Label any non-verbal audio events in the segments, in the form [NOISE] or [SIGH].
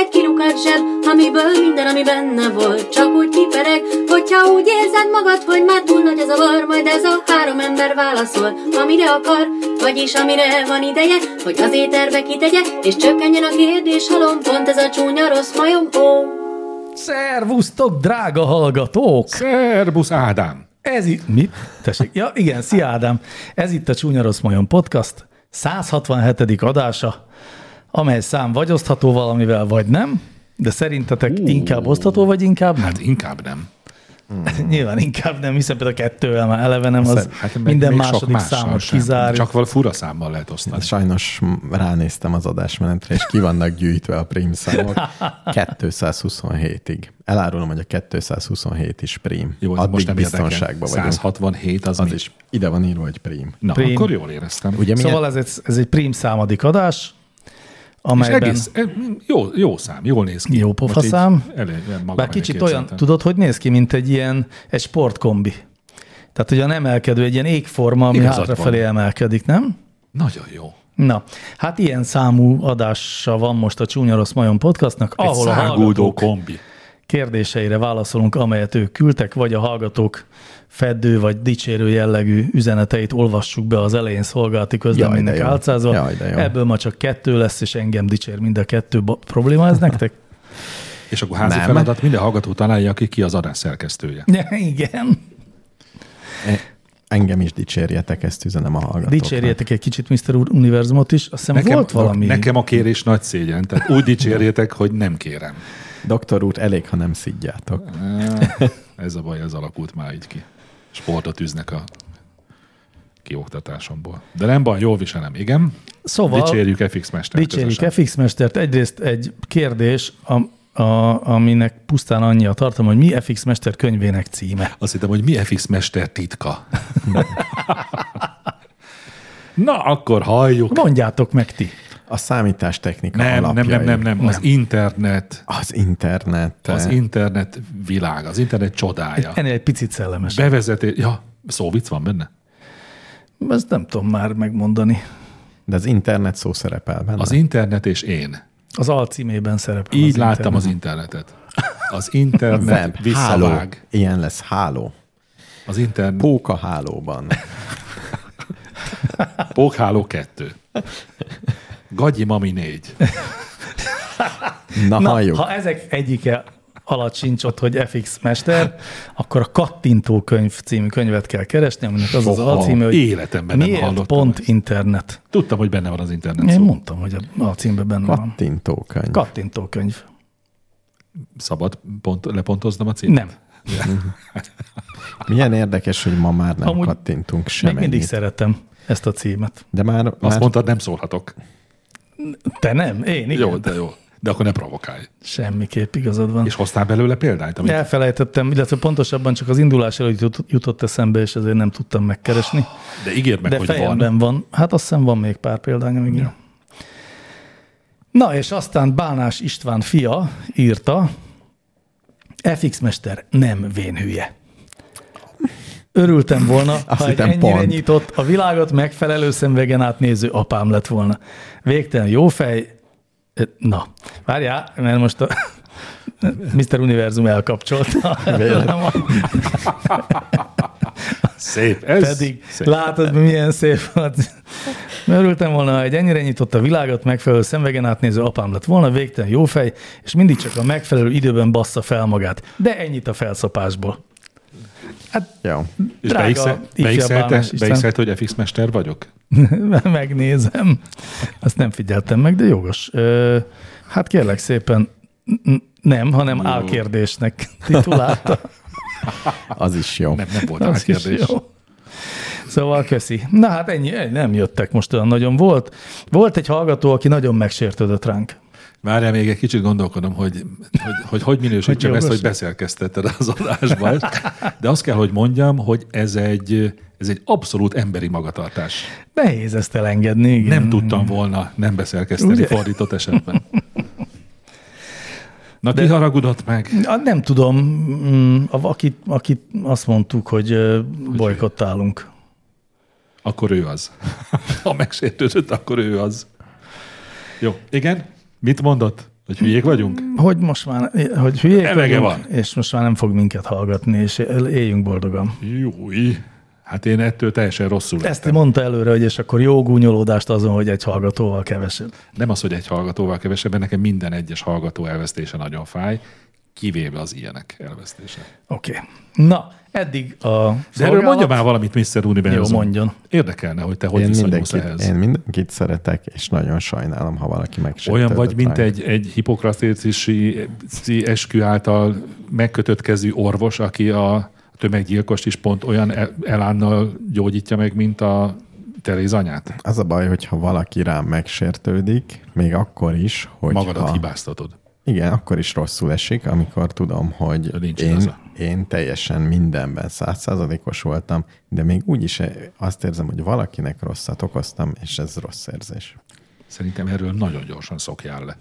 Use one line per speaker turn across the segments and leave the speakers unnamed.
egy kilukat zseb, amiből minden, ami benne volt, csak úgy kipereg, hogyha úgy érzed magad, hogy már túl nagy az a var, majd ez a három ember válaszol, amire akar, vagyis amire van ideje, hogy az éterbe kitegye, és csökkenjen a kérdés halom, pont ez a csúnya rossz majom, ó.
Szervusztok, drága hallgatók!
Szerbusz Ádám!
Ez itt... Mit? Tessék. Ja, igen, szia Ádám! Ez itt a Csúnya Rossz Majom Podcast 167. adása, amely szám vagy osztható valamivel, vagy nem, de szerintetek uh. inkább osztható, vagy inkább nem? [LAUGHS]
Hát inkább nem.
Nyilván inkább nem, hiszen például a kettővel már eleve nem az
Hát meg
minden
még sok
második
mással
számot
sem.
kizár.
Csak val fura számmal lehet osztani.
Sajnos ránéztem az adásmenetre, és ki vannak gyűjtve a prím számok. 227-ig. Elárulom, hogy a 227 is prím.
Jó, ez
Addig
most nem
biztonságban
érdekel.
vagyunk.
167 az,
Az
mi?
is ide van írva, hogy prím.
Na,
Prém.
akkor jól éreztem.
Ugye milyen,
Szóval ez egy, ez egy prím számadik adás,
És
amelyben...
egész, eh, jó, jó szám, jól néz ki.
Jó pofa
Most így
szám.
elég- eh, magamra
Bár kicsit
elképzeltem.
olyan, tudod, hogy néz ki, mint egy ilyen egy sportkombi. Tehát ugyan emelkedő, egy ilyen égforma, ami
Igazad
hátrafelé
van.
emelkedik, nem?
Nagyon jó.
Na, hát ilyen számú adása van most a Csúnya Rossz Majon podcastnak,
Egy
ahol a
száguldó
hallgatók
kombi.
kérdéseire válaszolunk, amelyet ők küldtek, vagy a hallgatók fedő vagy dicsérő jellegű üzeneteit olvassuk be az elején szolgálati közleménynek
Jaj, de jó.
álcázva.
Jaj, de jó.
Ebből ma csak kettő lesz, és engem dicsér mind a kettő. Ba- Probléma ez
[LAUGHS]
nektek? [LAUGHS]
És akkor házi
Nem.
feladat minden hallgató találja, aki ki az adás szerkesztője.
Ja, Igen.
E, engem is dicsérjetek, ezt üzenem a hallgatóknak.
Dicsérjétek egy kicsit Mr. Ur- Univerzumot is. Azt hiszem nekem, volt valami.
Nekem a kérés nagy szégyen, tehát úgy dicsérjétek, hogy nem kérem.
Doktor úr, elég, ha nem szidjátok.
Eh, Ez a baj, ez alakult már így ki. Sportot üznek a kioktatásomból. De nem baj, jól viselem, igen.
Szóval
Dicsérjük FX mestert
dicsérjük
közösen.
FX Mestert. Egyrészt egy kérdés, a, a, aminek pusztán annyi a tartalma, hogy mi FX Mester könyvének címe.
Azt hittem, hogy mi FX mester titka. Na, akkor halljuk.
Mondjátok meg ti.
A számítástechnika
Nem, nem,
alapjai.
nem, nem, nem, az internet,
Az internet.
az internet világ, az internet csodája.
Ennél egy picit szellemes. Be...
Bevezetés, ja, szóvic van benne?
Ezt nem tudom már megmondani.
De az internet szó szerepel benne.
Az internet és én.
Az alcímében szerepel.
Így
az
láttam
internet.
az internetet. Az internet
Web, háló.
visszavág.
Ilyen lesz háló.
Az internet.
Póka hálóban.
Pókháló 2. Gagyi Mami 4.
Na, Na halljuk.
Ha ezek egyike alatt sincs ott, hogy FX Mester, akkor a Kattintó könyv című könyvet kell keresni, aminek az az
Soha.
alcíme, hogy
Életemben nem
miért
hallottam
pont internet.
Tudtam, hogy benne van az internet
Én
szó.
mondtam, hogy a alcímben benne van.
Kattintókönyv.
Kattintó könyv.
Szabad pont, lepontoznom a címet?
Nem.
Milyen érdekes, hogy ma már nem
Amúgy
Amúgy kattintunk
Még mindig
semmit.
szeretem ezt a címet.
De már,
Azt
már
mondtad, nem szólhatok.
Te nem? Én igen.
Jó, de jó. De akkor ne provokálj.
Semmiképp igazad van.
És hoztál belőle példányt, amit
Elfelejtettem, illetve pontosabban csak az indulás előtt jutott- jutott eszembe, és ezért nem tudtam megkeresni.
De ígérd meg,
De
hogy van.
fejemben van. Hát azt hiszem van még pár példányom, igen. Na és aztán Bánás István fia írta, FX Mester nem vénhülye. Örültem volna, ha egy
hittem
ennyire
pont.
nyitott, a világot megfelelő szemvegen átnéző apám lett volna. Végtelen jó fej, Ö, na, várjál, mert most a [LAUGHS] Mr. Univerzum elkapcsolta. [LAUGHS] Nem a-
Szép. Ez
Pedig
szép.
látod, milyen szép volt. Örültem volna, ha egy ennyire nyitott a világot, megfelelő szemvegen átnéző apám lett volna, végtelen jó fej, és mindig csak a megfelelő időben bassza fel magát. De ennyit a felszopásból. Hát
Jó.
És
Drága
beigszel-
ifja Bálmás
beigszelte,
István.
beigszelte, hogy FX mester vagyok?
[LAUGHS] megnézem. Ezt nem figyeltem meg, de jogos. Ö, Hát kérlek szépen, n- n- nem, hanem álkérdésnek titulálta.
Az is jó.
Nem, nem volt
Az
rá
is
kérdés.
jó. Szóval köszi. Na hát ennyi, ennyi, nem jöttek most olyan nagyon. Volt, volt egy hallgató, aki nagyon megsértődött ránk.
Várjál, még egy kicsit gondolkodom, hogy hogy, hogy, hogy minősítsem
Hogy
ezt,
jogos.
hogy beszélkeztetted az adásba. ezt. De azt kell, hogy mondjam, hogy ez egy, ez egy abszolút emberi magatartás.
Nehéz ezt elengedni, igen.
Nem tudtam volna nem beszélkezteni
Mm. Ugye?
fordított esetben. Na, ki haragudott meg?
Hát nem tudom, mm, a- akit, akit azt mondtuk, hogy ö, bolykottálunk.
Akkor ő az. [LAUGHS] Ha megsértődött, akkor ő az. Jó, igen? Mit mondott? Hogy hülyék vagyunk?
Hogy most már, hogy hülyék
Elege
vagyunk, és most már nem fog minket hallgatni, és éljünk boldogan.
Júj. Hát én ettől teljesen rosszul
Ezt
lettem.
mondta előre, hogy és akkor jó gúnyolódást azon, hogy egy hallgatóval kevesebb.
Nem az, hogy egy hallgatóval kevesebb, mert nekem minden egyes hallgató elvesztése nagyon fáj, kivéve az ilyenek elvesztése.
Oké. Okay. Na, eddig a
De erről
szolgálat.
mondja már valamit Mr. Univerzum.
Jó, mondjon.
Érdekelne, hogy te hogy
én,
viszonyulsz
mindenkit,
ehhez.
én mindenkit szeretek, és nagyon sajnálom, ha valaki megsértődött.
Olyan vagy, mint
rajta.
egy, egy hipokratécisi eskü által megkötött kezű orvos, aki a tömeggyilkost is pont olyan el- elánnal gyógyítja meg, mint a Teréz anyát.
Az a baj, hogyha valaki rám megsértődik, még akkor is, hogy
Magadat
ha,
hibáztatod.
Igen, akkor is rosszul esik, amikor tudom, hogy
Nincs
én,
igaza.
én teljesen mindenben százszázalékos voltam, de még úgy is eh, azt érzem, hogy valakinek rosszat okoztam, és ez rossz érzés.
Szerintem erről nagyon gyorsan szokjál le.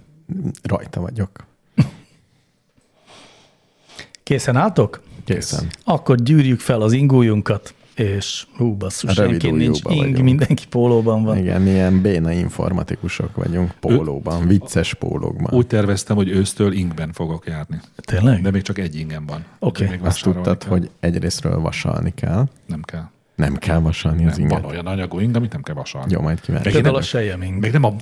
Rajta vagyok.
Készen álltok?
Készen.
Akkor gyűrjük fel az ingújunkat, és hú, basszus,
Hát
Rövid
senki nincs
ujjúba
ing,
vagyunk.
mindenki pólóban van. Igen.
Igen, ilyen béna informatikusok vagyunk pólóban, vicces pólókban.
Úgy terveztem, hogy ősztől ingben fogok járni.
Tényleg?
De
De...
még csak egy ingem van.
Oké.
De még
Azt
vásárolni
tudtad,
kell.
hogy egyrésztről vasalni kell.
Nem kell.
Nem kell vasalni az
Nem, van
inget.
olyan anyagú ing, amit nem kell vasalni.
Jó, majd kíváncsi.
Meg-
Például a sejeming.
Még nem a,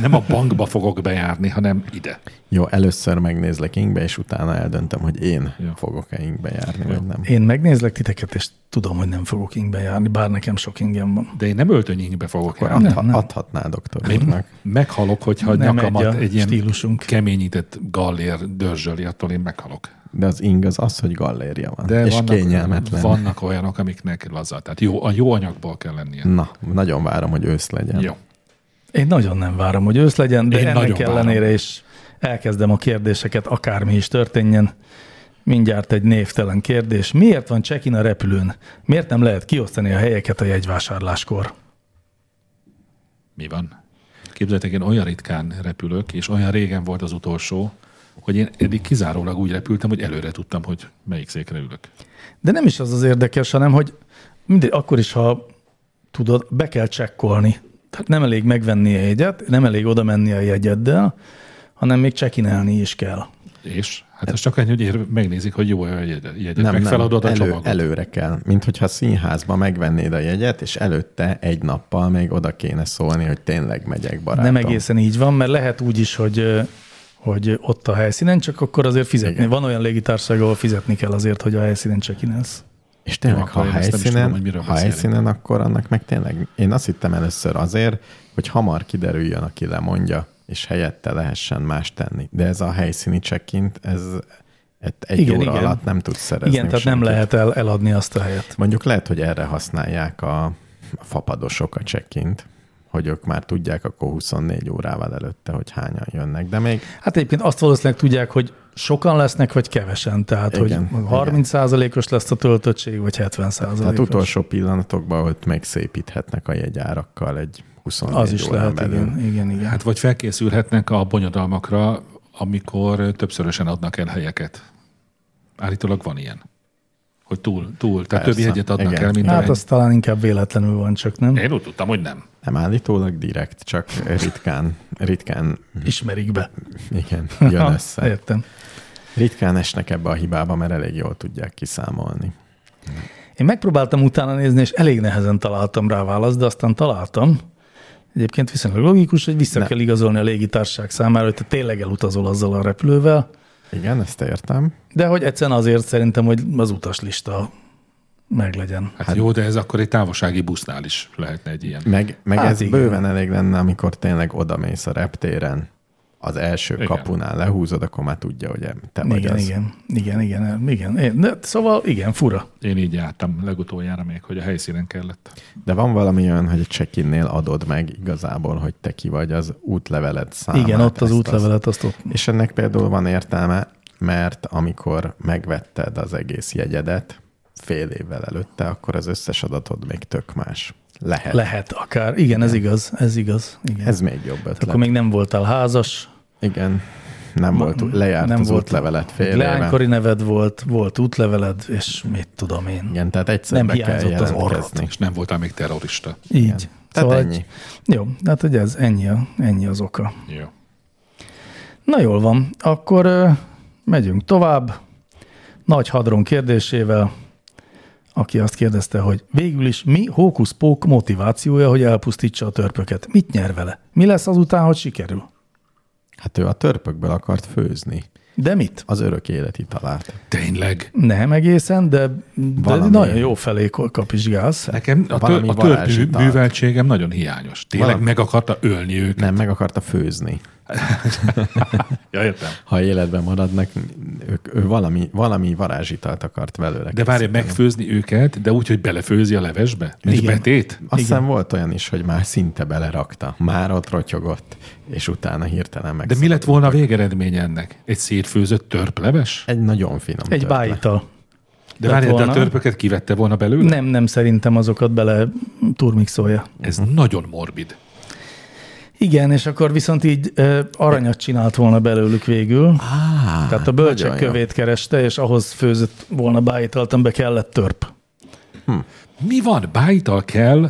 nem a bankba fogok bejárni, hanem ide.
Jó, először megnézlek inkbe, és utána eldöntöm, hogy én
Jó.
fogok-e inkbe járni, vagy nem.
Én megnézlek titeket, és tudom, hogy nem fogok ingben járni, bár nekem sok ingem van.
De én nem öltönyingbe fogok
Akkor
járni.
adha,
nem.
adhatná doktor úrnak.
Meghalok, hogyha
Nem
nyakamat
egy a
egy, egy ilyen
stílusunk.
keményített gallér dörzsöli, attól én meghalok.
De az ing az az, hogy galléria van. De és kényelmetlen. Van.
vannak olyanok, amiknek laza. Tehát jó, a jó anyagból kell lennie.
Na, nagyon várom, hogy ősz legyen.
Jó.
Én nagyon nem várom, hogy ősz legyen, de
Én
Én ennek
nagyon várom.
ellenére is elkezdem a kérdéseket, akármi is történjen. Mindjárt egy névtelen kérdés. Miért van check a repülőn? Miért nem lehet kiosztani a helyeket a jegyvásárláskor?
Mi van? Képzeljétek, én olyan ritkán repülök, és olyan régen volt az utolsó, hogy én eddig kizárólag úgy repültem, hogy előre tudtam, hogy melyik székre ülök.
De nem is az az érdekes, hanem hogy mindegy, akkor is, ha tudod, be kell csekkolni. Tehát nem elég megvenni a jegyet, nem elég oda menni a jegyeddel, hanem még csekinelni is kell.
És hát az csak ennyi, hogy ér, megnézik, hogy jó-e a jegyed. jegyed.
Nem, nem,
Megfeladod a
elő,
csomagot.
előre kell. Mint hogyha a színházba megvennéd a jegyet, és előtte egy nappal még oda kéne szólni, hogy tényleg megyek, barátom.
Nem egészen így van, mert lehet úgy is, hogy ö, hogy ott a helyszínen, csak akkor azért fizetni. Igen.
Igen.
Van olyan légitársaság, ahol fizetni kell azért, hogy a helyszínen csekinelsz.
És tényleg,
Jó,
ha
akkor én ezt nem is
helyszínen,
tudom, hogy miről
ha
beszélünk.
helyszínen, akkor annak meg tényleg, én azt hittem először azért, hogy hamar kiderüljön, aki lemondja, és helyette lehessen más tenni. De ez a helyszíni check-int, ez ez egy
Igen,
igen, óra
igen.
igen. alatt nem tud szerezni.
Igen, tehát nem
senkit.
lehet el, eladni azt a helyet.
Mondjuk lehet, hogy erre használják a, a fapadosok a check-int, hogy ők már tudják akkor 24 órával előtte, hogy hányan jönnek, de még
Hát egyébként azt valószínűleg tudják, hogy sokan lesznek, vagy kevesen. Tehát,
Igen,
hogy
igen.
30 os lesz a töltöttség, vagy 70
tehát
százalékos.
hát utolsó pillanatokban ott megszépíthetnek a jegyárakkal egy 24
Az is
órán
lehet,
belül.
igen, igen, igen.
Hát vagy felkészülhetnek a bonyodalmakra, amikor többszörösen adnak el helyeket. Állítólag van ilyen. Hogy túl, túl. Tehát
Persze,
több jegyet adnak
igen.
el, mint
Hát
egy.
az talán inkább véletlenül van csak, nem?
Én úgy tudtam, hogy nem.
Nem állítólag direkt, csak ritkán, ritkán,
Ismerik be. [LAUGHS]
igen, jön
Ha,
össze.
Értem.
Ritkán esnek ebbe a hibába, mert elég jól tudják kiszámolni.
Én megpróbáltam utána nézni, és elég nehezen találtam rá választ, de aztán találtam. Egyébként viszonylag logikus, hogy vissza
Nem.
kell igazolni a légitársaság számára, hogy te tényleg elutazol azzal a repülővel,
Igen, ezt értem.
de hogy egyszerűen azért szerintem, hogy az utaslista meglegyen.
Hát, hát jó, de ez akkor egy távolsági busznál is lehetne egy ilyen.
Meg, meg
Hát
hát ez
igen.
igen. bőven elég lenne, amikor tényleg odamész a reptéren, az első
Igen.
igen. kapunál lehúzod, akkor már tudja, hogy te vagy
igen,
az.
igen, igen, igen, igen, igen. De, szóval igen, fura.
Én így jártam legutoljára még, hogy a helyszínen kellett.
De van valami olyan, hogy a check-innél adod meg igazából, hogy te ki vagy az útleveled számát.
igen, ott az
hát ezt,
útlevelet azt ott.
azt. És ennek például van értelme, mert amikor megvetted az egész jegyedet fél évvel előtte, akkor az összes adatod még tök más. Lehet. Le.
Lehet akár. Igen, ez igaz, ez igaz. Igen.
Ez még jobb ötlet.
Akkor még nem voltál házas,
Igen. Nem
Ma-
volt, lejárt
nem
nem az
volt-
volt útleveled fél éve.
leánykori neved volt, volt útleveled, és mit tudom én.
Igen, tehát egyszer
Nem
be kell
hiányzott az orrod.
jelentkezni.
És nem voltál még terrorista.
Így. Szóval,
Igen. Tehát ennyi.
Egy, jó, hát ugye ez ennyi, a, ennyi az oka.
Jó.
Na jól van, akkor ö, megyünk tovább. Nagy Hadron kérdésével, aki azt kérdezte, hogy végül is mi hókuszpók motivációja, hogy elpusztítsa a törpöket? Mit nyer vele? Mi lesz azután, hogy sikerül?
Hát ő a törpökből akart főzni.
De mit?
Az örök életi talált.
Tényleg.
Nem egészen, de, de
Valami.
nagyon jó felé kapizsgálsz.
Nekem a, tör,
Valami
a tört
varázsi
mű-
tárgy.
műveltségem nagyon hiányos. Tényleg
Valami.
meg akarta ölni őket.
Nem, meg akarta főzni.
Ja, értem.
Ha életben maradnak, ők, ő valami, valami varázsitalt akart belőle.
De várja,
készíteni.
megfőzni őket, de úgy, hogy belefőzi a levesbe? És
Igen.
betét?
Azt hiszem volt olyan is, hogy már szinte belerakta. Már ott rotyogott, és utána hirtelen meg.
De mi lett volna a végeredmény ennek? Egy szétfőzött törpleves?
Egy nagyon finom
Egy
törpe.
bájital.
De
lett
várjál, de a
volna.
törpöket kivette volna belőle?
Nem, nem szerintem azokat bele turmixolja.
Ez nagyon morbid.
Igen, és akkor viszont így ö, aranyat csinált volna belőlük végül. Ah, Tehát a bölcsek
nagyon jó.
kövét kereste, és ahhoz főzött volna bájitalt, amiben kellett törp.
Mi van? Bájtal kell?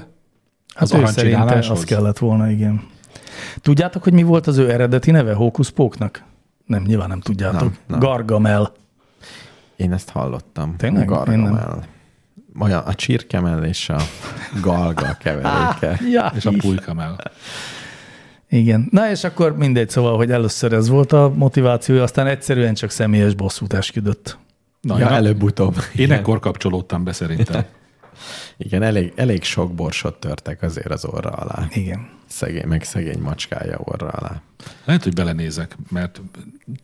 Hát
Az
az ő szerinte
aranycsináláshoz?
az kellett volna, igen. Tudjátok, hogy mi volt az ő eredeti neve Hókuszpóknak? Nem, nyilván nem tudjátok.
Nem,
Nem,
nem.
nem. Gargamel.
Én ezt hallottam.
Tényleg? Én
Gargamel. Olyan a csirkemell és a
[LAUGHS]
galga keveréke.
Ja,
És a pulykamel.
Igen. Na és akkor mindegy, szóval, hogy először ez volt a motivációja, aztán egyszerűen csak személyes bosszút esküdött.
Na,
ja,
én, előbb.
előbb-utóbb.
én ekkor kapcsolódtam be szerintem.
Igen, elég, elég sok borsot törtek azért az orra alá.
Igen.
Szegény, meg szegény macskája orra alá.
Lehet, hogy belenézek, mert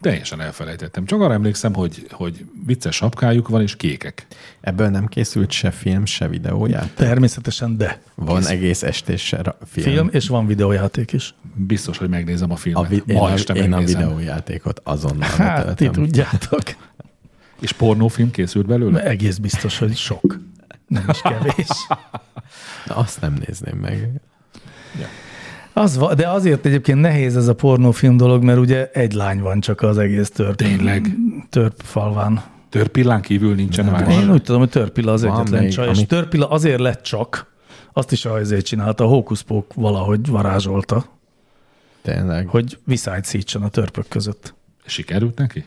teljesen elfelejtettem. Csak arra emlékszem, hogy, hogy vicces sapkájuk van, és kékek.
Ebből nem készült se film, se videóját.
Természetesen de.
Van egész estés se ra- film.
Film és van videójáték is.
Biztos, hogy megnézem a
A
filmet.
vi- én,
Ma
a,
este
én a
megnézem.
videójátékot azonnal
Hát, ti
betöltöm.
tudjátok.
És pornófilm készült belőle?
Egész biztos, hogy sok. Nem is kevés.
Na, azt nem nézném meg.
Az va- de azért egyébként nehéz ez a pornófilm dolog, mert ugye egy lány van csak az egész törp,
Tényleg.
törp falván.
Törpillán kívül nincsen más.
Én úgy tudom, hogy Törpila az
Van
egyetlen
még,
csaj, és
amit-
Törpila azért lett csak, azt is azért csinálta, a hókuszpók valahogy varázsolta,
Tényleg.
hogy viszályt szítson a törpök között.
Sikerült neki?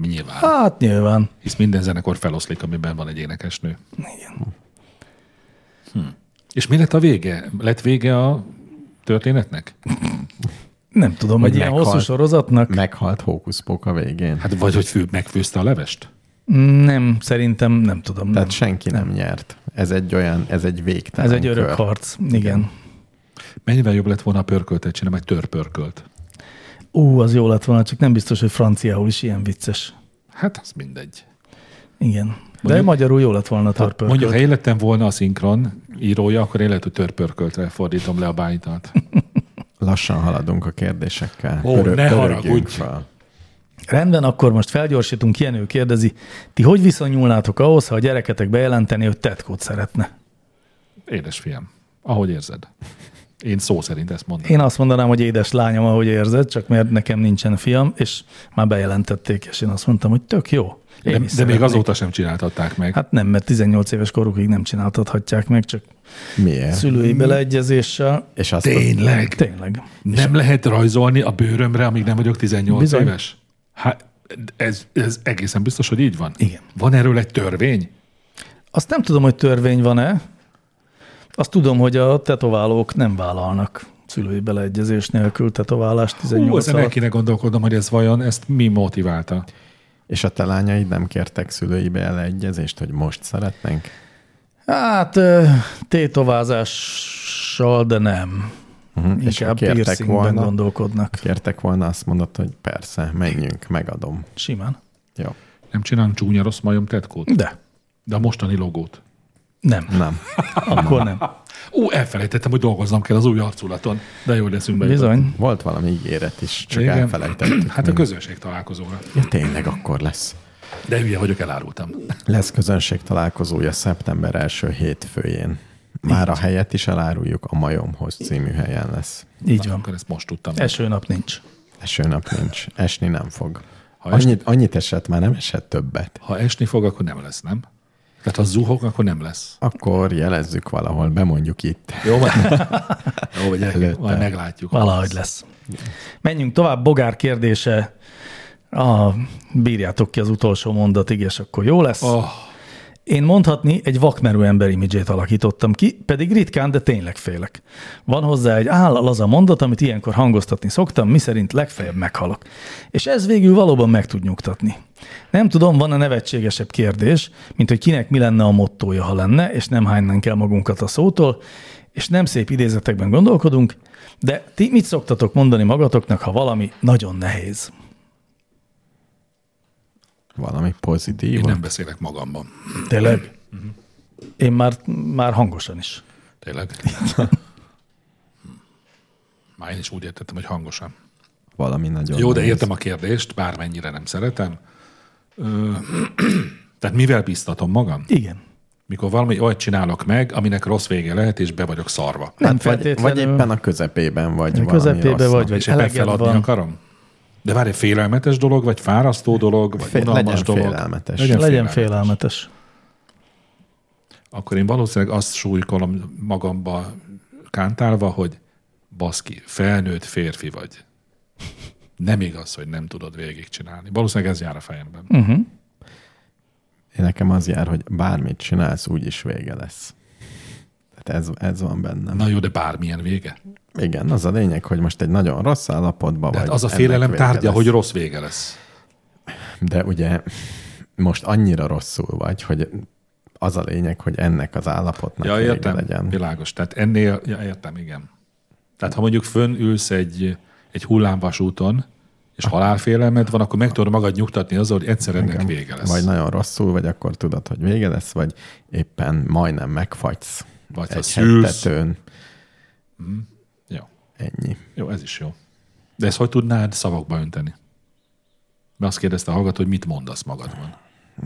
Nyilván.
Hát nyilván.
Hisz minden zenekor feloszlik, amiben van egy énekesnő. Igen. Hm. És mi lett a vége? Lett vége a történetnek?
Nem tudom,
Hogy
hogy ilyen
meghalt.
hosszú sorozatnak.
Meghalt hókuszpók a végén. Hát,
Hát vagy, hogy fő, megfőzte a levest?
Nem, szerintem nem tudom. Nem.
Tehát senki nem nyert. Ez egy olyan, ez egy végtelen
Ez egy örök
kör.
harc. Igen.
Mennyivel jobb lett volna a pörköltet csinálni, meg törpörkölt?
Ú, az jó lett volna, csak nem biztos, hogy franciául is ilyen vicces.
Hát az mindegy.
Igen. De
Mondjuk-
magyarul jó lett volna a törpörkölt.
Mondjuk, ha én lettem volna a szinkron írója, akkor én lehet, hogy törpörköltre fordítom le a bájtát.
Lassan haladunk a kérdésekkel.
Ó,
Pörö-
ne
pörögjünk
haragudj!
Fel.
Rendben, akkor most felgyorsítunk, Jenő kérdezi, ti hogy viszonyulnátok ahhoz, ha a gyereketek bejelenteni, hogy tetkót szeretne?
Édesfiam, ahogy érzed. Én szó szerint ezt mondom.
Én azt mondanám, hogy édes lányom, ahogy érzed, csak mert nekem nincsen fiam, és már bejelentették, és én azt mondtam, hogy tök jó. Én
De,
is
de még
szeretnék.
azóta sem csináltatták meg. Hát,
Hát nem, mert 18 éves korukig nem csináltathatják meg, csak
Miért?
szülői beleegyezéssel.
és azt
Tényleg?
Tényleg.
Nem lehet rajzolni a bőrömre, amíg nem vagyok 18
Bizony.
Bizony. éves? Hát ez, ez egészen biztos, hogy így van.
Igen.
Van erről egy törvény?
Azt nem tudom, hogy törvény van-e. Azt tudom, hogy a tetoválók nem vállalnak szülői beleegyezés nélkül tetoválást
Hú,
18
ezen el
alatt.
kéne gondolkodnom, hogy ez vajon, ezt mi motiválta?
És a te lányaid nem kértek szülői beleegyezést, hogy most szeretnénk?
Hát ö, tétovázással, de nem. Uh-huh.
Mhm, És ha
Inkább
kértek
piercingben
volna?
gondolkodnak.
Kértek volna, azt mondod, hogy persze, menjünk, megadom.
Simán.
Jó.
Nem csinálunk csúnya rossz majom tetkót?
De.
De a mostani logót.
Nem.
Nem.
Akkor nem.
Ú, elfelejtettem, hogy dolgoznom kell az új arculaton. De jó, hogy eszünkbe jutott.
Bizony.
Volt valami ígéret is, csak
[CLEARS THROAT]
Igen.
elfelejtettük.
Hát a közönség találkozóra.
Ja, tényleg akkor lesz.
De hülye vagyok, elárultam.
Lesz közönség találkozója szeptember első hétfőjén. Már a helyet is eláruljuk, a Majomhoz című helyen lesz.
Így van.
Akkor ezt most tudtam.
Eső nap nincs.
Eső nap nincs, esni nem fog.
Ha
Annyit, annyit esett, már nem esett többet.
Ha esni fog, akkor nem lesz, nem? Tehát ha zuhog, akkor nem lesz.
Akkor jelezzük valahol, bemondjuk itt.
[LAUGHS]
Jó, van. Jó, vagy
Előtte.
majd meglátjuk.
Valahogy lesz. Menjünk tovább, Bogár kérdése. Ah, bírjátok ki az utolsó mondatig, és akkor jó lesz.
Oh,
Én mondhatni, egy vakmerő ember imidzsét alakítottam ki, pedig ritkán, de tényleg félek. Van hozzá egy áll laza mondat, amit ilyenkor hangoztatni szoktam, miszerint legfeljebb meghalok. És ez végül valóban meg tud nyugtatni. Nem tudom, van-e nevetségesebb kérdés, mint hogy kinek mi lenne a mottója, ha lenne, és nem hánynánk el magunkat a szótól, és nem szép idézetekben gondolkodunk, de ti mit szoktatok mondani magatoknak, ha valami nagyon nehéz?
Valami
én
pozitív.
nem beszélek magamban.
Tényleg? Én már, már hangosan is. [LAUGHS]
Tényleg. Már én is úgy értettem, hogy hangosan.
Valami nagyon
Jó, de
nehéz.
értem a kérdést, bármennyire nem szeretem. Ö, [CLEARS THROAT] Tehát mivel biztatom magam?
Igen.
Mikor valami olyat csinálok meg, aminek rossz vége lehet, és be vagyok szarva.
Nem
Hát vagy, vagy
feltétlenül.
éppen a közepében vagy.
A
valami
közepébe
rossznak.
vagy, vagy
és ebben
eleged
feladni
van.
akarom? De várj, félelmetes dolog, vagy fárasztó dolog, vagy
Fél-
unalmas
legyen
dolog?
félelmetes.
Legyen,
Legyen
félelmetes.
félelmetes.
Akkor én valószínűleg azt súlykolom magamba kántálva, hogy baszki, felnőtt férfi vagy. Nem igaz, hogy nem tudod végigcsinálni. Valószínűleg ez jár a fejemben.
Hm.
Uh-huh.
Én nekem az jár, hogy bármit csinálsz, úgyis vége lesz. Tehát ez, ez van bennem.
Na jó, de bármilyen vége.
Igen, az a lényeg, hogy most egy nagyon rossz állapotban
Tehát
vagy.
hát az a
ennek
félelem
vége
tárgya,
lesz.
hogy rossz vége lesz.
De ugye most annyira rosszul vagy, hogy az a lényeg, hogy ennek az állapotnak
Ja,
vége
értem,
legyen.
világos. Tehát ennél, ja, értem, igen. Tehát ha mondjuk fönn ülsz egy, egy hullámvasúton, és halálfélelmed van, akkor meg tudod magad nyugtatni azzal, hogy egyszer ennek vége lesz.
Vagy nagyon rosszul vagy, akkor tudod, hogy vége lesz, vagy éppen majdnem megfagysz.
Vagy ha
egy
szülsz.
hettetőn.
Jó.
Ennyi.
jó, ez is jó. De ezt hogy tudnád szavakba önteni? Mert azt kérdezte a hallgató, hogy mit mondasz magadban.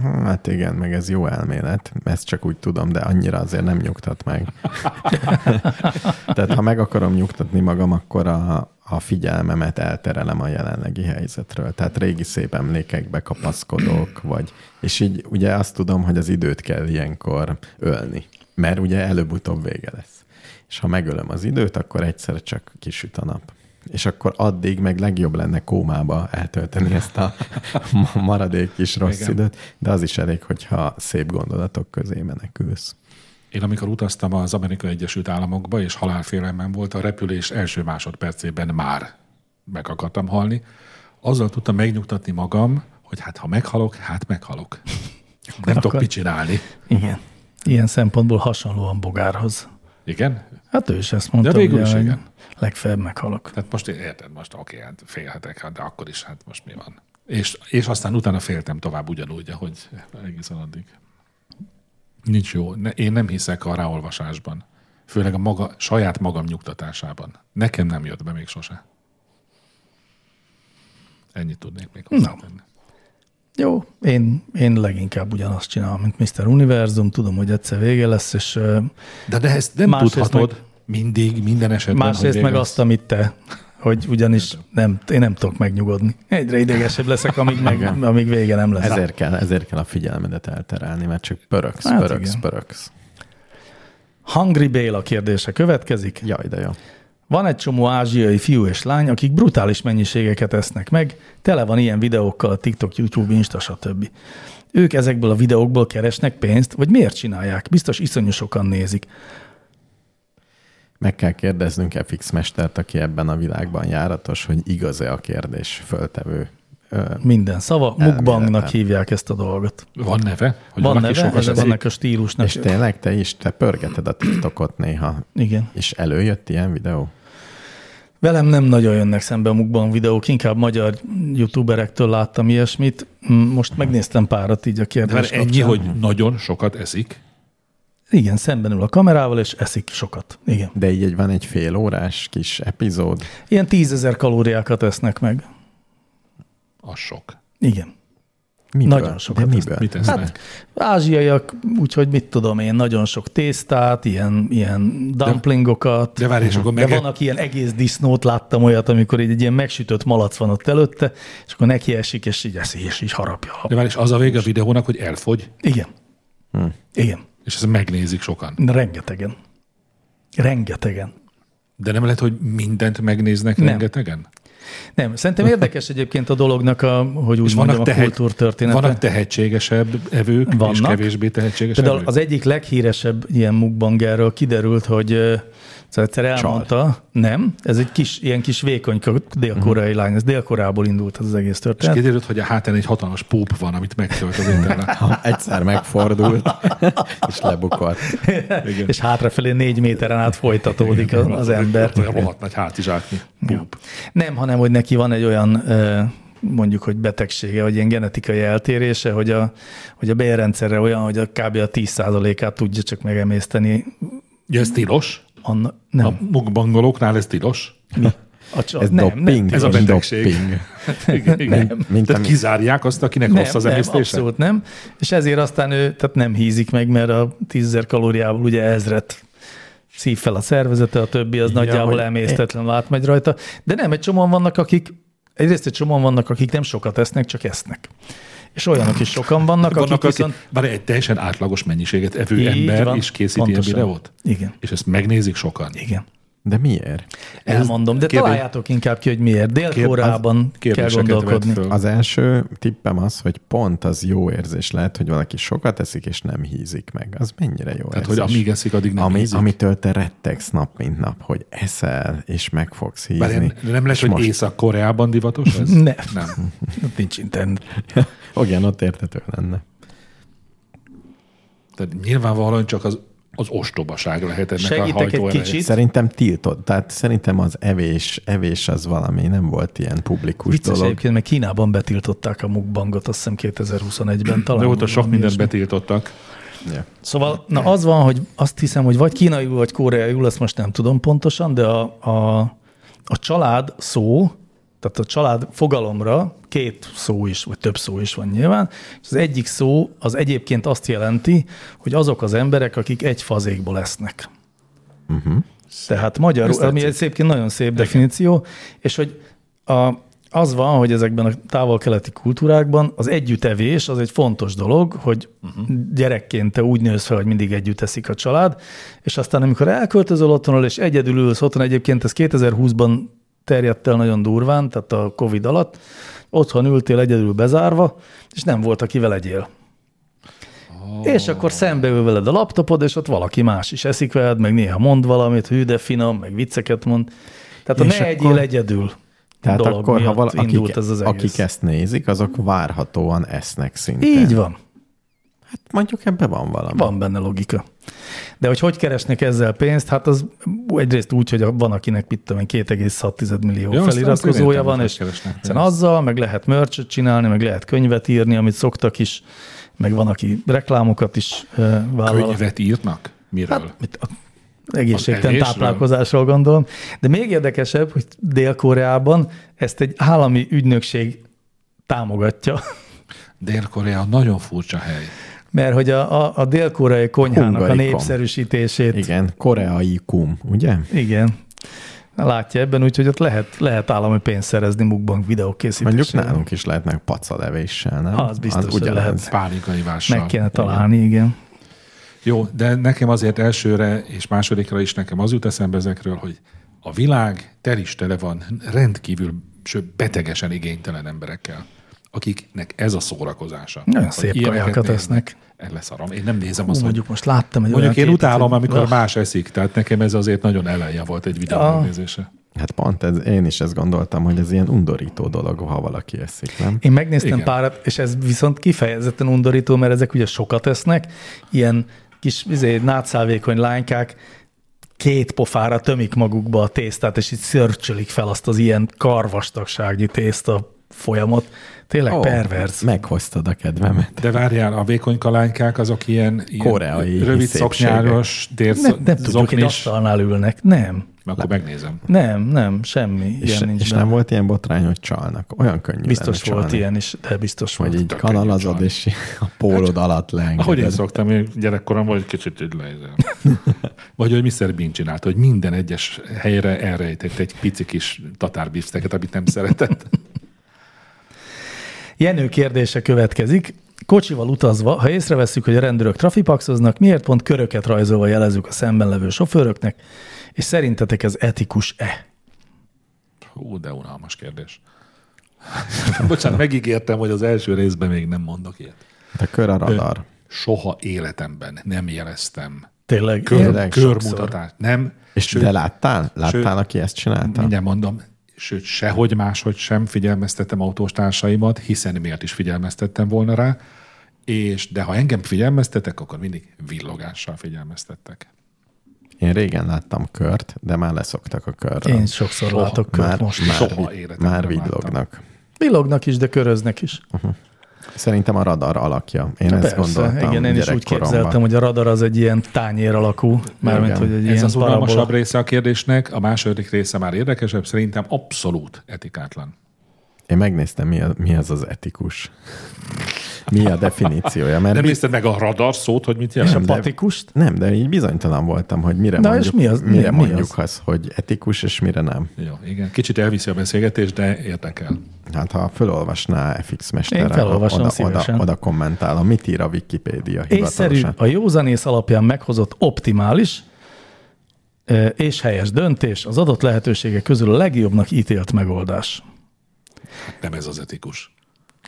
Hát igen, meg ez jó elmélet, ezt csak úgy tudom, de annyira azért nem nyugtat meg. Tehát ha meg akarom nyugtatni magam, akkor a, a figyelmemet elterelem a jelenlegi helyzetről. Tehát régi szép emlékekbe kapaszkodok, vagy... És így ugye azt tudom, hogy az időt kell ilyenkor ölni, mert ugye előbb-utóbb vége lesz. És ha megölöm az időt, akkor egyszer csak kisüt a nap. És akkor addig meg legjobb lenne kómába eltölteni ezt a [LAUGHS] ma- maradék kis rossz
Igen.
Igen. időt, de az is elég, hogyha szép gondolatok közé menekülsz.
Én amikor utaztam az Amerikai Egyesült Államokba, és halálfélelmem volt, a repülés első másodpercében már meg akartam halni, azzal tudtam megnyugtatni magam, hogy hát ha meghalok, hát meghalok. Nem tudok
Akkor-
mit csinálni.
Igen. Ilyen szempontból hasonlóan Bogárhoz.
Igen?
Hát ő is ezt mondta,
De végül is
hogy
igen.
legfeljebb meghalok.
Tehát most érted, most oké, hát félhetek, hát de akkor is hát most mi van. És, és aztán utána féltem tovább ugyanúgy, ahogy egészen addig. Nincs jó. Ne, én nem hiszek a ráolvasásban. Főleg a maga, saját magam nyugtatásában. Nekem nem jött be még sose. Ennyit tudnék még hozzátenni.
Jó, én, én leginkább ugyanazt csinálom, mint Mr. Univerzum, tudom, hogy egyszer vége lesz, és ö,
De, de ezt nem
Másrészt
tudhatod
meg-
meg, mindig, minden esetben.
másrészt meg azt, amit te, hogy ugyanis nem, én nem tudok megnyugodni. Egyre idegesebb leszek, amíg, meg, amíg vége nem lesz.
Ezért kell, ezért kell a figyelmedet elterelni, mert csak pöröksz,
Hát
hát pöröksz,
igen.
igen. pöröksz.
Hungry Béla kérdése következik.
Jaj, de jó.
Van egy csomó ázsiai fiú és lány, akik brutális mennyiségeket esznek meg, tele van ilyen videókkal a TikTok, YouTube, Insta, stb. Ők ezekből a videókból keresnek pénzt, vagy miért csinálják? Biztos iszonyú sokan nézik.
Meg kell kérdeznünk FX mestert, aki ebben a világban járatos, hogy igaz-e a kérdés föltevő. Ö,
Minden szava,
Elméletlen.
mukbangnak hívják ezt a dolgot.
Van neve? Hogy
van
valaki
neve,
sokat
ez
eszik?
vannak a stílusnak.
és tényleg te is, te pörgeted a TikTokot néha,
Igen.
és előjött ilyen videó?
Velem nem nagyon jönnek szembe a mukbang videók, inkább magyar youtuberektől láttam ilyesmit. Mm, Most megnéztem párat így a
De már
kérdés
Hát ennyi,
kapcsán.
hogy nagyon sokat eszik.
Igen, szemben ül a kamerával, és eszik sokat. Igen.
De így egy- van egy fél órás kis epizód,
Ilyen tízezer kalóriákat esznek meg.
Az sok.
Igen.
Miből?
Nagyon sokat
De miből?
Mit esznek?
Hát ázsiaiak, úgyhogy mit tudom én, nagyon sok tésztát, ilyen, ilyen dumplingokat.
De várj, és akkor
De
meg...
vannak ilyen egész disznót, láttam olyat, amikor így egy ilyen megsütött malac van ott előtte, és akkor neki esik, és így eszi, és így harapja.
De már is az a vége a videónak, hogy elfogy.
Igen. Igen.
És ezt megnézik sokan.
Rengetegen. Rengetegen.
De nem lehet, hogy mindent megnéznek
Nem.
nem. rengetegen?
Nem,
[LAUGHS]
szerintem érdekes egyébként a dolognak, a, hogy úgy mondjam, a
tehet-
kultúrtörténete.
vannak tehetségesebb evők, vannak. és
Vannak.
kevésbé tehetségesebb
Például
evők.
az egyik leghíresebb ilyen mukbangerről kiderült, hogy ö, szóval egyszer elmondta, nem, ez egy kis, ilyen kis vékony dél-koreai uh-huh. lány, ez dél-koreából indult az, az egész
És
történet.
kiderült, hogy a hátán egy hatalmas póp van, amit megtölt az internet.
[LAUGHS]
Ha egyszer megfordult, és lebukott.
Igen.
És hátrafelé négy méteren át folytatódik az, az ember.
Olyan rohadt nagy hátizsáknyi. Póp.
Nem, hanem hogy neki van egy olyan ö, mondjuk, hogy betegsége, vagy ilyen genetikai eltérése, hogy a, hogy a bérrendszerre olyan, hogy a kb. a 10%-át tudja csak megemészteni.
Ja, ez tilos?
Anna, nem,
A
a,
mukbangolóknál ez tilos?
a, csa-
Ez
nem,
doping.
nem,
Ez a
és
betegség.
Doping.
[LAUGHS] Igen, igen. Nem,
mint
Tehát
ami-
kizárják azt, akinek
nem,
rossz az
nem,
emésztése?
abszolút nem. És ezért aztán ő tehát nem hízik meg, mert a 10.000 kalóriából ugye ezret szív fel a szervezete, a többi az ja, nagyjából
hogy-
emésztetlen lát megy rajta. De nem, egy csomóan vannak, akik, egyrészt egy csomóan vannak, akik nem sokat esznek, csak esznek. És olyanok is sokan vannak, vannak akik viszont
bár egy teljesen átlagos mennyiséget evő
Így
ember
van,
is készít ilyen
pontosan.
videót.
Igen.
És ezt megnézik sokan.
Igen.
De miért?
Elmondom, de
kérdés-
találjátok inkább ki, hogy miért. Dél-Koreában kell
Kérdéseket vet
gondolkodni.
föl.
Az első tippem az, hogy pont az jó érzés lehet, hogy valaki sokat eszik, és nem hízik meg. Az mennyire jó
Tehát,
érzés.
Hát, hogy amíg eszik, addig nem
Ami,
hízik.
Amitől te rettegsz nap, mint nap, hogy eszel, és meg fogsz
Bár
hízni.
nem, nem lesz,
és
hogy
most-
Észak-Koreában divatos
[LAUGHS]
ez?
Ne.
Nem.
Ott Nincs internet.
Igen, ott értető lenne.
Tehát nyilvánvalóan csak az, az ostobaság lehet ennek a
Segítek egy
hajtóereje.
kicsit.
Szerintem tiltott, tehát szerintem az evés, evés az valami, nem volt ilyen publikus
Vicces
dolog.
egyébként, mert Kínában betiltották a mukbangot, azt hiszem 2021-ben talán.
De ott a sok
valami
mindent
ilyesmi.
betiltottak.
Ja.
Szóval na az van, hogy azt hiszem, hogy vagy kínaiul, vagy koreaiul, azt most nem tudom pontosan, de a, a, a család szó, tehát a család fogalomra két szó is, vagy több szó is van nyilván, és az egyik szó az egyébként azt jelenti, hogy azok az emberek, akik egy fazékból esznek. Tehát magyarul, ami egy szépként nagyon szép definíció, és hogy a, az van, hogy ezekben a távol-keleti kultúrákban az együttevés az egy fontos dolog, hogy uh-huh. gyerekként te úgy nősz fel, hogy mindig együtt eszik a család, és aztán amikor elköltözöl otthonról, és egyedül ülsz otthon, egyébként ez 2020-ban terjedt el nagyon durván, tehát a Covid alatt, otthon ültél egyedül bezárva, és nem volt, aki legyél. És akkor szembeül veled a laptopod, és ott valaki más is eszik veled, meg néha mond valamit, hű de finom, meg vicceket mond. Tehát a
És
ne
akkor-
egyél egyedül
Tehát
dolog
akkor, ha
miatt
vala, akik,
indult ez az egész.
akik e- ezt nézik, azok várhatóan esznek szinte.
Így van,
Mondjuk ebben van valami.
van benne logika. De hogy hogy keresnek ezzel pénzt, hát az egyrészt úgy, hogy van akinek mit tudom én, 2,6 millió ja,
Ja, azt- azt én
feliratkozója
értem,
van,
hogy
és
hogy keresnek
hiszen azzal meg lehet merchöt csinálni, meg lehet könyvet írni, amit szoktak is, meg van, aki reklámokat is ö, vállal.
Könyvet írnak? Miről?
Hát, Mit a egészségtelen
Az evésről?
táplálkozásról gondolom. De még érdekesebb, hogy Dél-Koreában ezt egy állami ügynökség támogatja, [LAUGHS]
Dél-Korea nagyon furcsa hely.
mert hogy a, a, a dél-koreai konyhának a
Hungarikom.
népszerűsítését, igen.
Igen, koreai kum, ugye?
igen, látja ebben, úgyhogy ott lehet, lehet állami pénzt szerezni mukbang videók
Mondjuk
készítésére.
nálunk is lehetnek pacalevéssel, nem?
Az biztos, hogy
ugyanez.
lehet.
Pálinkai vással.
Meg kéne találni, igen.
Jó, de nekem azért elsőre és másodikra is nekem az jut eszembe ezekről, hogy a világ tel is tele van rendkívül sőt, betegesen igénytelen emberekkel, akiknek ez a szórakozása.
Nagyon
Hogy
szép
ilyeneket
kajákat
néznek.
esznek.
El leszarom. Én nem nézem
Hú,
azt, hogy
mondjuk most láttam egy
Mondjuk
olyan
én
képet,
utálom,
hogy-
amikor
Ah,
más eszik, tehát nekem ez azért nagyon ellenje volt egy videó
Ah.
megnézése.
Hát pont ez, én is ezt gondoltam, hogy ez ilyen undorító dolog, ha valaki eszik, nem?
Én megnéztem Igen.
Igen.
párat, és ez viszont kifejezetten undorító, mert ezek ugye sokat esznek, ilyen kis izé, nátszálvékony lánykák két pofára tömik magukba a tésztát, és így szörcsölik fel azt az ilyen karvastagságnyi tészta folyamot. Tényleg oh, perverz.
Meghoztad a kedvemet.
De várjál, a vékony kalánykák azok ilyen, ilyen
Koreai
rövid
szépségek.
szoknyáros,
Ne, nem tudjuk, hogy
dérszoknyás.
asztalnál ülnek. Nem,
Akkor megnézem.
nem, nem, semmi
És,
ilyen nincs.
és
benne.
nem volt ilyen botrány, hogy csalnak. Olyan könnyű
Biztos
lenne
volt
csalni.
ilyen is, de biztos
Hogy
volt.
így kanalazod,
csalni.
és a
Hát,
pólod alatt leengeded.
Ahogy én szoktam, én gyerekkoromban egy kicsit így leizem. [LAUGHS] Vagy hogy Mr. Bean csinálta, hogy minden egyes helyre elrejtett egy pici kis tatárbifszteket, amit nem szeretett.
Jenő kérdése következik. Kocsival utazva, ha észrevesszük, hogy a rendőrök trafipaxoznak, miért pont köröket rajzolva jelezzük a szemben levő sofőröknek, és szerintetek ez etikus-e?
[LAUGHS] Hú, de unalmas kérdés. [LAUGHS] Bocsánat, megígértem, hogy az első részben még nem mondok ilyet.
Hát a kör a radar.
Soha életemben nem jeleztem
Tényleg?
kör,
Tényleg?
körmutatást. Nem,
És
Sőt-
de láttál?
sőt-
Láttál, aki ezt csinálta?
mindjárt mondom, sőt, sehogy máshogy sem figyelmeztettem autóstársaimat, hiszen miért is figyelmeztettem volna rá, és de ha engem figyelmeztetek, akkor mindig villogással figyelmeztettek.
Én régen láttam kört, de már leszoktak a körről.
Én sokszor
Soha.
látok kört
Oh, már,
most.
már,
Soha
vi-
életemben
már
nem
villognak.
Villognak is, de köröznek is.
Szerintem a radar alakja. Én ezt gondoltam
igen, én is úgy
gyerekkoromban.
képzeltem, hogy a radar az egy ilyen tányér alakú, mármint,
Igen.
hogy egy
Ez
ilyen
az unalmasabb
parabola.
része a kérdésnek, a második része már érdekesebb, szerintem abszolút etikátlan.
Én megnéztem, mi, a, mi az az etikus. Mi a definíciója. Mert
Nem
mi,
nézted meg a radar szót, hogy mit jelent?
És a patikust?
nem, de így bizonytalan voltam, hogy mire
Na, és
mondjuk,
mi az- mi-
mire
mi
mondjuk
az?
az, hogy etikus, és mire nem.
Jó, igen. Kicsit elviszi a beszélgetést, de érdekel.
Hát ha felolvasná FX
Én
mester,
felolvasom
oda, oda,
szívesen.
oda kommentálom. Mit ír a Wikipédia
Észszerű,
hivatalosan?
a józanész alapján meghozott optimális ö, és helyes döntés az adott lehetőségek közül a legjobbnak ítélt megoldás.
Nem ez az etikus.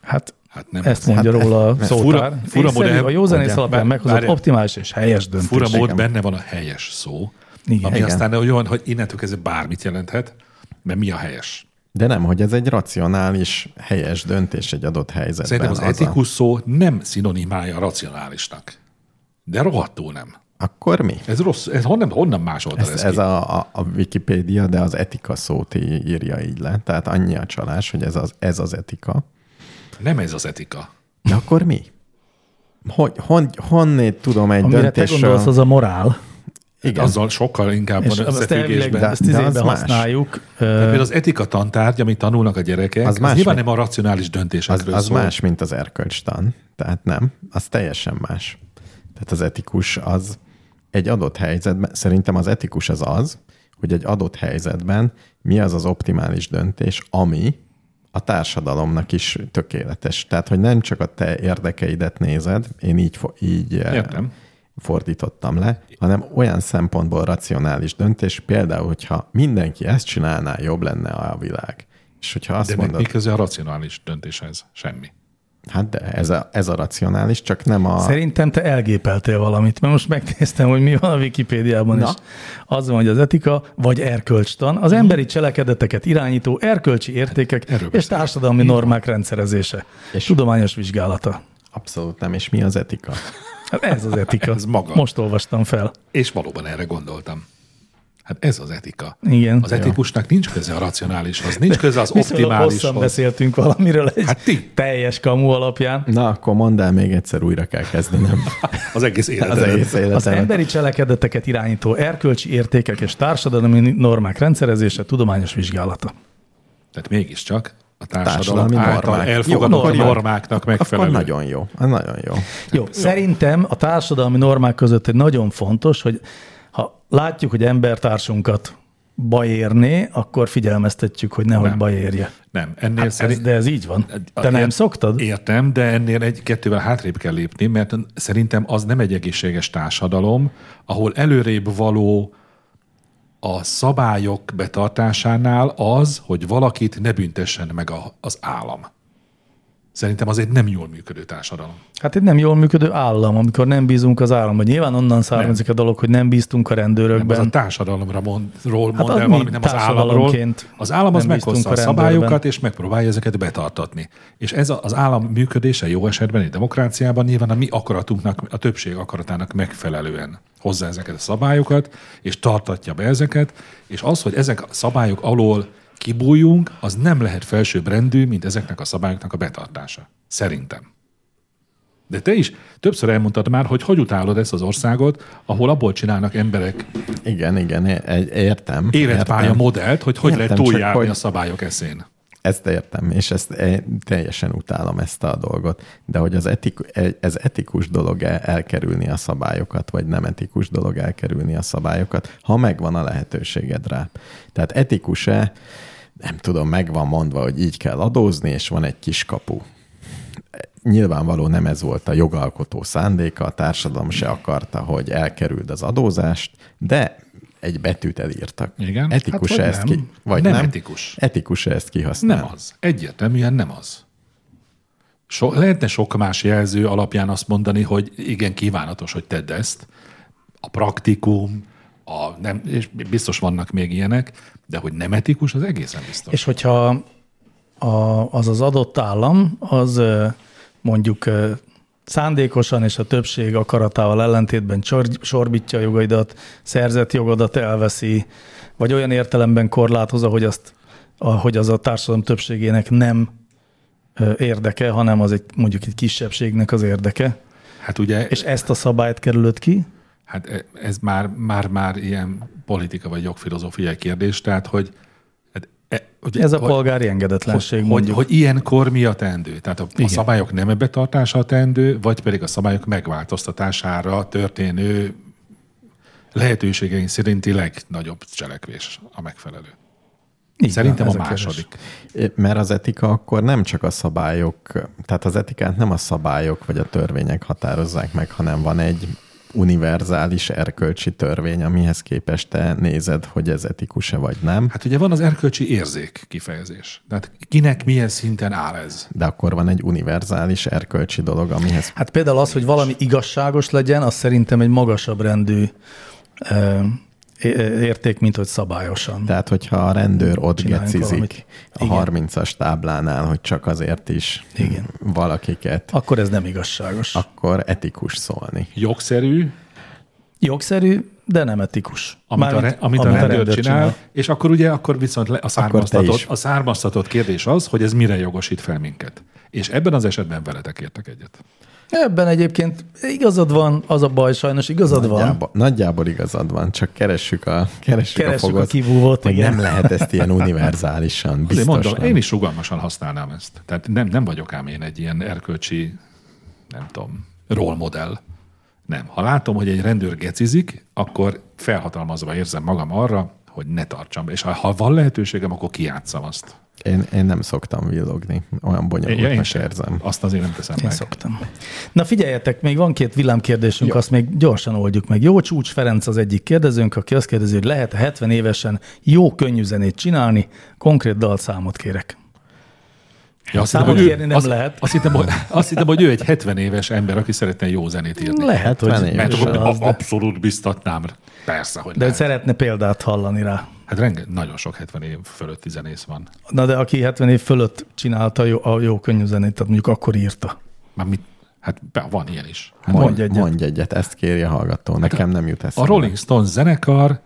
Hát
Hát nem
ezt mondja
Hát,
róla a
ez-
szótár.
fura- fura
Észszerű,
modell-
a józanész
Ugye,
alapján
bár-
meghozott
bár-
optimális és helyes döntés.
Fura mód
Igen.
benne van a helyes szó,
Igen.
ami
Igen.
aztán olyan, hogy innentől kezdve bármit jelenthet, mert mi a helyes?
De nem, hogy ez egy racionális, helyes döntés egy adott helyzetben.
Szerintem az
az a-
etikus szó nem szinonimája a racionálisnak. De rohadtul nem.
Akkor mi?
Ez rossz, ez honnan, honnan másolta
Ez, ez a, a, a Wikipédia, de az etika szót í- írja így le. Tehát annyi a csalás, hogy ez az, ez az etika.
Nem ez az etika.
De akkor mi? Hogy, hon, honnét tudom egy
Amire te
döntésről?
gondolsz, az a morál.
Igen. Hát Azzal sokkal inkább
És
van
ezt elvileg
összefüggésben.
de-
ezt izébe
az más.
használjuk.
Tehát
ö,
Például az etika tantárgy, amit tanulnak a gyerekek,
Az
az, az
más,
nyilván
mint-
nem a racionális
az,
döntésekről
az
szól.
más, mint az erkölcstan. Tehát nem, az teljesen más. Tehát az etikus az egy adott helyzetben, szerintem az etikus az az, hogy egy adott helyzetben mi az az optimális döntés, ami a társadalomnak is tökéletes. Tehát, hogy nem csak a te érdekeidet nézed, én így, fo- így eh,
Értem.
fordítottam le, hanem olyan szempontból racionális döntés, például, hogyha mindenki ezt csinálná, jobb lenne a világ. És hogyha azt
De
mondod,
mondod. mi köze a racionális döntéshez? Semmi.
Hát de ez a, ez a racionális, csak nem a...
Szerintem te elgépeltél valamit, mert most megnéztem, hogy mi van a Wikipédiában
Na.
is. Az van, hogy az etika vagy erkölcstan,
Mhm.
az emberi cselekedeteket irányító erkölcsi értékek
Erről
és
beszélünk.
társadalmi normák rendszerezése. És
És-
tudományos vizsgálata.
Abszolút nem, és mi az etika?
Hát ez az etika.
[LAUGHS] Ez maga.
Most olvastam fel.
És valóban erre gondoltam. Hát ez az etika.
Igen.
Az etikusnak nincs köze a racionálishoz, nincs köze az
Viszonylag hosszan
optimálishoz.
beszéltünk valamiről egy
Hát ti.
teljes kamu alapján.
Na, akkor mondd el, még egyszer újra kell kezdenem
[LAUGHS] Az egész
[LAUGHS] az
életedet.
egész
Az
életemet.
emberi cselekedeteket irányító erkölcsi értékek és társadalmi normák rendszerezése, tudományos vizsgálata.
Tehát mégiscsak a társadalom,
Társadalmi
által
normák.
elfogadott
akkor jó.
normáknak megfelelő.
Akkor nagyon jó. Az nagyon jó.
Jó, szerintem a társadalmi normák között egy nagyon fontos, hogy ha látjuk, hogy embertársunkat baj érné, akkor figyelmeztetjük, hogy nehogy
Nem.
baj érje.
Nem, ennél
Hát ez,
szerint...
de ez így van.
A-
Te nem
ért-
szoktad?
Értem, de ennél egy-kettővel hátrébb kell lépni, mert szerintem az nem egy egészséges társadalom, ahol előrébb való a szabályok betartásánál az, hogy valakit ne büntessen meg a, az állam. Szerintem az egy nem jól működő társadalom.
Hát egy nem jól működő állam, amikor nem bízunk az államba. Nyilván onnan származik a dolog, hogy nem bíztunk a
Nem az a
rendőrökben.
társadalomra mond, ról mond
Hát az
el
mi
valamit, nem az államról.
társadalomként
Az állam az
nem bíztunk
meghozza a
a rendőrben.
szabályokat, és megpróbálja ezeket betartatni. És ez a- az állam működése jó esetben egy demokráciában nyilván a mi akaratunknak, a többség akaratának megfelelően hozza ezeket a szabályokat, és tartatja be ezeket, és az, hogy ezek a szabályok alól kibújunk, az nem lehet felsőbbrendű, mint ezeknek a szabályoknak a betartása. Szerintem. De te is többször elmondtad már, hogy hogy utálod ezt az országot, ahol abból csinálnak emberek
Igen, igen, é- é- értem.
életpálya
értem.
modellt, hogy hogy
Értem,
lehet
csak
túljárni
hogy-
a szabályok eszén.
Ezt értem, és ezt e- teljesen utálom ezt a dolgot. De hogy az etik- e- ez etikus dolog el- elkerülni a szabályokat, vagy nem etikus dolog elkerülni a szabályokat, ha megvan a lehetőséged rá. Tehát etikus-e, nem tudom, megvan mondva, hogy így kell adózni, és van egy kis kapu. nyilvánvaló nem ez volt a jogalkotó szándéka, a társadalom se akarta, hogy elkerüld az adózást, de egy betűt elírtak.
Igen.
Etikus
Hát,
hát,
vagy
ezt
nem.
ki? Vagy
Nem
nem,
etikus.
Etikus ezt kihasználni?
Nem az. Egyértelműen nem az. So, lehetne sok más jelző alapján azt mondani, hogy igen, kívánatos, hogy tedd ezt. A praktikum, a nem, és biztos vannak még ilyenek, de hogy nem etikus, az egészen biztos.
És hogyha a, az az adott állam, az ö, mondjuk ö, szándékosan és a többség akaratával ellentétben csor- sorbítja a jogaidat, szerzett jogodat elveszi, vagy olyan értelemben korlátozza, hogy, azt, a- hogy az a társadalom többségének nem ö, érdeke, hanem az egy mondjuk egy kisebbségnek az érdeke,
Hát ugye,
és
és
ezt a szabályt kerülöd ki,
hát e- ez már, már, már ilyen politika vagy jogfilozófiai kérdés, tehát hogy hát e, hogy
ez a
hogy,
polgári engedetlenség
hogy, hogy,
mondjuk.
hogy ilyenkor mi a teendő? Tehát a, a
Igen.
szabályok nem betartása a teendő, vagy pedig a szabályok megváltoztatására történő lehetőségeink szerinti legnagyobb cselekvés a megfelelő.
Így van,
Szerintem
ez
a
kérdés.
második.
É, Mert az etika akkor nem csak a szabályok, tehát az etikát nem a szabályok vagy a törvények határozzák meg, hanem van egy univerzális erkölcsi törvény, amihez képest te nézed, hogy ez etikus-e vagy nem,
Hát ugye van az erkölcsi érzék kifejezés. Tehát kinek milyen szinten áll ez?
de akkor van egy univerzális erkölcsi dolog, amihez
Hát például az, hogy valami igazságos legyen, az szerintem egy magasabb rendű ö, é- érték, mint hogy szabályosan.
tehát, hogyha a rendőr ott
Csináljunk
gecizik
valamit.
a 30-as táblánál, hogy csak azért is
Igen.
valakiket,
Akkor ez nem igazságos.
akkor etikus szólni.
Jogszerű,
Jogszerű, de nem etikus.
amit, a, re, amit a rendőr, rendőr csinál, csinál, és akkor ugye akkor viszont le, a,
te
származtatott,
is.
a származtatott kérdés az, hogy ez mire jogosít fel minket. És ebben az esetben veletek értek egyet.
Ebben egyébként igazad van, az a baj sajnos, igazad van.
Nagyjából, nagyjából igazad van, csak keressük a, keressük
Keressük
a, fogot,
a kibúvót,
hogy
igen.
nem lehet ezt ilyen
[LAUGHS]
univerzálisan,
Biztos
biztos
mondom,
nem.
én is rugalmasan használnám ezt. Tehát nem, nem vagyok ám én egy ilyen erkölcsi, nem tudom, role model. Nem. Ha látom, hogy egy rendőr gecizik, akkor felhatalmazva érzem magam arra, hogy ne tartsam. És ha, ha van lehetőségem, akkor kiátszam azt.
Én, én nem szoktam villogni, olyan bonyolultnak
sem.
érzem.
Azt azért nem teszem
Én
meg.
szoktam. Na figyeljetek, még van két villámkérdésünk, azt még gyorsan oldjuk meg. Jó Csúcs Ferenc az egyik kérdezőnk, aki azt kérdezi, hogy lehet 70 évesen jó könnyű zenét csinálni, konkrét dalszámot kérek.
Ja, azt
Számot
hittem, hogy ő-
kérni nem
azt,
lehet.
Azt hittem, hogy, azt hittem, hogy ő egy 70 éves ember, aki szeretne jó zenét írni.
Lehet, hogy
70
Mert
évesen
akkor
az,
az,
de,
abszolút biztatnám. Persze, hogy
de
lehet.
szeretne példát hallani rá.
Hát renge, nagyon sok 70 év fölötti zenész van.
Na de aki 70 év fölött csinálta a jó, a jó könnyű zenét, tehát mondjuk akkor írta.
Már mit, hát be- van ilyen is.
Mondj
Mondj, mondj,
egyet.
egyet. mondj egyet, ezt kérje a hallgató, nekem nem jut
A
eszembe.
Rolling Stones zenekar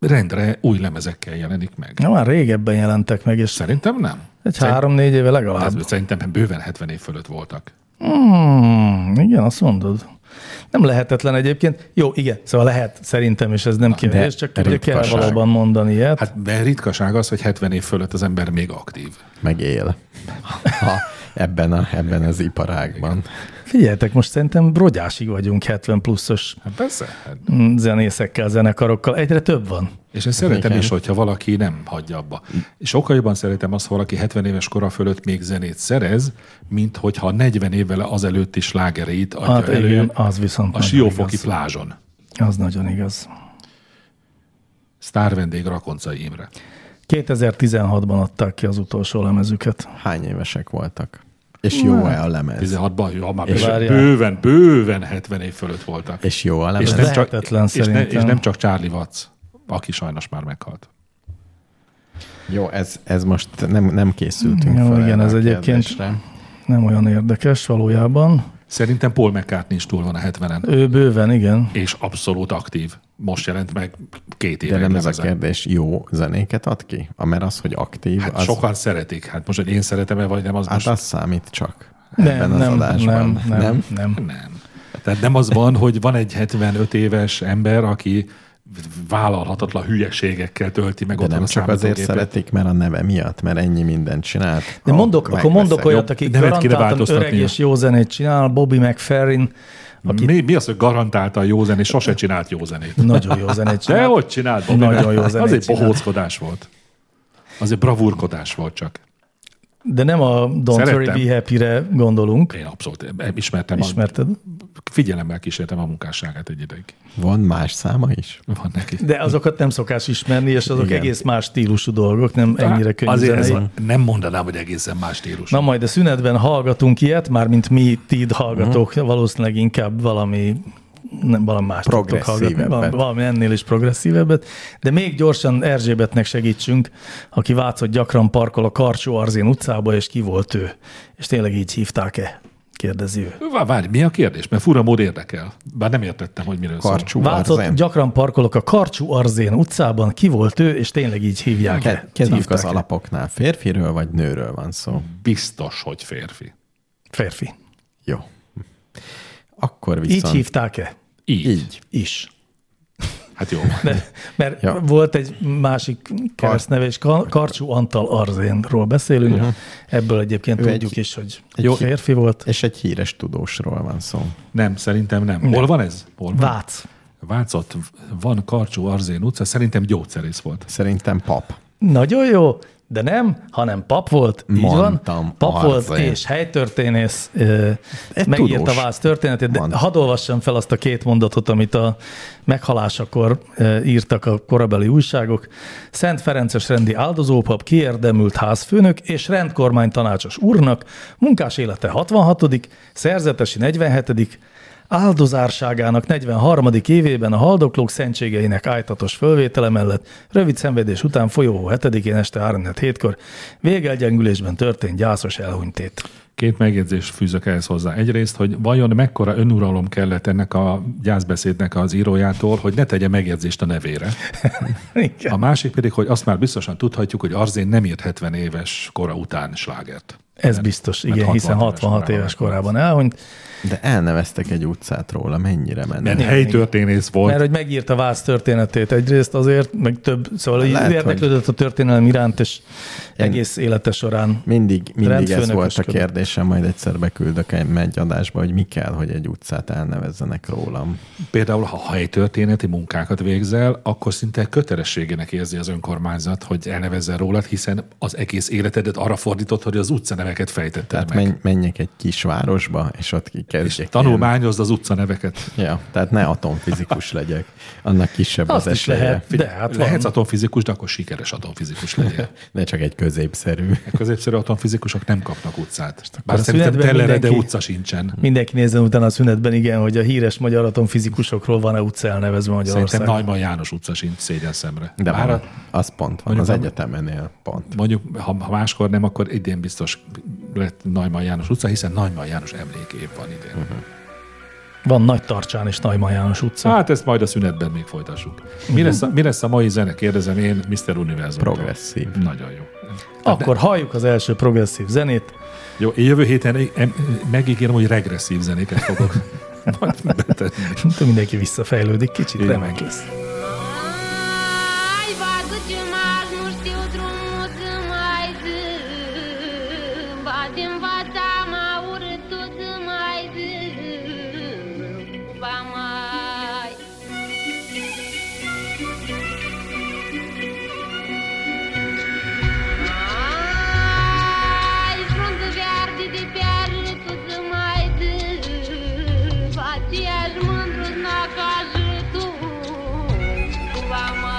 rendre új lemezekkel jelenik meg.
Na már régebben jelentek meg, és
Szerintem nem.
egy három-négy éve legalább.
Hát, szerintem bőven 70 év fölött voltak.
Hmm, igen, azt mondod. Nem lehetetlen egyébként. Jó, igen, szóval lehet szerintem, és ez nem kérdés, csak ugye kell
ritkaság.
valóban mondani ilyet. Hát,
Hát mert ritkaság az, hogy 70 év fölött az ember még aktív.
Meg él. Ha ebben, a, ebben az iparágban.
Figyeljetek, most szerintem rogyásig vagyunk 70 pluszos
Hát persze. Hát.
mm, zenészekkel, zenekarokkal. Egyre több van.
És ezt szeretem
igen.
is, hogyha valaki nem hagyja abba. Sokkal jobban szeretem azt, ha valaki 70 éves kora fölött még zenét szerez, mint hogyha 40 évvel azelőtt is slágereit adja
Hát
elő
igen, az viszont
a
nagyon
siófoki
igaz.
plázson.
Az nagyon igaz.
Sztár vendég Rakoncai Imre.
2016-ban adták ki az utolsó lemezüket.
Hány évesek voltak? És jó-e a lemez?
16-ban, jó, már
És
bőven,
várjál.
bőven, bőven 70 év fölött voltak.
És jó a
és
lemez?
ez
nem, csak,
lehetetlen
és, ne, és
szerintem.
nem csak Charlie Watts, aki sajnos már meghalt.
Jó, ez, ez most nem, nem készültünk
Jó,
fel
igen,
erre
ez
a
egyébként-
kérdésre.
Nem olyan érdekes valójában.
Szerintem Paul McCartney is túl van a 70-en,
Ő bőven, igen.
és abszolút aktív. Most jelent meg két éve.
De nem ez a
lemezen.
kérdés, jó zenéket ad ki? A- Mert az, hogy aktív,
Hát
az,
sokan szeretik. Hát most, hogy én szeretem-e, vagy nem, az
hát
most...
az számít csak.
Nem,
ebben az
nem,
adásban.
nem, nem, nem.
Nem. Tehát nem az van, hogy van egy 75 éves ember, aki vállalhatatlan hülyeségekkel tölti meg
De
otthon
nem
a
csak azért
számítógépet.
szeretik, mert a neve miatt, mert ennyi mindent csinált.
De
Ha
mondok, akkor mondok
megveszed.
olyat,
Jobb
aki
nevet kéne
garantáltan
változtatnia.
öreg és jó zenét csinál, Bobby McFerrin, aki
Mi, mi az, hogy garantálta a jó zenét, sose csinált jó zenét?
nagyon jó zenét
De
csinál.
hogy csinált Bobby
Nagyon jó
Mac?
zenét
Az egy
csinált.
bohóckodás volt. Az egy bravúrkodás volt csak.
de nem a Don't
Szerettem.
Worry Be Happy-re gondolunk.
Én abszolút ismertem.
Ismerted?
A, figyelemmel kísértem a munkásságát egy ideig.
Van más száma is?
Van neki.
De azokat nem szokás ismerni, és azok
Igen.
egész más stílusú dolgok, nem ennyire könnyű
Azért ez
zenei.
a, nem mondanám, hogy egészen más stílus.
Na majd a szünetben hallgatunk ilyet, mármint mi, tid hallgatók,
Mhm.
valószínűleg inkább valami nem valami más tudtok hallgatni,
Progresszívebbet.
valami, valami ennél is progresszívebbet, de még gyorsan Erzsébetnek segítsünk, aki Vácot gyakran parkol a Karcsó Arzén utcába, és ki volt ő? És tényleg így hívták-e? Kérdezi ő.
Vá- Várj, mi a kérdés? Mert fura mód érdekel. Bár nem értettem, hogy miről szól.
Karcsú
Vácot
Arzén.
gyakran parkolok a Karcsú Arzén utcában, ki volt ő, és tényleg így hívják
Ke- Kezdjük az alapoknál. Férfiről vagy nőről van szó?
Hmm.
Biztos, hogy férfi.
Férfi.
Jó. Akkor
Így
viszont...
hívták-e?
Így.
Így.
Is.
Hát jó.
De, mert ja.
Ja.
volt egy másik keresztneve, és Kar- Karcsú Antal Arzénról beszélünk. Uh-huh. Ebből egyébként
Mhm. Ő
tudjuk
egy-
is, hogy
egy
jó
hi-
férfi volt.
És egy híres tudósról van szó.
Nem, szerintem nem. Hol van ez? Hol van?
Vác.
Vácott van Karcsú Arzén utca, szerintem gyógyszerész volt.
Szerintem pap.
Nagyon jó, de nem, hanem pap volt. Így van.
Mondtam,
Pap volt,
Arzén.
és helytörténész. ö,
Egy
Megírta
tudós.
Vác történetét, de
Mondtam.
hadd olvassam fel azt a két mondatot, amit a meghalásakor ö, írtak a korabeli újságok. Szent Ferences rendi áldozópap, kiérdemült házfőnök és rendkormány tanácsos úrnak, munkás élete 66., szerzetesi 47., áldozárságának 43. évében a haldoklók szentségeinek ájtatos fölvétele mellett rövid szenvedés után folyó 7-én este 3-7-kor végelgyengülésben történt gyászos elhunytét.
Két megjegyzés fűzök ehhez hozzá. Egyrészt, hogy vajon mekkora önuralom kellett ennek a gyászbeszédnek az írójától, hogy ne tegye megjegyzést a nevére.
Igen.
A másik pedig, hogy azt már biztosan tudhatjuk, hogy Arzén nem írt 70 éves kora után slágert.
Ez biztos,
mert
Hát
igen,
60
hiszen 66 éves
éves korában meghalt.
korában elhunyt,
De elneveztek egy utcát róla, mennyire menő.
Mert
Igen,
helytörténész volt.
mert hogy megírta Vász történetét egyrészt azért, meg több, szóval így
Lehet,
érdeklődött a történelem iránt, és egész élete során.
Mindig, mindig ez
Rendfőnökös
volt a
követ.
kérdésem, majd egyszer beküldök egy egy adásba, hogy mi kell, hogy egy utcát elnevezzenek rólam.
Például, ha helytörténeti munkákat végzel, akkor szinte kötelességének érzi az önkormányzat, hogy elnevezzen rólad, hiszen az egész életedet arra fordított, hogy az utcaneveket fejtetted
Hát
Tehát
meg.
menj, menjek egy kis városba, és ott
És
kezdjek.
tanulmányozd az utcaneveket.
ilyen- Ja, tehát ne
[LAUGHS]
atomfizikus legyek, annak kisebb
Azt
az
is
esélye.
lehet, de hát
Hát
van.
Lehetsz atomfizikus, de akkor sikeres atomfizikus legyél.
De csak egy középszerű.
A középszerű atomfizikusok nem kapnak utcát. Bár
a
szerintem
szünetben
telere, de
mindenki-
utca sincsen.
Mindenki nézzen utána a szünetben, igen, hogy a híres magyar atomfizikusokról van-e utca elnevezve
Szerintem
Magyarországon.
Najman János utca sincs szégyen szemre.
De
Bár
van,
a-
az pont van,
Mondjuk
az
nem-
egyetemenél pont.
mondjuk, ha, ha máskor nem, akkor idén biztos lett Najman János utca, hiszen Najman János emlékév van idén.
Mhm.
Uh-huh.
Van Nagy Tarcsán és Najman János utca.
Hát ezt majd a szünetben még folytassuk.
Mhm.
Mi lesz, a, mi lesz a mai zene? Kérdezem én Mr. Univerzum.
Progresszív.
Nagyon jó.
Akkor halljuk az első progresszív zenét.
Jó, én jövő héten em- megígérem, hogy regresszív zenéket
[LAUGHS]
fogok majd betenni.
Mindenki visszafejlődik, kicsit
Igen.
remek lesz.
Ai, bagă-te mari, nu știu drumul să mai zâmb. Azi în fața m-a urât, tu să mai zâmb. Va mai... Ai, frunză verde de pe arâtul să mai dâmb, Aceeași mândru znac ajutul la mai.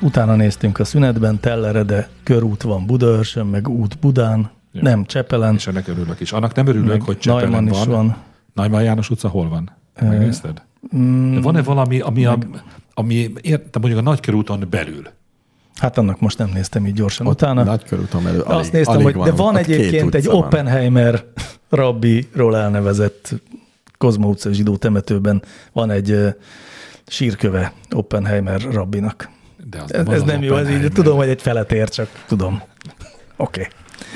utána néztünk a szünetben, Tellerede, körút van Budaörsön, meg út Budán,
Ja.
nem Csepelen,
És ennek örülök is. Annak nem örülök,
meg
hogy Csepelen
Najman
van.
is van.
Najman János utca hol van? Megnézted?
mm,
De van-e valami, ami, a, ami értem, mondjuk a nagykörúton belül?
Hát annak most nem néztem így gyorsan utána.
Nagy körúton belül
De azt néztem, hogy de
ott-
van
ott két
egyébként egy
utca van.
Oppenheimer [LAUGHS] rabbiról elnevezett Kozma utca zsidó temetőben van egy ö, sírköve Oppenheimer rabbinak.
De az
Ez,
van
ez
az
nem jó, ez így
Oppenheimer.
tudom, hogy egy feletér, csak tudom. Oké, okay.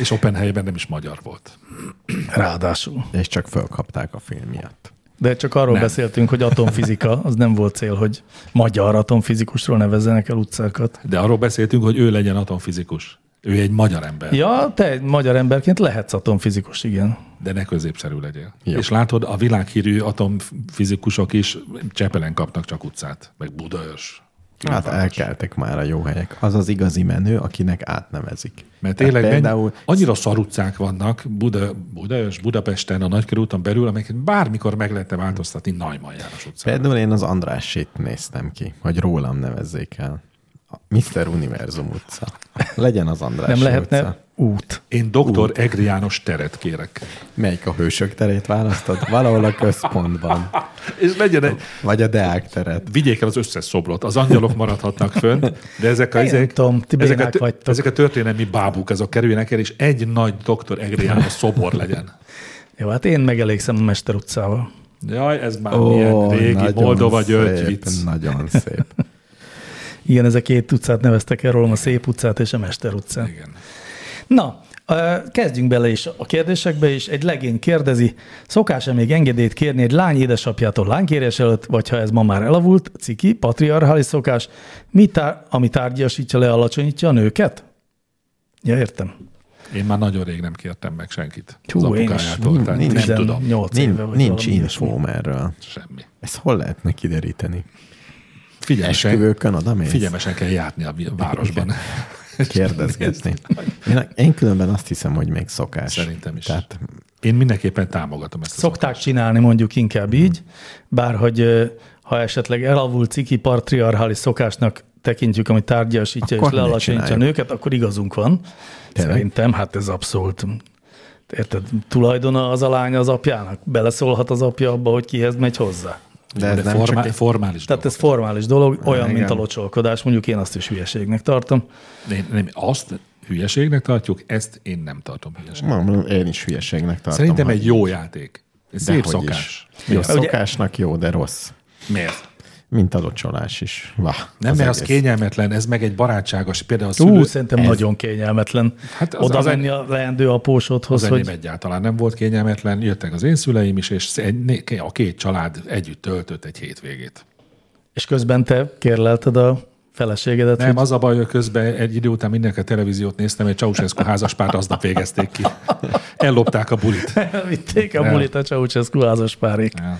És Oppenheimerben nem is magyar volt.
ráadásul.
És csak fölkapták a film miatt.
De csak arról nem. beszéltünk, hogy atomfizika, az nem volt cél, hogy magyar atomfizikusról nevezzenek el utcákat.
De arról beszéltünk, hogy ő legyen atomfizikus. Ő egy magyar ember, ja.
Ja, te egy magyar emberként lehetsz atomfizikus, igen.
de ne középszerű legyél.
Ja.
Ja. És látod, a világhírű atomfizikusok is Csepelen kapnak csak utcát, meg Budaörs.
Hát
Kívános.
elkeltek már a jó helyek. Az az igazi menő, akinek átnevezik.
Mert tényleg
hát
Tehát
például...
például
annyira szar utcák vannak Buda, Budaörs, Budapesten, a Nagykörúton belül, amelyeket bármikor meg lehetne változtatni Najman János utcára.
Például én az Andrássét néztem ki, hogy rólam nevezzék el. A Mr. Univerzum utca. Legyen az András
Nem lehetne
utca.
út.
Én doktor Egri János teret kérek.
Melyik a hősök terét választod? Valahol a központban.
És legyen egy...
Vagy a Deák teret.
Vigyék el az összes szobrot, az angyalok maradhatnak fönt, de ezek a,
Én nem
ezek,
tudom, ti
ezek, a,
bénák
tö-
vagytok.
ezek a történelmi bábuk, azok kerüljenek el, és egy nagy doktor Egri János szobor legyen.
Jó, hát én megelégszem a Mester utcával.
Jaj, ez már
Ó,
oh, ilyen régi
nagyon
Moldova György
szép,
vicc.
Nagyon szép.
Igen, ez a két utcát neveztek el rólam, a Szép utcát és a Mester utcát.
Igen.
Na, ö, kezdjünk bele is a kérdésekbe, és egy legény kérdezi, szokás-e még engedélyt kérni egy lány édesapjától lánykérés előtt, vagy ha ez ma már elavult, ciki, patriarchális szokás, mi tár- ami tárgyasítja, lealacsonyítja a nőket? Ja, értem.
Én már nagyon rég nem kértem meg senkit.
Hú,
az
én is.
apukájától, tehát
Nincs-
nem tudom.
18
Nincs,
éve vagy
nincs
valami
infóm erről.
Semmi.
Ezt hol lehetne kideríteni?
Figyelmesen,
Esküvőkön oda mész?
figyelmesen kell játni a vi- városban. [LAUGHS]
Kérdezgetni. Én, én különben azt hiszem, hogy még szokás.
Szerintem is.
Tehát
Én mindenképpen támogatom ezt. a
Szokták csinálni mondjuk inkább így, bárhogy ö, ha esetleg elavult ciki patriarchális szokásnak tekintjük, ami tárgyasítja
Akkor
és
miért
lealacsonyítja a
csináljuk?
nőket, akkor igazunk van.
Tényleg?
Szerintem, hát ez abszolút. Érted, tulajdona az a lánya az apjának. Beleszólhat az apja abba, hogy kihez megy hozzá.
De ez nem formá- csak... formális
Tehát
dolog.
ez formális dolog, olyan,
Igen.
mint a locsolkodás. Mondjuk én azt is hülyeségnek tartom.
Én, nem, azt hülyeségnek tartjuk, ezt én nem tartom hülyeségnek.
mondom, én is hülyeségnek tartom.
Szerintem
hogy-
egy jó játék. Egy szép
Dehogy
szokás. szóval
Is. Jó,
Ugye-
szokásnak jó, de rossz.
Miért?
Mint a locsolás is. Vá,
Nem, mert az
egész.
kényelmetlen, ez meg egy barátságos, például a
Ú,
szülő,
szerintem nagyon kényelmetlen. Hát
Hát
az
az-
Oda
az-
menni a leendő apósodhoz,
az
hogy
enyém egyáltalán nem volt kényelmetlen, jöttek az én szüleim is, és egy- né- a két család együtt töltött egy hétvégét.
És közben te kérlelted a feleségedet,
Nem,
hogy
az a baj, hogy közben egy idő után mindenki a televíziót néztem, egy Ceausescu házaspárt aznap végezték [LAUGHS] ki. Ellopták a bulit.
vitték a
Nem.
bulit a Ceausescu házas párék.
Nem.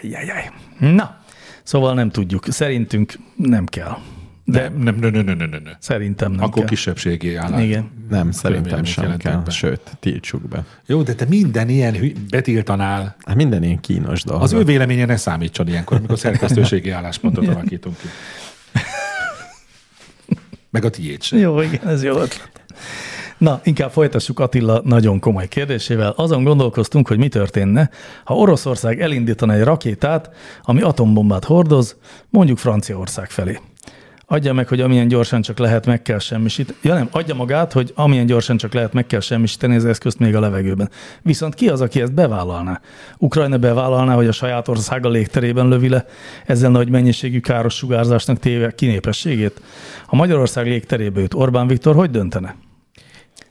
Ajjajjaj. Na, szóval nem tudjuk. Szerintünk nem kell. De nem.
Nem, nem, nem, nem, nem, nem. nem.
szerintem nem
Akkor
kell.
kisebbségé áll.
Igen.
Nem, szerintem
Véleményt
sem
jelentek
kell.
be.
Sőt, tiltsuk be.
Jó, de te minden ilyen hű- betiltanál.
Hát minden ilyen kínos dolog.
Az ő véleménye ne számítson ilyenkor, amikor [LAUGHS] szerkesztőségi álláspontot alakítunk ki. Meg a tiéd sem.
Jó, igen, ez jó ötlet. Na, inkább folytassuk Attila nagyon komoly kérdésével. Azon gondolkoztunk, hogy mi történne, ha Oroszország elindítana egy rakétát, ami atombombát hordoz, mondjuk Franciaország felé. Adja meg, hogy amilyen gyorsan csak lehet, meg kell semmisíteni. Ja nem, adja magát, hogy amilyen gyorsan csak lehet, meg kell semmisíteni az eszközt még a levegőben. Viszont ki az, aki ezt bevállalná? Ukrajna bevállalná, hogy a saját országa légterében lövi le ezzel nagy mennyiségű káros sugárzásnak téve kinépességét? Ha Magyarország légterébe jut, Orbán Viktor hogy döntene?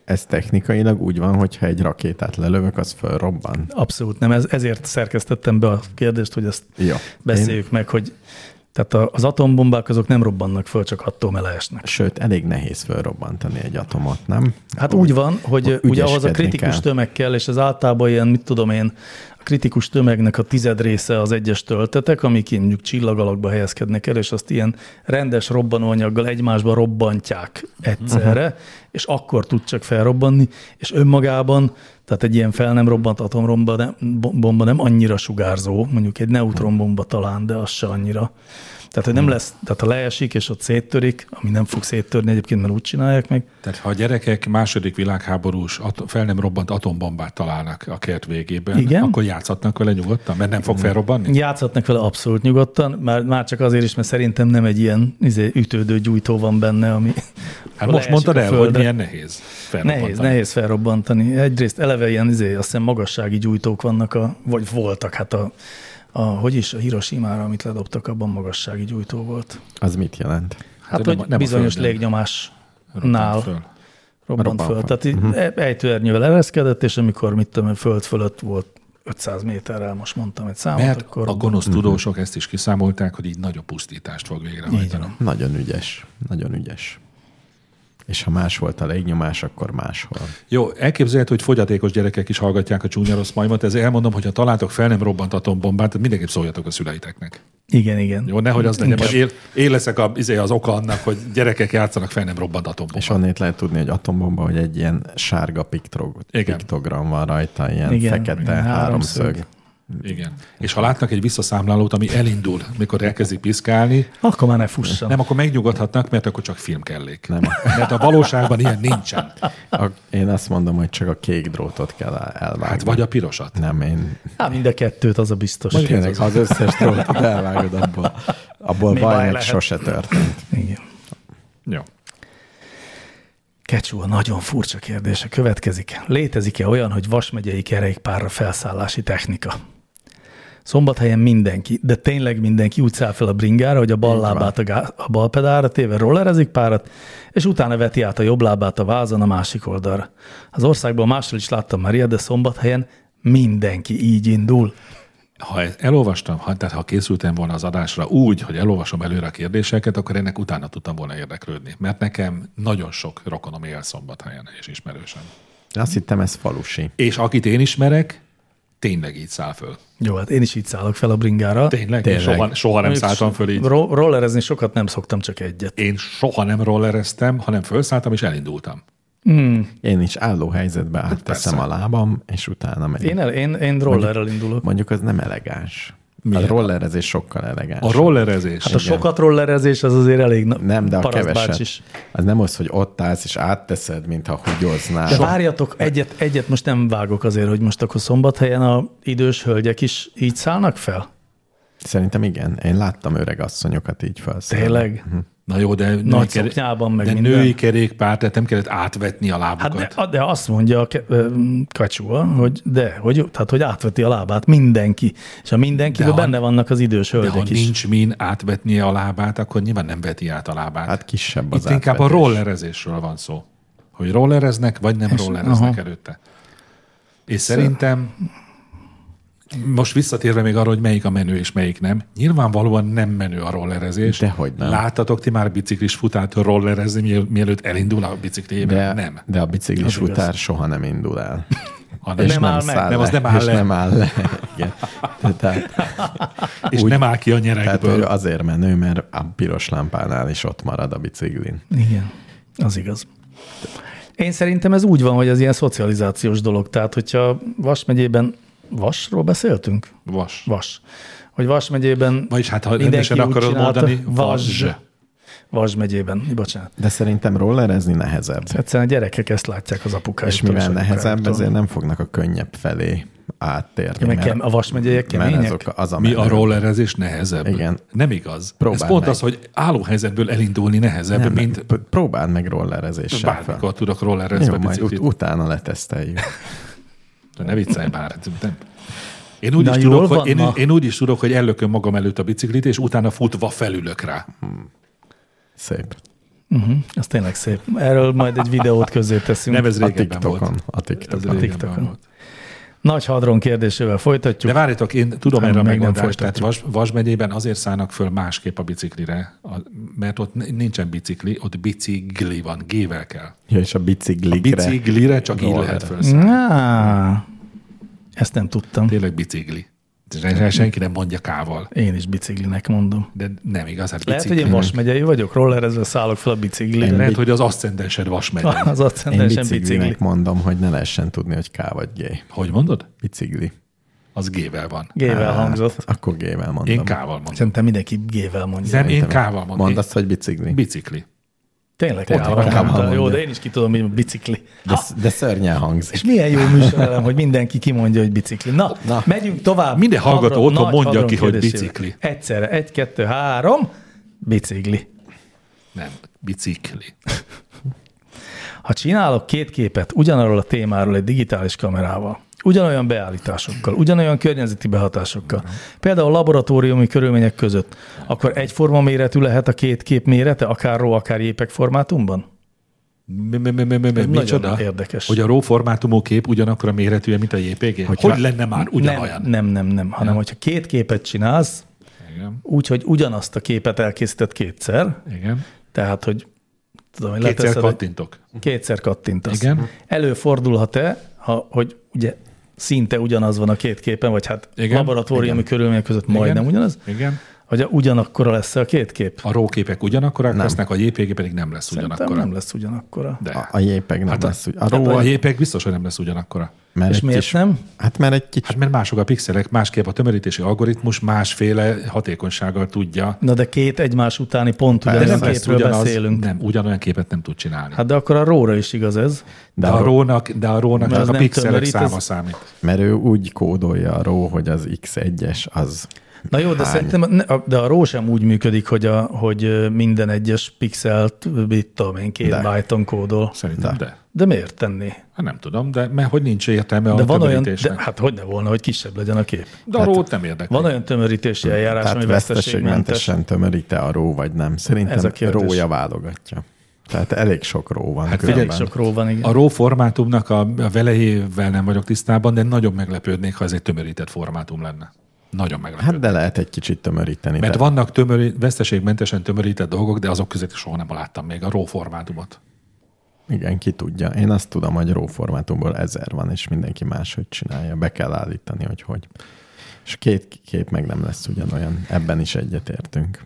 Ez technikailag úgy van, hogyha egy rakétát lelövök, az fölrobban.
Abszolút nem. Ez, ezért szerkesztettem be a kérdést, hogy ezt
Jó.
beszéljük Én... meg, hogy tehát a- az atombombák azok nem robbannak föl, csak attól meleesnek.
Sőt, elég nehéz fölrobbantani egy atomot, nem?
Hát úgy van, hogy ugye ahhoz a
ügyeskedni
kritikus
kell.
tömeg kell, és ez általában ilyen, mit tudom én, a kritikus tömegnek a tized része az egyes töltetek, amik így mondjuk csillagalakba helyezkednek el, és azt ilyen rendes robbanóanyaggal egymásba robbantják egyszerre, uh-huh. és akkor tud csak felrobbanni, és önmagában, tehát egy ilyen fel nem robbant atombomba nem, bomba nem annyira sugárzó, mondjuk egy neutronbomba talán, de az se annyira. Tehát, hogy nem lesz, tehát ha leesik és ott széttörik, ami nem fog széttörni egyébként, mert úgy csinálják meg,
Tehát ha a gyerekek második világháborús ato- fel nem robbant atombombát találnak a kert végében,
Igen?
akkor játszhatnak vele nyugodtan, mert nem fog felrobbanni?
Játszhatnak vele abszolút nyugodtan, már, már csak azért is, mert szerintem nem egy ilyen izé, ütődő gyújtó van benne, ami...
Hát
ahol
most
leesik
mondtad
a
el, hogy
földre.
milyen nehéz felrobbantani.
Nehéz, nehéz felrobbantani. Egyrészt eleve ilyen, izé, azt hiszem magassági gyújtók vannak, a, vagy voltak, hát a, a, hogy is, a Hiroshima-ra, amit ledobtak, abban magassági gyújtó volt.
Az mit jelent?
Hát,
de
hogy
nem a- nem a
bizonyos
földön.
légnyomás
Robbant
nál.
föl. Mhm.
robbant
Robbant
föl.
föl.
Tehát így e- ejtőernyővel ereszkedett, és amikor, mit tudom, én, föld fölött volt 500 méterrel, most mondtam egy számot,
Mert
akkor
a gonosz tudósok ezt is kiszámolták, hogy így nagyobb pusztítást fog
így
végrehajtani.
van.
Nagyon ügyes, nagyon ügyes. És ha más volt a légnyomás, akkor máshol.
Jó, elképzelhető, hogy fogyatékos gyerekek is hallgatják a csúnya rossz majmot, ezért elmondom, hogy ha találtok fel nem robbant atombombát, tehát mindenképp szóljatok a szüleiteknek.
Igen, igen.
Jó, nehogy az legyen,
Inkább.
hogy én, én leszek a, izé az oka annak, hogy gyerekek játszanak fel nem robbant atombombát.
És onnét lehet tudni, hogy atombomba, hogy egy ilyen sárga piktrog,
Igen.
piktogram van rajta,
Igen,
ilyen Igen, fekete
igen, háromszög.
háromszög.
Igen. És ha látnak egy visszaszámlálót, ami elindul, mikor elkezdik piszkálni,
Akkor már ne fussam.
nem, akkor megnyugodhatnak, mert akkor csak film kellék.
Nem.
Mert a valóságban ilyen nincsen.
A, én azt mondom, hogy csak a kék drótot kell el- elvágni.
Hát vagy a pirosat.
Nem, én
Hát mind a kettőt, az a biztos.
tényleg ha az összes drótot elvágod abból. Abból
Mi baj
baj még
lehet?
sose történt.
[LAUGHS] Igen.
Jó.
Kecsú, a nagyon furcsa kérdése következik. Létezik-e olyan, hogy vasmegyei kerékpárra felszállási technika? Szombathelyen mindenki, de tényleg mindenki úgy száll fel a bringára, hogy a bal lábát a, gá- a bal pedálra téve rollerezik párat, és utána veti át a jobb lábát a vázon a másik oldalra. Az országban máshol is láttam már ilyet, de szombathelyen mindenki így indul.
Ha ezt elolvastam, ha, tehát ha készültem volna az adásra úgy, hogy elolvasom előre a kérdéseket, akkor ennek utána tudtam volna érdeklődni. Mert nekem nagyon sok rokonom él szombathelyen és ismerősen.
De azt hittem, ez falusi.
És akit én ismerek, tényleg így száll föl.
Jó, hát én is így szállok fel a bringára.
Tényleg?
Tényleg.
tényleg. Soha, soha nem
Mondjuk
szálltam föl így.
ro- rollerezni sokat nem szoktam, csak egyet.
Én soha nem rollereztem, hanem felszálltam és elindultam.
Én is álló helyzetbe átteszem
persze.
a lábam, és utána megyek.
Hát Én, el, én, én rollerrel indulok.
Mondjuk az nem elegáns. Milyen? A rollerezés sokkal elegáns.
A rollerezés.
Hát a sokat rollerezés az azért elég na-
nem, de a
paraszt
keveset.
bácsis.
Az nem az, hogy ott állsz és átteszed, mintha
De
hugyoznál.
várjatok, egyet, egyet most nem vágok azért, hogy most akkor szombathelyen a idős hölgyek is így szállnak fel?
Szerintem igen. Én láttam öreg asszonyokat így felszállni.
Tényleg?
Mhm.
Na jó, de, női
Nagy
keré-
szoknyában, meg
de
minden.
női kerékpár, tehát nem kellett átvetni a
Hát
lábukat.
de, a- de azt mondja a ke- ö, Kacsua, hogy de, hogy, tehát hogy átveti a lábát mindenki, és a mindenkiben
De ha-
benne vannak az idős
de ha
hölgyek is.
nincs min átvetnie a lábát, akkor nyilván nem veti át a lábát.
Hát kisebb az
Itt inkább a
átvetés.
rollerezésről van szó. Hogy rollereznek, vagy nem rollereznek
aha.
előtte. És szerintem most visszatérve még arra, hogy melyik a menő és melyik nem. Nyilvánvalóan nem menő a rollerezés.
Dehogy nem.
Láttatok ti már biciklis futát rollerezni, miel- mielőtt elindul a biciklébe?
De,
nem.
de a biciklis
Az igaz.
futár soha nem indul el.
Hanem,
Nem áll meg.
száll
Nem, az nem áll
és
le.
nem áll le. Igen.
[LAUGHS]
Tehát,
és nem áll ki a
tehát
nyerekből.
ő azért menő, mert a piros lámpánál is ott marad a biciklin.
Igen, az igaz. Én szerintem ez úgy van, hogy az ilyen szocializációs dolog. Tehát, hogyha Vas megyében, Vasról beszéltünk?
Vas.
Vas. Hogy Vas megyében
Vagyis hát, ha
Mindenki
rendesen
úgy
akarod
csinálta.
mondani,
Vas.
vas.
Vas megyében, bocsánat.
De szerintem rollerezni nehezebb.
Hát,
Egyszerűen a gyerekek ezt látják az apukájuktól.
És mivel
az
nehezebb,
anyukájuktól.
ezért nem fognak a könnyebb felé áttérni.
Meg kem- a Vas megyeiek
mert
kemények?
azok, az a
Mi a
menő.
rollerezés nehezebb.
Igen.
Nem igaz.
Próbáld
Ez pont
meg.
az, hogy állóhelyzetből elindulni nehezebb,
Nem,
mint
p- próbáld meg rollerezéssel fel.
bármikor tudok
Jó,
rollerezni
majd ut-
biciklit.
utána
[LAUGHS]
leteszteljük.
Ne viccelj már. Nem. Én úgy,
Na,
is
jól
tudok,
van
hogy, én,
ma.
úgy- én úgy is tudok, hogy ellököm magam előtt a biciklit, és utána futva felülök rá.
Hm,
Szép.
Az tényleg szép. Erről majd egy videót közzé teszünk.
Nem, ez
A
régebben
TikTokon.
volt.
A
Ez
TikTokon.
régebben
TikTokon.
volt.
Nagy hadron kérdésével folytatjuk.
De várjátok, én tudom
Nem,
erre a
még nem
megoldást. Tehát
folytatjuk.
Vas, Vas megyében azért szállnak föl másképp a biciklire, a, mert ott n- nincsen bicikli, ott bicikli van, gével kell.
Ja, és a biciklikre.
Biciklire csak így lehet felszállni.
Á, ezt nem tudtam.
Tényleg bicikli. De Senki nem mondja kával.
Én is biciklinek mondom.
De nem igaz, hát
Lehet,
bicikli.
hogy én Vas megyei vagyok, rollerezve szállok fel a biciklire.
Lehet, hogy az aszcendensed vas megy.
Az azt
Én
rendesen
biciklinek
bicikli.
mondom, hogy ne lehessen tudni, hogy K vagy G.
Hogy mondod?
Bicikli.
az G-vel van.
Gével hangzott.
Akkor gével mondom.
Én K-val mondom.
Szerintem mindenki gével mondja.
Nem, én K-val mondom.
Mondd
Én-
azt, hogy bicikli.
Bicikli.
Tényleg,
Tényleg,
ott van
Kával
Kával.
mondja.
Jó, de én is ki tudom, hogy bicikli.
De, de szörnyen
És
hangzik.
milyen jó műsorelem, hogy mindenki kimondja, hogy bicikli. Na, Na.
Na.
megyünk tovább.
Minden hallgató
Hadron-
otthon
nagy
mondja
hadron
ki, hogy
kérdésével.
bicikli.
Egyszerre. Egy, kettő, három. Bicikli.
Nem, bicikli.
Ha csinálok két képet ugyanarról a témáról egy digitális kamerával, ugyanolyan beállításokkal, ugyanolyan környezeti behatásokkal, például laboratóriumi körülmények között, akkor egyforma méretű lehet a két kép mérete, akár ró, akár jépek formátumban?
Mi- mi- mi- mi- mi- mi- Micsoda?
érdekes.
Hogy a RAW formátumú kép ugyanakkor a méretű, mint a JPG? Hogy, hogy lenne már ugyanolyan?
Nem, nem, nem, nem. hanem hogyha két képet csinálsz,
Igen.
úgyhogy ugyanazt a képet elkészített kétszer,
Igen.
tehát, hogy tudom, hogy
Kétszer
leteszed egy-
kattintok.
Kétszer kattintasz.
Igen.
Előfordulhat-e, ha, hogy ugye szinte ugyanaz van a két képen, vagy hát Igen.
Igen.
laboratóriumi Igen. körülmények között Igen. majdnem ugyanaz,
Igen.
hogy ugyanakkora lesz a két kép?
A RAW képek ugyanakkorák lesznek, a JPG pedig nem lesz
Szerintem
ugyanakkora.
nem lesz ugyanakkora.
De.
A, a jépeg nem
Hát
hát
a-
lesz. úgy- A
Hát
ró,
a JPEG biztos, hogy nem lesz ugyanakkora.
mert
És
egy
miért
kis-
nem?
Hát mert egy kicsi.
Hát mert mások a pixelek, másképp a tömörítési algoritmus másféle hatékonysággal tudja.
Na de két egymás utáni pont
Persze,
ugyanaz
nem
nem képről beszélünk.
Nem, ugyanolyan képet nem tud csinálni. Hát,
Hát de akkor a róra is igaz ez.
de,
a
a
ró-
rónak, de a rónak
Mert
csak
az
a
nem
pixelek
tömörít,
száma
az-
számít.
Mert ő úgy kódolja a ró, hogy az X1-es az.
Na jó, de
Hány?
szerintem ne- a- de a ró sem úgy működik, hogy, a, hogy ö, minden egyes pixelt, mit tudom én, két
De.
byte-on kódol.
Szerintem de. de.
De miért tenni?
Hát nem tudom, de mert hogy nincs értelme
De
a
van olyan,
tömörítésnek.
de, hát hogy ne volna, hogy kisebb legyen a kép.
de a rót nem érdekel.
Van olyan tömörítési eljárás,
Tehát
ami veszteségmentes.
veszteségmentesen tömörít-e a ró, vagy nem. Szerintem
Ez
Ez
a
a
kérdés.
rója válogatja. Tehát elég sok ró van. Hát
Elég sok ró van, igen.
A RAW formátumnak a a velejével nem vagyok tisztában, de nagyon meglepődnék, ha ez egy tömörített formátum lenne. Nagyon meglepődnék.
Hát de lehet egy kicsit tömöríteni.
Mert
de
vannak tömöri, veszteségmentesen tömörített dolgok, de azok között soha nem láttam még a RAW formátumot.
Igen, ki tudja. Én azt tudom, hogy ró formátumból ezer van, és mindenki máshogy csinálja. Be kell állítani, hogy hogy. És két kép meg nem lesz ugyanolyan. Ebben is egyetértünk.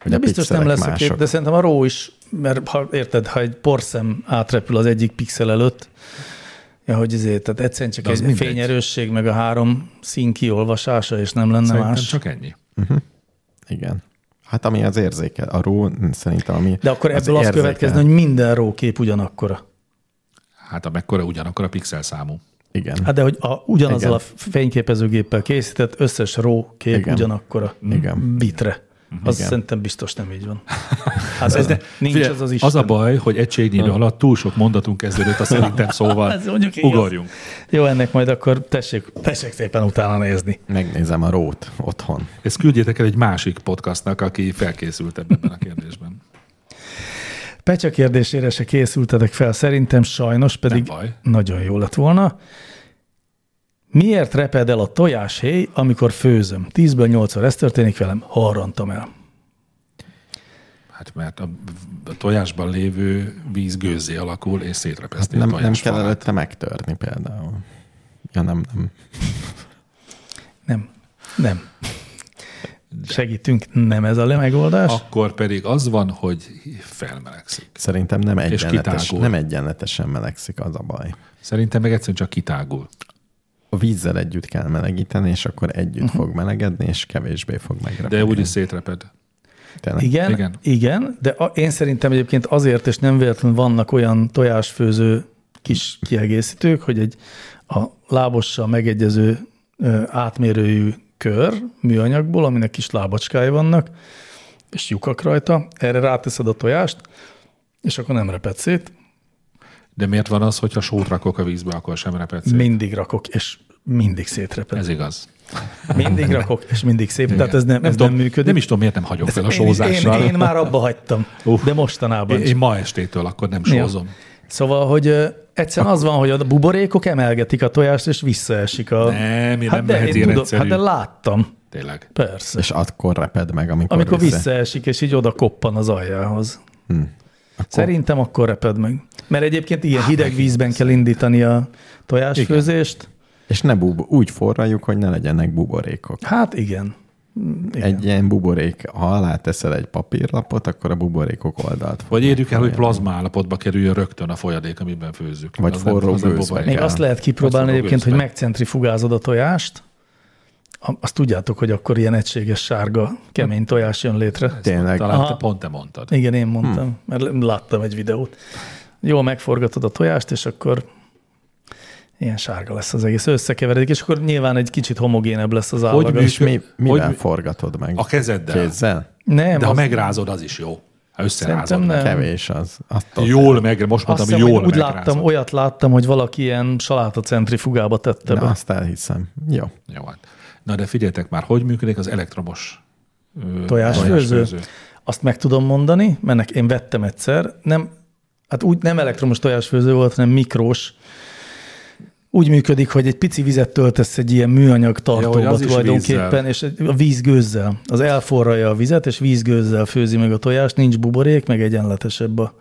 Hogy
De
a
biztos nem
pixelek
lesz a kép, de szerintem a ró is, mert ha érted, ha egy porszem átrepül az egyik pixel előtt, ja, hogy ezért, tehát egyszerűen csak
De az
egy mindegy.
mindegy.
fényerősség, meg a három szín kiolvasása, és nem lenne
Szerintem
más. Csak...
csak ennyi.
Igen. Hát ami az érzékel, a ró szerintem ami
De akkor
az
ebből az
érzékel.
következne, hogy minden ró kép ugyanakkora.
Hát amekkora ugyanakkor a pixel számú.
Igen.
Hát de hogy a, ugyanazzal
Igen.
a fényképezőgéppel készített összes ró kép
Igen.
ugyanakkora
Igen.
bitre. Az
Igen.
szerintem biztos nem
[LAUGHS]
így van. Hát ez, de, nincs
Figyelj,
az az Isten.
az a baj, hogy egységnyi idő alatt túl sok mondatunk kezdődött a
[LAUGHS]
szerintem szóval.
Ez mondjuk igaz.
Ugorjunk.
Jó, ennek majd akkor tessék, tessék szépen utána nézni.
Megnézem a rót otthon.
Ezt küldjétek el egy másik podcastnak, aki felkészült ebben a kérdésben.
Pecsa kérdésére se készültetek fel, szerintem sajnos pedig
Nem baj.
nagyon jó lett volna. Miért reped el a tojáshéj, amikor főzöm? 10-ből 8 ez történik velem, harrantam el.
Hát mert a, a tojásban lévő víz gőzé alakul, és
Hát
szétrepeszti
Hát Nem,
a
nem kell
tojásfalát.
előtte megtörni például. Ja, nem, nem.
Nem, nem. Segítünk, nem ez a megoldás. A...
Akkor pedig az van, hogy felmelegszik.
Szerintem nem, egyenletes,
kitágul.
nem egyenletesen melegszik, az a baj.
Szerintem meg egyszerűen csak kitágul.
A vízzel együtt kell melegíteni, és akkor együtt fog melegedni, és kevésbé fog
Hát
megrepülni.
De úgyis szétreped.
Tényleg.
Igen, igen,
Igen.
igen, de a, én szerintem egyébként azért, és nem véletlenül vannak olyan tojásfőző kis kiegészítők, hogy egy a lábossal megegyező ö, átmérőjű kör műanyagból, aminek kis lábacskái vannak, és lyukak rajta, erre ráteszed a tojást, és akkor nem reped szét,
De miért van az, hogyha sót rakok a vízbe, akkor sem reped szét?
mindig rakok, és mindig szétreped.
Ez igaz.
Mindig rakok, és mindig szép. Tehát Hát ez nem, nem, ez
tudom,
nem működik.
Nem is tudom, miért nem hagyok fel a
Én is- én,
sózással.
én, én már abba hagytam,
Uff.
de mostanában
Én,
is.
én ma estétől akkor nem sózom.
Szóval, hogy ö, egyszerűen az van, hogy a buborékok emelgetik a tojást, és visszaesik a...
Nem, én nem
de
lehet
én
ilyen
tudom,
egyszerű.
Hát de láttam,
Tényleg.
persze.
És akkor reped meg, amikor,
Amikor visszaesik, és így oda koppan az aljához.
Hm.
Akkor... Szerintem akkor reped meg. Mert egyébként ilyen hideg vízben kell indítani a tojásfőzést.
És ne bub- úgy forraljuk, hogy ne legyenek buborékok.
Hát igen.
Igen. Egy ilyen buborék, ha alá teszel egy papírlapot, akkor a buborékok oldalt fog.
Vagy érjük el, hogy plazma állapotba kerüljön rögtön a folyadék, amiben főzzük.
Vagy
Az nem-
forró
az nem
gőz,
boba-
vagy
Még
Igen.
azt lehet kipróbálni
Azt fogom
egyébként, hogy
őszben.
megcentrifugázod a tojást, a- azt tudjátok, hogy akkor ilyen egységes sárga kemény tojás jön létre.
Tényleg.
Talán
Aha.
te pont te mondtad.
Igen, én mondtam,
Hm.
hmm. mert láttam egy videót. Jól megforgatod a tojást, és akkor ilyen sárga lesz az egész. Összekeveredik, és akkor nyilván egy kicsit homogénebb lesz az
Hogy
állaga.
És mi, mivel hogy forgatod meg?
A kezeddel.
Kézzel?
Nem,
De ha
az-
megrázod, az is jó. Ha összerázod.
Szerintem
meg.
Nem.
Kevés az. Attól
Jól meg, most
azt
mondtam,
hiszem, hogy
hogy jól
úgy
megrázod.
láttam, olyat láttam, hogy valaki ilyen salátacentrifugába tette
Na,
be.
azt elhiszem. Jó.
Jó, hát. Na de figyeljetek már, hogy működik az elektromos ö,
Tojásfőző? Azt meg tudom mondani, mert nek- én vettem egyszer, nem, hát úgy nem elektromos tojásfőző volt, hanem mikrós. Úgy működik, hogy egy pici vizet töltesz egy ilyen műanyag tartóba
Ja, hogy az is
tulajdonképpen,
vízzel.
és egy- a vízgőzzel. Az elforralja a vizet, és vízgőzzel főzi meg a tojást, nincs buborék, meg egyenletesebb a,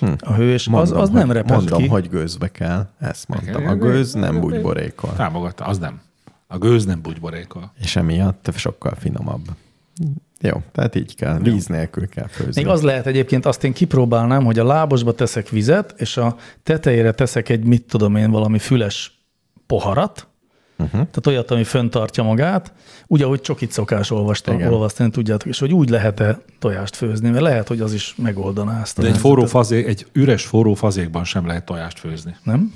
Hm.
a hő, és
Mondom,
az, az
hogy,
nem repet
Mondom,
ki.
hogy gőzbe kell. Ezt mondtam. A
Nekem-
gőz nem úgy borékol.
Támogatta, az nem. A gőz nem bugyborékol.
És emiatt sokkal finomabb. Jó, tehát így kell. Víz nélkül kell főzni.
Még az lehet egyébként, azt én kipróbálnám, hogy a lábosba teszek vizet, és a tetejére teszek egy, mit tudom én, valami füles poharat, uh-huh. tehát olyat, ami föntartja magát, úgy, ahogy csokit szokás olvastam,
Igen.
olvasztani, tudjátok, és hogy úgy lehet-e tojást főzni, mert lehet, hogy az is megoldaná ezt. a
De egy
helyzetet.
forró fazék, egy üres forró fazékban sem lehet tojást főzni.
Nem?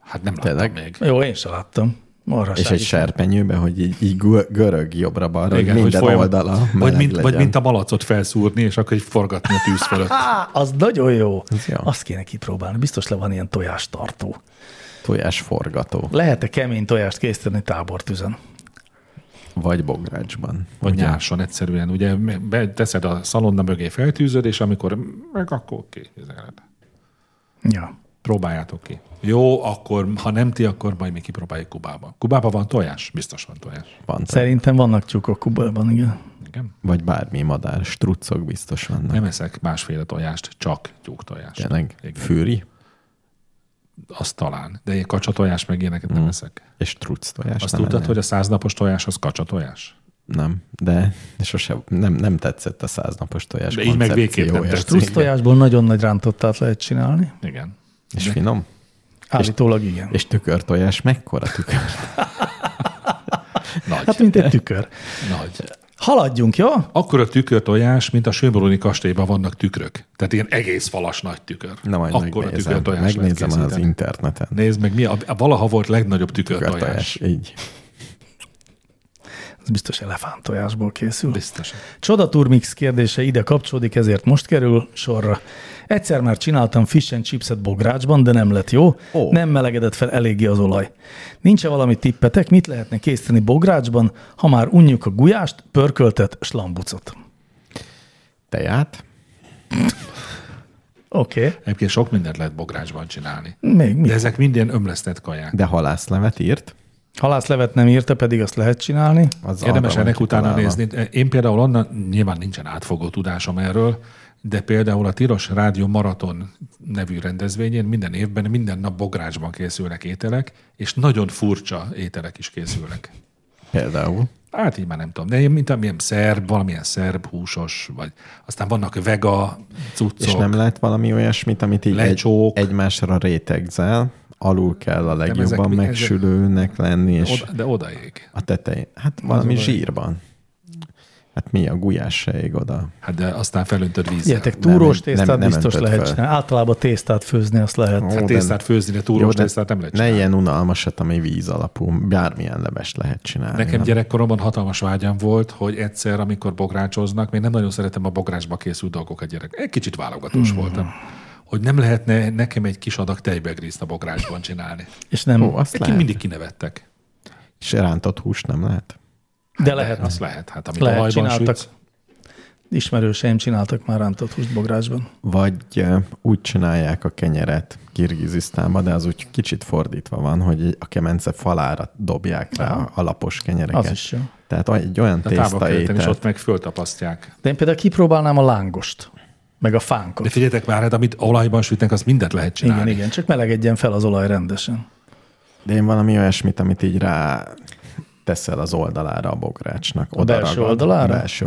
Hát nem láttam
Tényleg?
még.
Jó, én se láttam. Marhaság.
És egy serpenyőbe, hogy így, így gö- görög jobbra-balra, hogy
hogy
minden
folyam-
oldala
vagy
meleg
mint, vagy
legyen.
mint a malacot felszúrni, és akkor így forgatni a tűz
[LAUGHS]
fölött.
Á, az nagyon jó.
Ez jó.
Azt kéne kipróbálni. Biztos le van ilyen tojástartó.
tojásforgató,
Lehet-e kemény tojást készíteni tábortüzen?
vagy bográcsban.
Vagy nyárson egyszerűen. Ugye be- teszed a szalonna mögé feltűzöd, és amikor meg akkor ki. az ered.
Ja.
Próbáljátok ki. Jó, akkor ha nem ti, akkor majd mi kipróbáljuk Kubába. Kubában van tojás? Biztos van tojás.
Van,
Szerintem vannak tyúkok Kubában, igen.
Igen?
vagy bármi madár, struccok biztos vannak.
Nem eszek másféle tojást, csak tyúktojást.
Tényleg
Igen.
fűri
Azt talán. De ilyen kacsatojás meg ilyeneket nem eszek.
Mm. és truc tojás.
Azt
nem
tudtad,
enném.
hogy a száznapos tojás az kacsatojás?
Nem, de sose, nem, nem tetszett a száznapos tojás
De így meg végképp nem
koncepciója.
tetszik.
Trusz tojásból nagyon nagy rántottát lehet csinálni.
Igen.
És finom.
Állítólag igen.
És tükörtojás, mekkora tükör?
Nagy.
Hát, mint egy tükör.
Nagy.
Haladjunk, jó?
Akkor a tükörtojás, mint a Sőmoroni kastélyban vannak tükrök. Tehát ilyen egész falas nagy tükör.
Na majd
Akkor a
megnézem,
tükörtojás lehet
megnézem az
készíteni.
interneten.
Nézd meg, mi a, a valaha volt legnagyobb tükörtojás.
Tükörtojás, így.
Ez biztos elefántojásból készül.
Biztos.
Csodaturmix kérdése ide kapcsolódik, ezért most kerül sorra. Egyszer már csináltam fish and chipset bográcsban, de nem lett jó.
Ó.
Oh. Nem melegedett fel eléggé az olaj. Nincs-e valami tippetek, mit lehetne készíteni bográcsban, ha már unjuk a gulyást, pörköltet, slambucot?
Teját,
Oké, okay.
Egyébként sok mindent lehet bográcsban csinálni.
még mi?
De ezek mind ilyen ömlesztett kaják.
de halászlevet írt.
Halászlevet nem írta, pedig azt lehet csinálni.
Az
Érdemes
arra van
ennek utána
kitalálva.
nézni. Én például onnan, nyilván nincsen átfogó tudásom erről, de például a Tilos Rádió Maraton nevű rendezvényén minden évben, minden nap bográcsban készülnek ételek, és nagyon furcsa ételek is készülnek.
Például.
Hát így már nem tudom, de én mint amilyen szerb, valamilyen szerb húsos, vagy aztán vannak vega cuccok.
És nem lehet valami olyasmit, amit így egy,
Lecsók.
egymásra rétegzel, alul kell a
ezek
legjobban
mi- ezek-
megsülőnek lenni, és
Oda, de odaég.
a tetején. Hát valami zsírban. Hát mi a gulyás se ég oda.
Hát de aztán felöntöd vízzel.
Ilyetek túrós
nem-
tésztát
nem
biztos
öntöd
lehet
fel.
csinálni. Általában tésztát főzni azt lehet.
Ó,
Hát
de-
tésztát főzni, de túrós tésztát nem lehet
ne ilyen unalmasat, ami víz alapú. Bármilyen leves lehet csinálni.
Nekem
nem?
gyerekkoromban hatalmas vágyam volt, hogy egyszer, amikor bográcsoznak, még nem nagyon szeretem a bográcsba készült dolgokat gyerek. Egy kicsit válogatós mm. voltam. Hogy nem lehetne nekem egy kis adag tejbegrízt a bográcsban csinálni.
És nem,
Ó, azt
Ezt
lehet.
ki
Mindig...
mindig kinevettek.
És rántott húst nem lehet?
de lehet.
Azt lehet. Hát amit lehet,
Lehet,
olajban
csináltak.
sütsz,
Ismerőseim csináltak már rántott húst bográcsban.
Vagy eh, úgy csinálják a kenyeret Kirgizisztánban, de az úgy kicsit fordítva van, hogy a kemence falára dobják rá a alapos kenyereket.
Az is jó.
Tehát oly- egy olyan
a távol
tészta
és
ételt.
ott meg föltapasztják.
De én például kipróbálnám a lángost, meg a fánkot.
De figyeljetek már, hát amit olajban sütnek, azt mindent lehet csinálni.
Igen, igen, csak melegedjen fel az olaj rendesen.
De én valami olyasmit, amit így rá teszel az oldalára a bográcsnak.
A belső oldalára?
Belső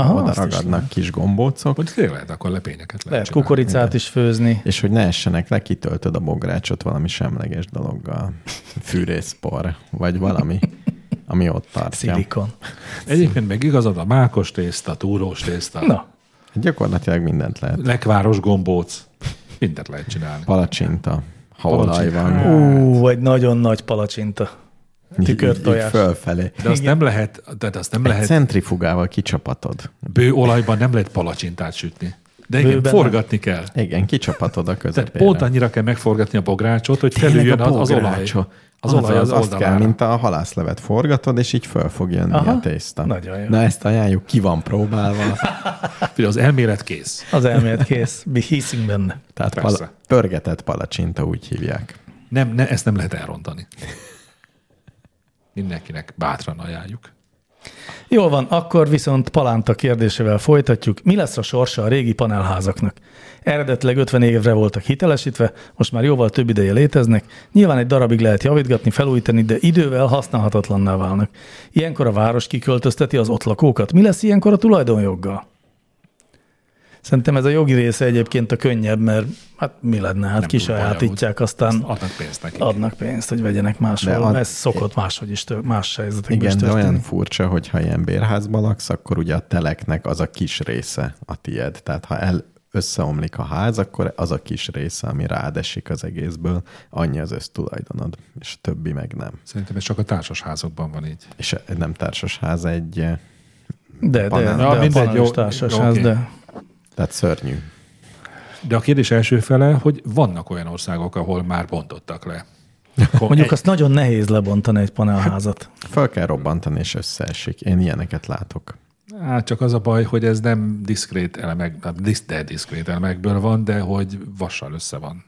Aha,
Aha, oda
azt is
ragadnak kis gombócok,
Hogy tényleg lehet, akkor lepényeket lehet,
Lehet
csinálni.
kukoricát is főzni.
és hogy ne essenek le, kitöltöd a bográcsot valami semleges dologgal. Fűrészpor, vagy valami. ami ott tartja.
Szilikon.
Hát.
Egyébként meg igazad a mákos tészta, túrós tészta,
Na,
Gyakorlatilag mindent lehet.
lekváros gombóc, mindent lehet csinálni.
Palacsinta, ha olaj
Palacsinta.
van,
ú, egy nagyon nagy palacsinta.
így-
Tükörtojás.
így fölfelé.
De azt nem lehet, de azt nem
Egy
lehet,
centrifugával kicsapatod.
bő olajban nem lehet palacsintát sütni. De igen,
Bőben
forgatni kell.
Igen, kicsapatod a közepére.
Tehát pont annyira kell megforgatni a bográcsot, hogy
Tényleg
felüljön
a
az, az olaj.
bográcsa.
Az olaj az,
azt kell,
oldalára.
mint a halászlevet forgatod, és így föl fog jönni
Aha.
a tészta.
Nagyon jó.
Na ezt ajánljuk, ki van próbálva.
Figyelj, az elmélet kész.
Az elmélet kész. Mi hiszünk benne.
Tehát
[LAUGHS] Persze.
pala- pörgetett palacsinta úgy hívják.
Nem, ne, ezt nem lehet elrontani. Mindenkinek bátran ajánljuk.
Jól van, akkor viszont Palánta kérdésével folytatjuk. Mi lesz a sorsa a régi panelházaknak? Eredetileg 50 évre voltak hitelesítve, most már jóval több ideje léteznek. Nyilván egy darabig lehet javítgatni, felújítani, de idővel használhatatlanná válnak. Ilyenkor a város kiköltözteti az ott lakókat. Mi lesz ilyenkor a tulajdonjoggal? Szerintem ez a jogi része egyébként a könnyebb, mert hát mi lenne, hát
Nem túl
kisajátítják,
Ezt
aztán
adnak pénzt nekik.
adnak pénzt, hogy vegyenek
De
máshol.
ad-
Ez szokott máshogy is, tör- más helyzetekben is
Igen, de
történni.
olyan furcsa, hogy ha ilyen bérházban laksz, akkor ugye a teleknek az a kis része a tied. Tehát ha el összeomlik a ház, akkor az a kis része, ami rád esik az egészből, annyi az össztulajdonod, és a többi meg nem.
Szerintem ez csak a társasházakban van így.
És egy nem társasház egy, eh,
De, de, de,
Panel.
de
Na,
a
mindegy,
panelis
jó,
társaság,
oké.
de
tehát szörnyű.
De a kérdés első fele, hogy vannak olyan országok, ahol már bontottak le. Akkor
mondjuk
egy-
azt nagyon nehéz lebontani egy panelházat.
Föl kell robbantani, és összeesik. Én ilyeneket látok.
Hát csak az a baj, hogy ez nem diszkrét elemek, nem disz- de diszkrét elemekből van, de hogy vassal össze van.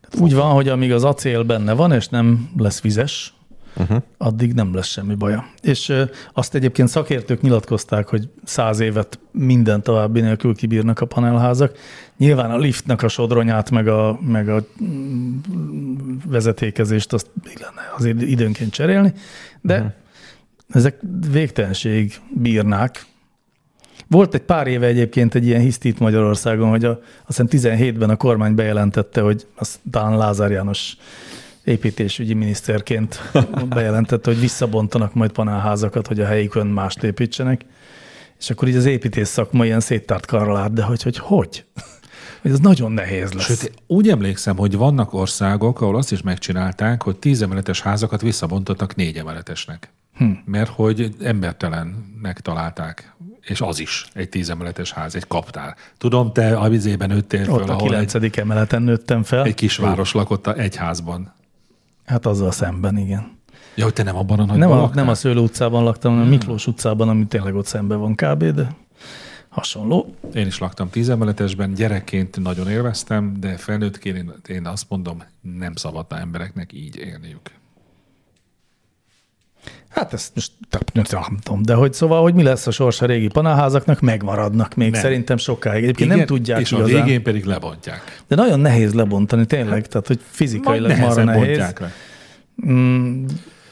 Tehát Hát úgy van, hogy amíg az acél benne van, és nem lesz vizes, uh-huh. addig nem lesz semmi baja. És ö, azt egyébként szakértők nyilatkozták, hogy száz évet minden további nélkül kibírnak a panelházak. Nyilván a liftnek a sodronyát, meg a, meg a mm, vezetékezést azt még lenne azért időnként cserélni, de
Mhm.
uh-huh. ezek végtelenség bírnák. Volt egy pár éve egyébként egy ilyen hisztit Magyarországon, hogy a, azt hiszem 17-ben a kormány bejelentette, hogy az talán Lázár János építésügyi miniszterként
[LAUGHS]
bejelentette, hogy visszabontanak majd panelházakat, hogy a helyükön mást építsenek. És akkor így az építész szakma ilyen széttárt karral állt, de hogy hogy? Hogy? [LAUGHS] Hogy ez nagyon nehéz lesz.
Sőt, úgy emlékszem, hogy vannak országok, ahol azt is megcsinálták, hogy tíz emeletes házakat visszabontottak négy emeletesnek. Hm. Mert hogy embertelennek találták. És az is egy tíz emeletes ház, egy kaptár. Tudom, te a vizében nőttél
Ott
föl,
a
ahol egy,
kilencedik emeleten nőttem fel.
egy kisváros lakott a- egy házban.
Hát azzal szemben, igen.
Ja, hogy te nem abban a
Nem
nagyban
a,
laktál? Hmm.
nem a Szőlő utcában laktam, hanem a Miklós utcában, ami tényleg ott szemben van kb., de hasonló.
Én is laktam tízemeletesben, gyerekként nagyon élveztem, de felnőttként én, én azt mondom, nem szabadna embereknek így élniük.
Hát ezt most tap- nem tudom, de hogy szóval, hogy mi lesz a sorsa a régi panelházaknak, megmaradnak még nem.
Nem.
szerintem sokáig. Egyébként Igen, nem tudják
És
igazán,
a végén pedig lebontják.
de nagyon nehéz lebontani tényleg, tehát hogy fizikailag marra
Nehezen
nehéz.
bontják le.
Mm,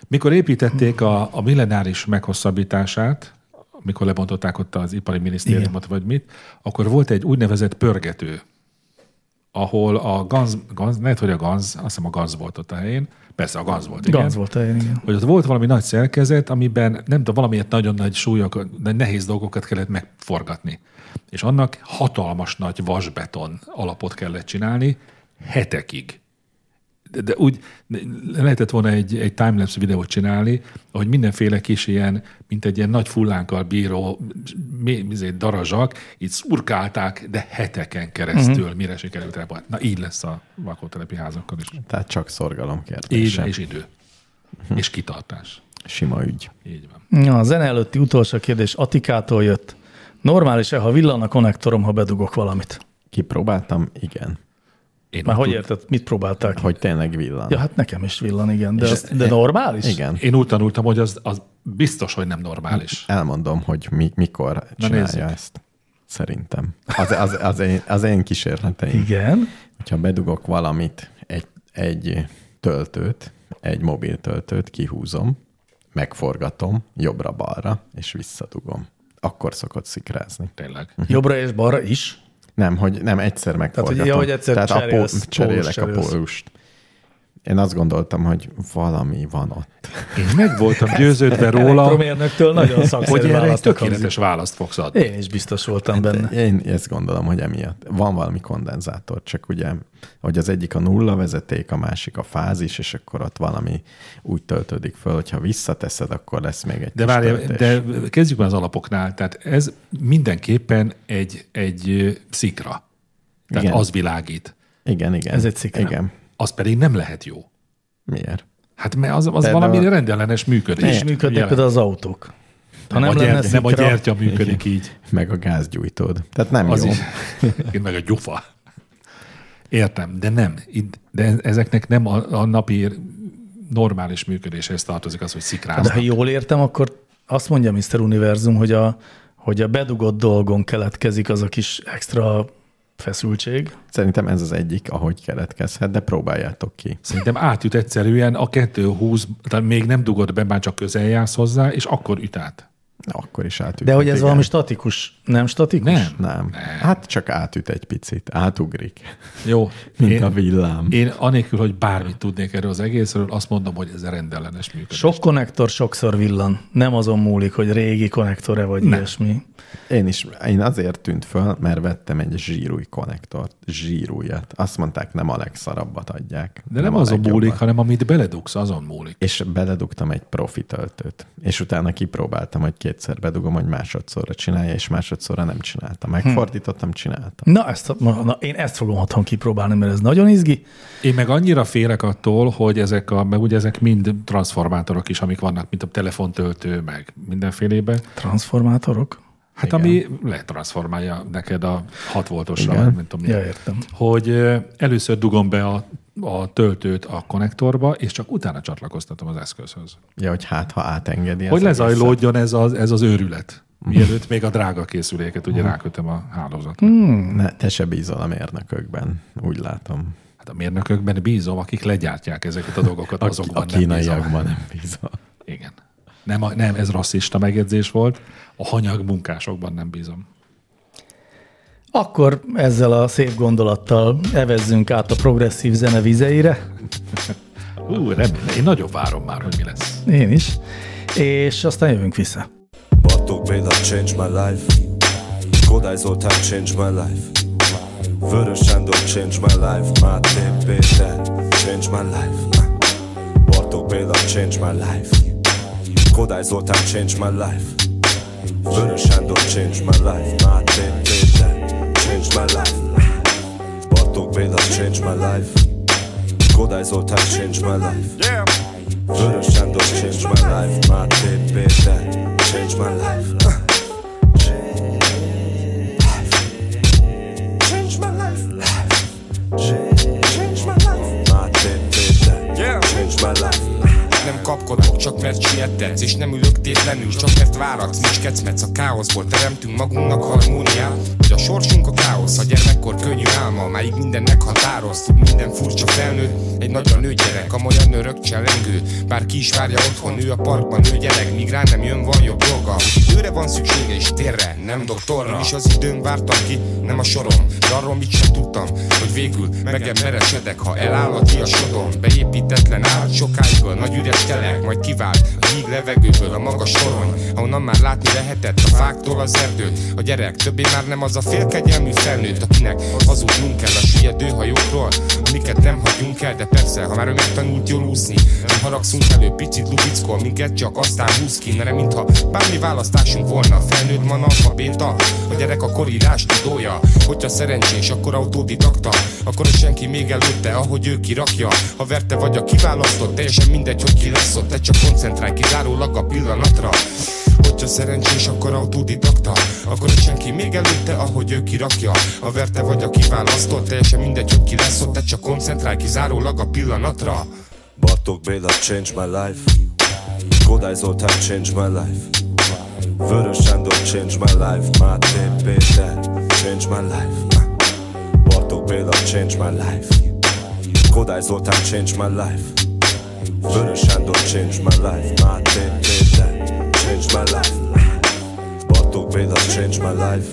Mikor építették a, a millenáris meghosszabbítását, mikor lebontották ott az ipari minisztériumot, vagy mit, akkor volt egy úgynevezett pörgető, ahol a Ganz, Ganz lehet, hogy a Ganz, azt hiszem a Ganz volt ott a helyén, persze a Ganz volt, igen.
Ganz volt el, igen.
hogy ott volt valami nagy szerkezet, amiben nem tudom, valamiért nagyon nagy súlyok, de nehéz dolgokat kellett megforgatni. És annak hatalmas nagy vasbeton alapot kellett csinálni hetekig. De, de úgy le- lehetett volna egy, egy timelapse videót csinálni, ahogy mindenféle kis ilyen, mint egy ilyen nagy fullánkkal bíró mi, mi, darazsak, így szurkálták, de heteken keresztül, uh-huh. mire sikerült el. Na így lesz a lakótelepi házakkal is.
Tehát csak szorgalom
Így,
kérdése.
és idő. Uh-huh. És kitartás.
Sima ügy.
Így van.
Na, a zene előtti utolsó kérdés Atikától jött. Normális-e, ha villan a konnektorom, ha bedugok valamit?
Kipróbáltam? Igen.
Én
Már
úgy
hogy
tud-
érted, mit próbálták?
Hogy tényleg villan.
Ja, hát nekem is villan, igen, de,
És
az,
ezt-
de normális?
Igen.
Én úgy tanultam, hogy az, az biztos, hogy nem normális.
Elmondom, hogy mi, mikor csinálja
nézzük.
ezt. Szerintem. Az, az, az, én, az én kísérleteim.
Igen.
Hogyha bedugok valamit, egy, egy töltőt, egy mobiltöltőt kihúzom, megforgatom jobbra-balra, és visszadugom. Akkor szokott szikrázni.
Tényleg.
Jobbra és balra is?
Nem, hogy nem egyszer
hogy-
megforgatom.
ja, hogy egyszer
Tehát a
cserélsz,
pó- cserélek
pólust
a
cserélsz.
pólust. én azt gondoltam, hogy valami van ott.
Én meg voltam [LAUGHS] győződve róla,
Elektromérnöktől nagyon
hogy
szakszerű
erre egy
választ
tökéletes választ fogsz adni.
Én is biztos voltam benne.
Hát Én ezt gondolom, hogy emiatt. Van valami kondenzátor, csak ugye, hogy az egyik a nulla vezeték, a másik a fázis, és akkor ott valami úgy töltődik föl, hogyha visszateszed, akkor lesz még egy
De
kis
várj,
töltés.
de kezdjük már az alapoknál. Tehát ez mindenképpen egy, egy ö, szikra. Tehát
Igen.
az világít.
Igen, igen.
Ez egy cikk.
Igen.
Az pedig nem lehet jó.
Miért?
Hát mert az, az
De
valami
de-
rendellenes működés.
És működnek
Jelen.
például az autók. Ha nem,
a
lenne
gyert, nem a
szikra-
gyertya működik így.
Meg a gázgyújtód. Tehát nem
Az
jó.
is. Én meg a gyufa. Értem, de nem. Itt- De ezeknek nem a, a napi normális működéshez tartozik az, hogy
De ha
szikráznak.
jól értem, akkor azt mondja Mr. Univerzum, hogy a, hogy a bedugott dolgon keletkezik az a kis extra feszültség.
Szerintem ez az egyik, ahogy keletkezhet, de próbáljátok ki.
Szerintem átüt egyszerűen a 220, tehát még nem dugod be, már csak közel jársz hozzá, és akkor üt át.
Akkor is átüt.
De hogy ez Hát igen. valami statikus, nem statikus?
Nem.
Nem. Hát csak átüt egy picit. Átugrik.
Jó.
Mint
Én,
a villám.
én anélkül, hogy bármit tudnék erről az egészről, azt mondom, hogy ez rendellenes működés.
Sok konnektor sokszor villan. Nem azon múlik, hogy régi konnektore vagy nem. ilyesmi.
Én is, én azért tűnt föl, mert vettem egy zsírúj konnektort, zsírújat. Azt mondták, nem a legszarabbat adják.
De nem,
a
nem azon
legjobbat.
múlik, hanem amit beledugsz, azon múlik.
És beledugtam egy profi töltőt. És utána kipróbáltam, hogy kétszer bedugom, hogy másodszorra csinálja, és másodszorra nem csinálta. Megfordítottam, csináltam.
Na, ezt, na, na, én ezt fogom otthon kipróbálni, mert ez nagyon izgi.
Én meg annyira félek attól, hogy ezek a, meg ugye ezek mind transformátorok is, amik vannak, mint a telefontöltő, meg mindenfélébe.
Transformátorok?
Hát Igen. ami letransformálja neked a 6 voltosra,
Igen.
vagy nem tudom. mi.
Ja, értem.
Hogy ö, először dugom be a, a töltőt a konnektorba, és csak utána csatlakoztatom az eszközhöz.
Ja, hogy hát, ha átengedi.
Hogy
az egészet.
lezajlódjon ez az, ez az őrület.
Mm.
Mielőtt még a drága készüléket ugye rákötöm a hálózatra.
Mm. Ne, te se bízol a mérnökökben, úgy látom.
Hát a mérnökökben bízom, akik legyártják ezeket a dolgokat,
A,
azokban
a
nem bízom.
kínaiakban nem bízol.
Igen. Nem, a- nem, ez rasszista megjegyzés volt. A hanyag munkásokban nem bízom.
Akkor ezzel a szép gondolattal evezzünk át a progresszív zene vizeire.
Ú, remélem. Én nagyon várom már, hogy mi lesz.
Én is. És aztán jövünk vissza.
Bartók Béla change my life Kodály Zoltán change my life Vörös Sándor change my life Máté Péter change my life Bartók Béla change my life Kodály Zoltán change my life Vörös Sándor change my life Máté Péter change my life Bartók Béla change my life Kodály Zoltán change my life Vörös Sándor change my life Máté Péter change my life Change my life Change my life Máté Péter change my life
Nem kapkodok, csak mert siettetsz És nem ülök tétlenül, csak mert váraksz Nincs kecmec, a káoszból teremtünk magunknak harmóniát Hogy a sorsunk a káosz, a gyermekkor könnyű álma Máig minden meghatároz, tud minden furcsa felnőtt Egy nagyra nő gyerek, amolyan örök cselengő Bár ki is várja otthon, ő a parkban nő gyerek Míg rá nem jön, van jobb joga Úgy Időre van szüksége és térre, nem doktorra És az időn vártam ki, nem a sorom De arról mit sem tudtam, hogy végül megemberesedek Ha eláll a ti a sodom, beépítetlen állt Sokáig a nagy üres telek, majd kivált A híg levegőből a magas torony Ahonnan már látni lehetett a fáktól az erdőt A gyerek többé már nem az a félkegyelmű felnőtt Akinek hazudnunk kell a süllyedő hajókról Amiket nem hagyunk el, de persze, ha már ő megtanult jól úszni Nem haragszunk elő, picit lubickol, minket csak aztán húz ki Nere, mintha bármi választásunk volna Felnőtt manapra béta, a gyerek a korírás tudója Hogyha szerencsés, akkor autodidakta Akkor is senki még előtte, ahogy ő kirakja Ha verte vagy a kiválasztott, teljesen mindegy, hogy ki lesz ott Te csak koncentrálj kizárólag a pillanatra Hogyha szerencsés, akkor autodidakta Akkor is senki még előtte, ahogy ő kirakja Ha verte vagy a kiválasztott, teljesen mindegy, hogy ki lesz ott Te csak koncentrálj kizárólag a pillanatra
Bartók Béla change my life Kodály Zoltán change my life Vörös Sándor change my life Máté Péter change my life Bartók Béla change my life Kodály Zoltán change my life Vörös Sándor change my life Máté Péter change my life Bartók Béla change my life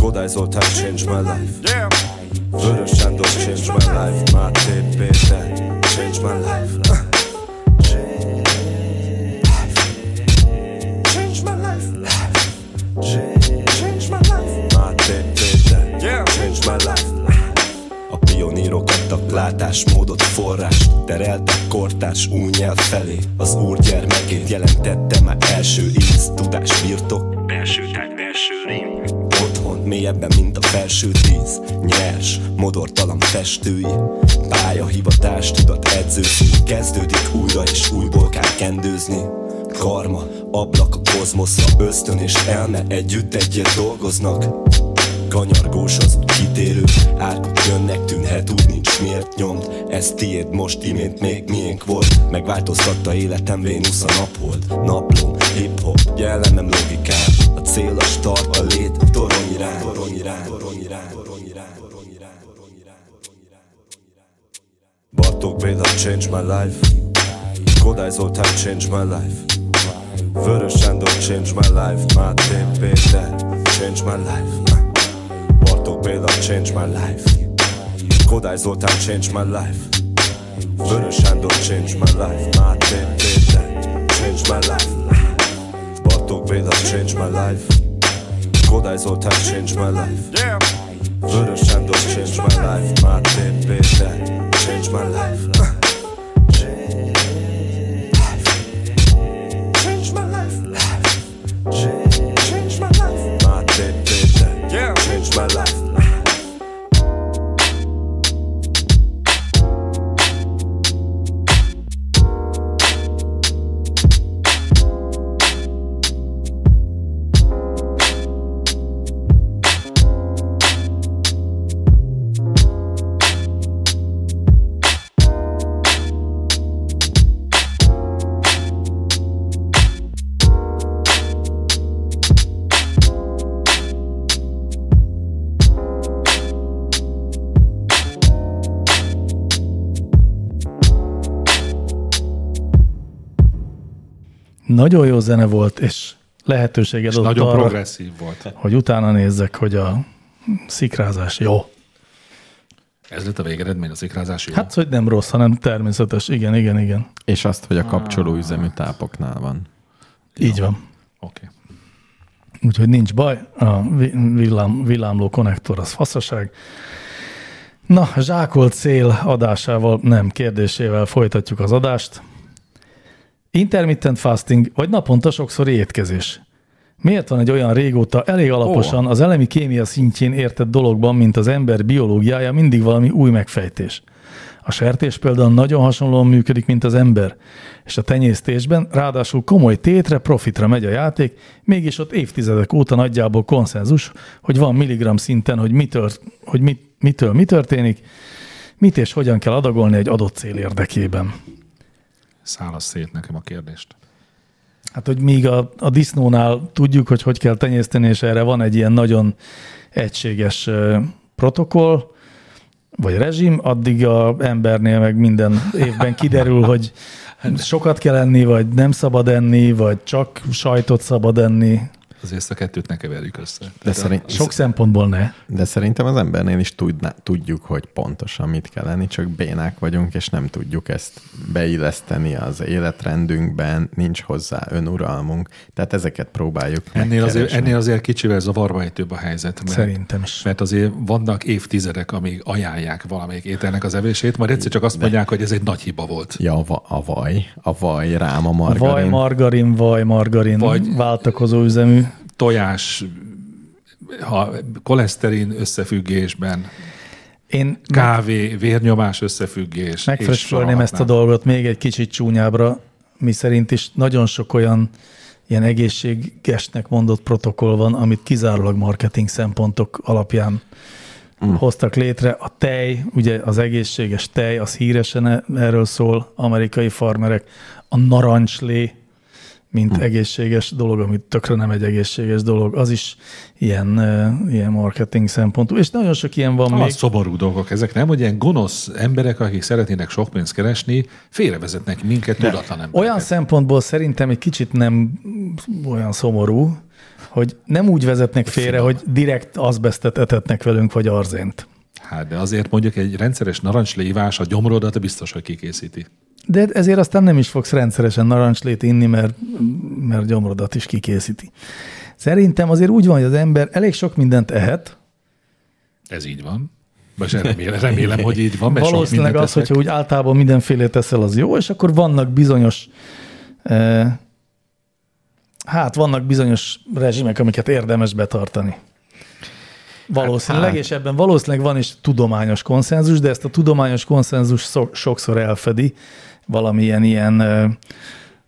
Kodály Zoltán change my life Vörös Sándor change my life Máté Péter change Change my life. Uh. Change my life. Change my life. Már te például.
Yeah.
Change my life. uh. A pionírok adtak látásmódot, forrást Tereltek kortás új nyelv felé Az úr gyermekét jelentette már első íz Tudás birtok, belső tág, belső rím Otthon mélyebben, mint a felső tíz Nyers, modortalan festői Pálya, hivatás, tudat, edzőszín Kezdődik újra és újból kell kendőzni Karma, ablak a kozmoszra Ösztön és elme együtt egyet dolgoznak Kanyargós az út kitérő Árkok jönnek, tűnhet úgy nincs miért nyomd Ez tiéd most imént még miénk volt Megváltoztatta életem Vénusz a naphold Naplom, hip-hop, jellemem logikám A cél a start, a lét, a torony irány Torony irány, torony irány, torony irány, torony irány, torony irány, torony irány, torony irány. Bartók Béla, change my life Kodály Zoltán, change my life Vörös Sándor, change my life Máté Péter, change my life Bartók Béla, change my life Kodály Zoltán, change my life Vörös Sándor, change my life Máté Péter, change my life Bartók Béla, change my life Kodály Zoltán, change my life
Yeah.
Vörös Sándor, change my life Máté Péter, change my life Change my life. Change my life. Máté Péter,
Yeah.
change my life.
Nagyon jó zene volt, és lehetőséged adott
Nagyon
arra,
progresszív volt.
hogy utána nézzek, hogy a szikrázás jó.
Ez lett a végeredmény, az ikrázás jó.
Hát, hogy nem rossz, hanem természetes. Igen, igen, igen.
És azt, hogy a kapcsolóüzemű tápoknál van.
Így van.
Oké. Okay.
Úgyhogy nincs baj, a vi- villám, villámló konnektor az faszaság. Na, zsákolt szél adásával, nem kérdésével folytatjuk az adást. Intermittent fasting, vagy naponta sokszori étkezés. Miért van egy olyan régóta elég alaposan az elemi kémia szintjén értett dologban, mint az ember biológiája, mindig valami új megfejtés? A sertés például nagyon hasonlóan működik, mint az ember, és a tenyésztésben ráadásul komoly tétre, profitra megy a játék, mégis ott évtizedek óta nagyjából konszenzus, hogy van milligram szinten, hogy, mitől, hogy mit, mitől mi történik, mit és hogyan kell adagolni egy adott cél érdekében.
Szálasz szét nekem a kérdést.
Hát, hogy míg a, a disznónál tudjuk, hogy hogy kell tenyészteni, és erre van egy ilyen nagyon egységes ö, protokoll, vagy rezsim, addig a embernél meg minden évben kiderül, hogy sokat kell enni, vagy nem szabad enni, vagy csak sajtot szabad enni.
Azért ezt a kettőt ne keverjük össze.
De, szerint,
Sok szempontból ne.
de szerintem az embernél is tudná, tudjuk, hogy pontosan mit kell lenni, csak bénák vagyunk, és nem tudjuk ezt beilleszteni az életrendünkben, nincs hozzá önuralmunk, tehát ezeket próbáljuk
Ennél azért,
megkeresni.
ennél azért kicsivel zavarba ejtőbb a helyzet. Mert,
Szerintem is.
Mert azért vannak évtizedek, amíg ajánlják valamelyik ételnek az evését, majd egyszer csak azt mondják, hogy ez egy nagy hiba volt.
Ja, a, va- a vaj, a vaj, rám a margarin.
Vaj margarin, vaj margarin, vagy
Vagy-
váltakozó üzemű.
Tojás, ha koleszterin összefüggésben,
Én
kávé, vérnyomás összefüggés. és
Megfröccsölném
sorolhatnám.
ezt a dolgot még egy kicsit csúnyábra, mi szerint is nagyon sok olyan ilyen egészségesnek mondott protokoll van, amit kizárólag marketing szempontok alapján mm. hoztak létre. A tej, ugye az egészséges tej, az híresen e- erről szól, amerikai farmerek, a narancslé, mint mm. egészséges dolog, amit tökre nem egy egészséges dolog, az is ilyen, ö, ilyen marketing szempontú. És nagyon sok ilyen van
Ah,
még.
szomorú dolgok ezek, nem? Hogy ilyen gonosz emberek, akik szeretnének sok pénzt keresni, félrevezetnek minket tudatlan embereket.
Olyan szempontból szerintem egy kicsit nem olyan szomorú, hogy nem úgy vezetnek félre, hogy direkt azbesztet etetnek velünk, vagy arzént.
Hát, de azért mondjuk egy rendszeres narancslévás a gyomrodat biztos, hogy kikészíti.
De ezért aztán nem is fogsz rendszeresen narancslét inni, mert, mert gyomrodat is kikészíti. Szerintem azért úgy van, hogy az ember elég sok mindent ehet,
Ez így van. Most remélem,
[LAUGHS]
remélem, hogy így van. Mert sok
Valószínűleg
mindent
az, hogyha
eszek.
úgy általában mindenféle teszel, az jó, és akkor vannak bizonyos eh, hát vannak bizonyos rezsimek, amiket érdemes betartani. Valószínűleg,
hát.
és ebben valószínűleg van is tudományos konszenzus, de ezt a tudományos konszenzus szok, sokszor elfedi valamilyen ilyen ö,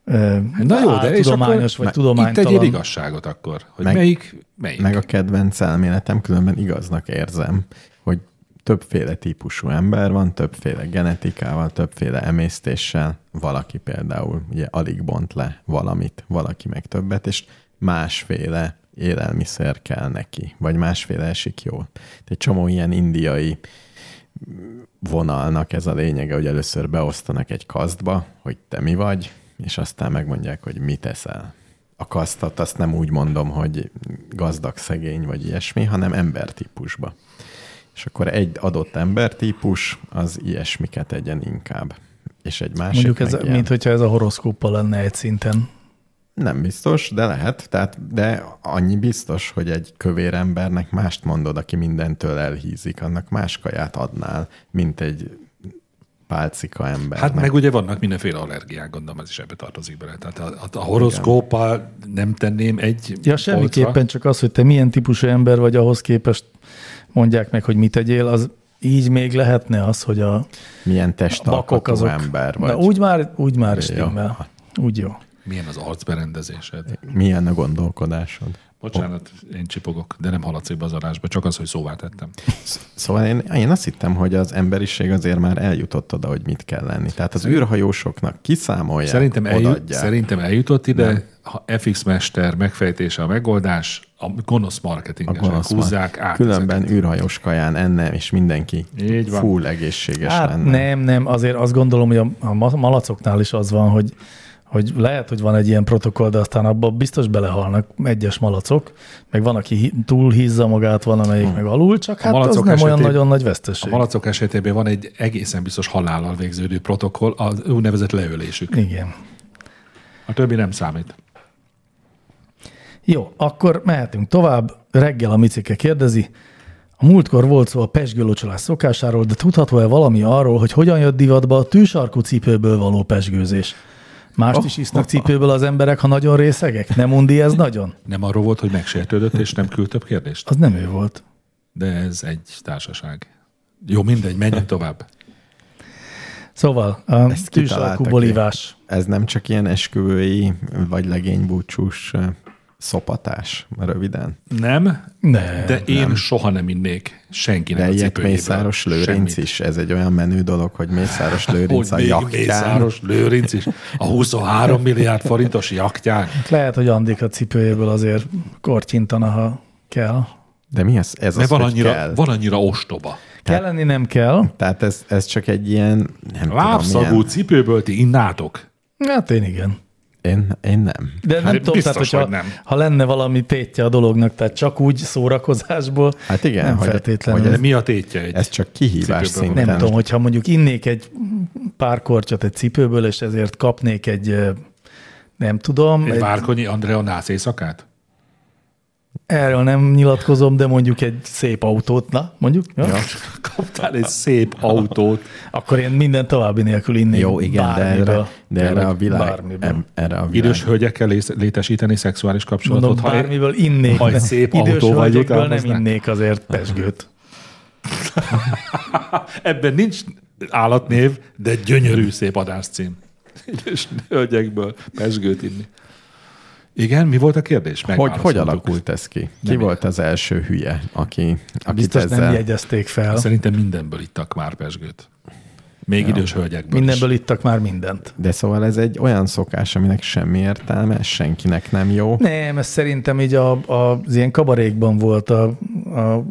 ö,
Na jó, de és
tudományos
akkor
vagy
itt tegyél
tudománytalan.
igazságot akkor, hogy meg,
Meg-
melyik, melyik.
Meg a kedvenc elméletem, különben igaznak érzem, hogy többféle típusú ember van, többféle genetikával, többféle emésztéssel. Valaki például ugye alig bont le valamit, valaki meg többet, és másféle élelmiszer kell neki, vagy másféle esik jól. Tehát Egy csomó ilyen indiai vonalnak ez a lényege, hogy először beosztanak egy kasztba, hogy te mi vagy, és aztán megmondják, hogy mit eszel. A kasztat azt nem úgy mondom, hogy gazdag, szegény vagy ilyesmi, hanem embertípusba. És akkor egy adott embertípus az ilyesmiket egyen inkább. És egy másik
Mondjuk ez,
meg ilyen.
mint hogyha ez a horoszkóppal lenne egy szinten.
Nem biztos, de lehet. Tehát, de annyi biztos, hogy egy kövér embernek mást mondod, aki mindentől elhízik, annak más kaját adnál, mint egy pálcika embernek.
Hát meg ugye vannak mindenféle allergiák, gondolom ez is ebbe tartozik bele. Tehát a, a, a horoszkóppal nem tenném egy
Ja, semmiképpen csak az, hogy te milyen típusú ember vagy ahhoz képest mondják meg, hogy mit tegyél, az így még lehetne az, hogy a
Milyen
bakok
testalkatú
azok.
ember vagy.
Na, úgy már, úgy már
Jó.
stimmel. Úgy jó.
Milyen az arcberendezésed?
Milyen a gondolkodásod.
Bocsánat, én csipogok, de nem haladsz ebbe az adásba, csak az, hogy szóvá tettem.
Sz- Szóval én, én azt hittem, hogy az emberiség azért már eljutott oda, hogy mit kell lenni. Tehát az űrhajósoknak kiszámolják,
Szerintem, eljut,
odaadják.
szerintem eljutott ide, nem. ha FX Mester megfejtése a megoldás, a gonosz
a
marketingesek
gonosz
húzzák
van.
át.
Különben űrhajós kaján enne, és mindenki
Így van.
full egészséges
Hát
lenne.
nem, nem, azért azt gondolom, hogy a, a ma- malacoknál is az van, hogy hogy lehet, hogy van egy ilyen protokoll, de aztán abba biztos belehalnak egyes malacok, meg van, aki hi- túlhízza magát, van, amelyik
Hm.
meg alul, csak hát az
malacok
nem olyan
esetén-
nagyon nagy
A
veszteség.
malacok esetében van egy egészen biztos halállal végződő protokoll, az úgynevezett leölésük.
Igen.
A többi nem számít.
Jó, akkor mehetünk tovább. Reggel a Micike kérdezi. A múltkor volt szó a pesgőlocsolás szokásáról, de tudható-e valami arról, hogy hogyan jött divatba a tűsarkú cipőből való pesgőzés? Mást is isznak cipőből az emberek, ha nagyon részegek? Nem undi ez nagyon?
Nem arról volt, hogy megsértődött, és nem küld több kérdést?
Az nem ő volt.
De ez egy társaság. Jó, mindegy, menjünk tovább.
Szóval a
Ezt kitalálta
tűsarkú
ki.
bolívás.
Ez nem csak ilyen esküvői vagy legénybúcsús ö, szopatás, röviden.
Nem,
Ne.
de én nem. soha nem innék senkinek
De
a
ilyet
cipőjéből.
Mészáros Lőrinc
Semmit.
is, ez egy olyan menő dolog, hogy Mészáros Lőrinc
Hogy
a
még
jaktján.
Mészáros Lőrinc is a 23 milliárd forintos jaktján.
Lehet, hogy Andika cipőjéből azért kortyintana, ha kell.
De mi az? Ez
Mert
az,
van
hogy
annyira,
kell.
van annyira ostoba.
Kell lenni, nem kell.
Tehát ez, ez csak egy ilyen, nem tudom,
Lábszagú
ilyen,
cipőből ti innátok.
Hát én igen.
én, én nem.
De nem
Hát
tudom,
biztos,
tehát, hogyha,
hogy nem.
nem. ha lenne valami tétje a dolognak, tehát csak úgy szórakozásból,
Hát igen,
nem
hogy-
feltétlenül.
hogy
De
Hogy
mi a tétje egy?
Ez csak kihívás
Cipőből
szinten.
nem tudom, hogyha mondjuk innék egy pár kortyot egy cipőből, és ezért kapnék egy, ö, nem tudom,
Egy
egy,
Várkonyi Andrea nász éjszakát?
erről nem nyilatkozom, de mondjuk egy szép autót, na, mondjuk, ja? Ja.
Kaptál egy szép autót.
akkor én minden további nélkül innék
Jó, igen, de erre,
bármiből.
de erre a világ,
Bármiből.
em, erre a világ.
Idős hölgyekkel lé- létesíteni szexuális kapcsolatot.
Mondom,
ha-
bármiből innék.
ha egy
de
szép
idős
autó vagy,
hölgyekből nem
utálkoznánk?
innék
Hát,
azért pesgőt.
Ebben nincs állatnév, de gyönyörű szép adáscím. És hölgyekből pesgőt inni. Igen, mi volt a kérdés?
Hogy, hogy
Megválaszoltuk.
alakult ez ki? Ki volt az első hülye, aki, akit
Biztos
ezzel...
nem jegyezték fel.
Szerintem mindenből ittak már pesgőt. Még ja. idős hölgyekből
Mindenből ittak már mindent.
De szóval ez egy olyan szokás, aminek semmi értelme, senkinek nem jó.
Nem, ez szerintem így a, a, az ilyen kabarékban volt a, a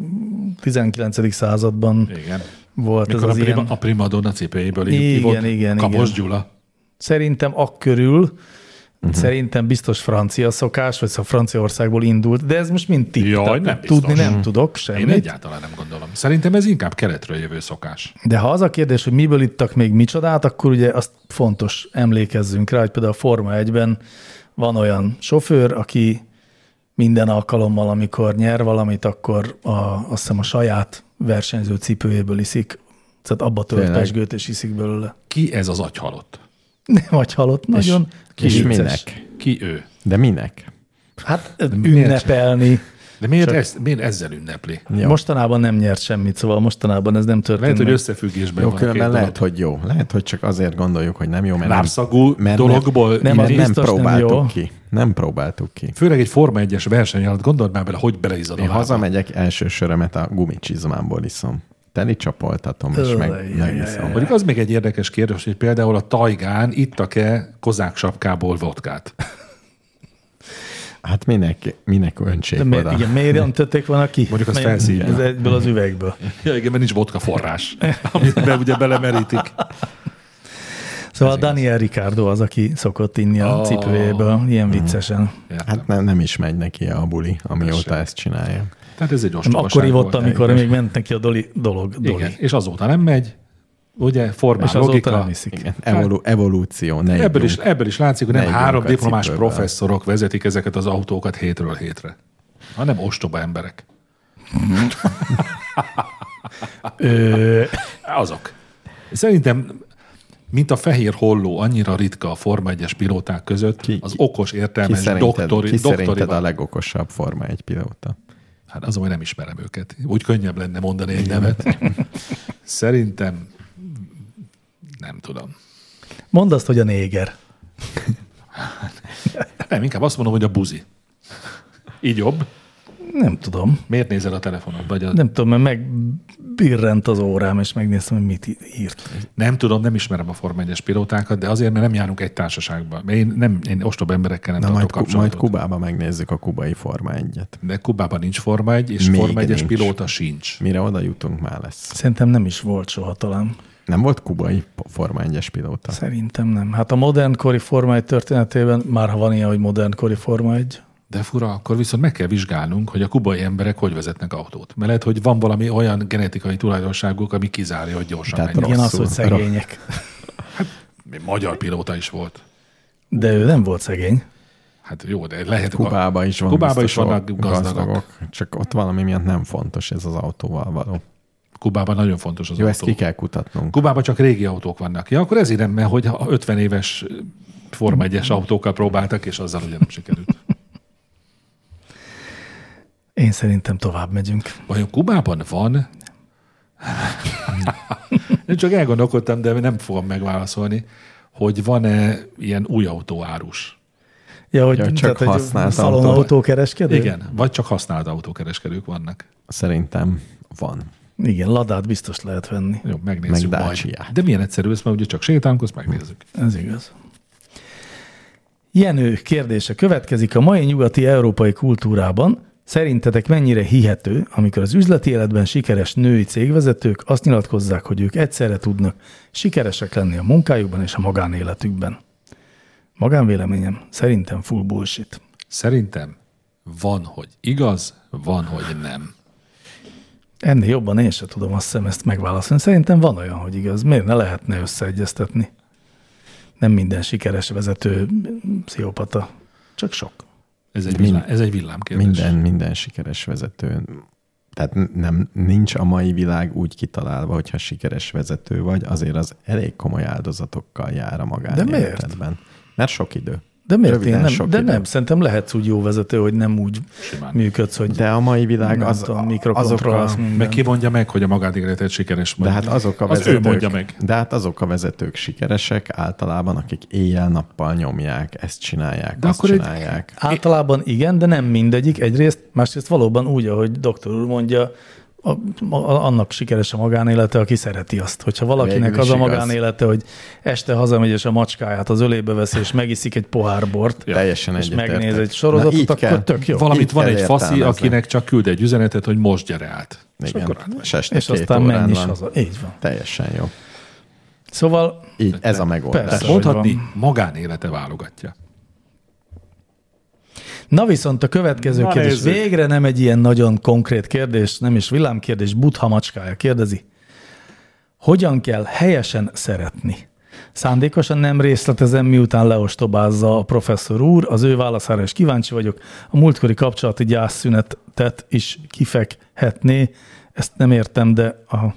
19. században
is. Igen.
volt
Mikor
ez
a,
az
prima,
ilyen.
a primadonna cipőjéből
Igen,
igen,
igen,
Kapos
igen.
Gyula.
Szerintem ak körül
Mhm.
Uh-huh. Szerintem biztos francia szokás, vagy szóval Franciaországból indult, de ez most mind tipp.
Jaj,
Tehát
nem biztos. Mhm.
Tudni nem tudok
Én
semmit.
egyáltalán nem gondolom. Szerintem ez inkább keletről jövő szokás.
De ha az a kérdés, hogy miből ittak még micsodát, akkor ugye azt fontos emlékezzünk rá, hogy például a Forma 1-ben van olyan sofőr, aki minden alkalommal, amikor nyer valamit, akkor a, azt hiszem a saját versenyző cipőjéből iszik, tehát abba tölt
Tényleg?
pesgőt és iszik belőle. [LAUGHS]
Ki ez az agyhalott?
Nem vagy halott nagyon.
És
vicces.
minek?
Ki ő?
De minek?
Hát ünnepelni.
De miért, ezt, miért ezzel ünnepli?
Jó.
Mostanában nem nyert semmit, szóval mostanában ez nem történt.
Lehet, hogy
meg.
összefüggésben
Jó,
van a két
különben
dolog.
lehet, hogy jó. Lehet, hogy csak azért gondoljuk, hogy nem jó, mert
Lábszagú
nem, mert
dologból
nem, nem,
inni.
nem
Biztos nem
próbáltuk
jó.
nem ki. Nem próbáltuk ki.
Főleg egy Forma 1-es verseny alatt gondold már bele, hogy beleizad a
Én
lábad.
hazamegyek, első sörömet a gumicsizmámból iszom. Teli csapoltatom, és meg, megiszom.
Mondjuk az még egy érdekes kérdés, hogy például a Tajgán ittak-e kozák sapkából vodkát?
Hát minek, minek öntsék
De
oda?
miért, igen,
[LAUGHS]
miért öntötték volna ki?
Mondjuk azt
Miért-
felszívja.
Ez egyből az üvegből.
Ja, igen, mert nincs vodka forrás, amit be, ugye belemerítik.
Szóval Daniel Ricardo az, aki szokott inni a
Ó.
oh. cipőjéből, ilyen viccesen.
Értem.
Hát nem, nem is megy neki a buli, amióta ezt csinálja.
Tehát ez egy ostobaság
Akkor ivott,
volt.
amikor még ment neki a doli, dolog. Doli.
Igen, és azóta nem megy, ugye, formál
És
és
azóta
logika.
nem iszik.
Igen, evolu- evolúció, ne
Hát- Ebből
ígyunk.
is, ebből is látszik, hogy nem
Ne
három
ígyunk a
diplomás
cipőből.
professzorok vezetik ezeket az autókat hétről hétre, hanem ostoba emberek.
Mhm.
[LAUGHS]
Ö,
Azok. Szerintem, mint a fehér holló, annyira ritka a Forma 1-es pilóták között,
Ki-
az
ki-
okos,
Ki
értelmes,
szerinted,
doktori,
ki
doktori
szerinted a legokosabb Forma egy pilóta?
Hát az, hogy nem ismerem őket. Úgy könnyebb lenne mondani egy nevet. Szerintem nem tudom.
mondd azt, hogy a néger.
Nem, inkább azt mondom, hogy a buzi. Így jobb.
Nem tudom.
Miért nézel a telefonod? Vagy a... nem.
Nem tudom, mert megbirrent az órám, és megnéztem, hogy mit í- írt.
nem. tudom, nem ismerem a Forma 1-es pilótákat, de azért, mert nem járunk egy társaságban. Mert én, nem, én ostoba emberekkel nem
Na
tartok
majd, ku- majd
kapcsolatot.
Kubába megnézzük a kubai Forma egyet.
De Kubában nincs Forma 1, és
Még
Forma 1-es
nincs.
pilóta sincs.
Mire oda jutunk, már lesz.
Szerintem nem is volt soha talán.
Nem volt kubai po- Forma 1-es pilóta?
Szerintem nem. Hát a modernkori Forma 1 történetében már ha van ilyen, hogy modernkori Forma 1.
De fura, akkor viszont meg kell vizsgálnunk, hogy a kubai emberek hogy vezetnek autót. Mert lehet, hogy van valami olyan genetikai tulajdonságuk, ami kizárja, hogy gyorsan
Tehát
menjen.
Igen, az, hogy
Rosszul.
szegények.
Magyar pilóta is volt.
De ő nem volt szegény.
Hát jó, de lehet.
Kubába is van
Kubába
biztos
is vannak
o-
gazdagok.
Csak ott valami miatt nem fontos ez az autóval való.
Kubában nagyon fontos az
Jó, ezt
autó.
ki kell kutatnunk.
Kubában csak régi autók vannak. Ja, akkor ezért nem, mert hogy a 50 éves Forma 1-es autókkal próbáltak, és azzal ugye nem sikerült.
Én szerintem tovább megyünk.
Vajon Kubában van? [LAUGHS] Én csak elgondolkodtam, de nem fogom megválaszolni, hogy van-e ilyen új autóárus.
Ja, hogy
Ja,
ja,
csak
csak tehát,
használt
egy
autó. Hát
szalonautókereskedő?
Igen, vagy csak használt autókereskedők vannak.
Szerintem van.
Igen, ladát biztos lehet venni.
Jó, megnézzük
Meg
majd.
Dacia-t.
De milyen egyszerű ez, mert ugye csak sétálunk, azt megnézzük.
Ez igaz. Jenő kérdése következik. A mai nyugati európai kultúrában szerintetek mennyire hihető, amikor az üzleti életben sikeres női cégvezetők azt nyilatkozzák, hogy ők egyszerre tudnak sikeresek lenni a munkájukban és a magánéletükben? Magánvéleményem szerintem full bullshit.
Szerintem van, hogy igaz, van, hogy nem.
Ennél jobban én se tudom azt hiszem ezt megválaszolni. Szerintem van olyan, hogy igaz. Miért ne lehetne összeegyeztetni? Nem minden sikeres vezető pszichopata, csak sok.
Ez egy,
Mind-
villám, ez egy villámkérdés.
Minden, minden sikeres vezető. Tehát n- nem, nincs a mai világ úgy kitalálva, hogyha sikeres vezető vagy, azért az elég komoly áldozatokkal jár a magánéletedben. Mert sok idő.
De miért
Röviden
én nem?
sok
De
idő.
nem, szerintem lehetsz úgy jó vezető, hogy nem úgy
Simán.
működsz, hogy
De a mai világ
nem
az,
tudom,
azok
mikrokontroll,
a,
az minden.
Meg ki mondja meg, hogy a magánéletet sikeres vagy?
de hát azok a
Az ő
vezetők,
mondja meg.
De hát azok a vezetők sikeresek általában, akik éjjel-nappal nyomják, ezt csinálják, de azt
akkor
akkor
egy-
csinálják. Egy...
Általában igen, de nem mindegyik egyrészt, másrészt valóban úgy, ahogy doktor úr mondja, a, a, annak sikeres a magánélete, aki szereti azt. Hogyha valakinek
Végül
az
is
a
igaz.
magánélete, hogy este hazamegy és a macskáját az ölébe veszi, és megiszik egy pohár bort,
Ja.
Teljesen
és
egyetértek.
megnéz egy
Na,
sorozatot,
így
akkor
kell.
tök jó.
Valamint
Így
van
kell
egy faszi,
értelmezni.
akinek csak küld egy üzenetet, hogy most gyere át. És
Igen.
akkor átmegy.
És, este
És
két
aztán
órán
menj is
van.
haza. Így van.
Teljesen jó.
Szóval
Így, ez a megoldás.
Persze.
Mondhatni,
Hogy van.
magánélete válogatja.
Na viszont a következő
Na,
Na, kérdés.
nézzük.
Végre nem egy ilyen nagyon konkrét kérdés, nem is villámkérdés, butha macskája kérdezi. Hogyan kell helyesen szeretni? Szándékosan nem részletezem, miután leostobázza a professzor úr, az ő válaszára is kíváncsi vagyok. A múltkori kapcsolati gyászszünetet is kifekhetné. Ezt nem értem, de aha.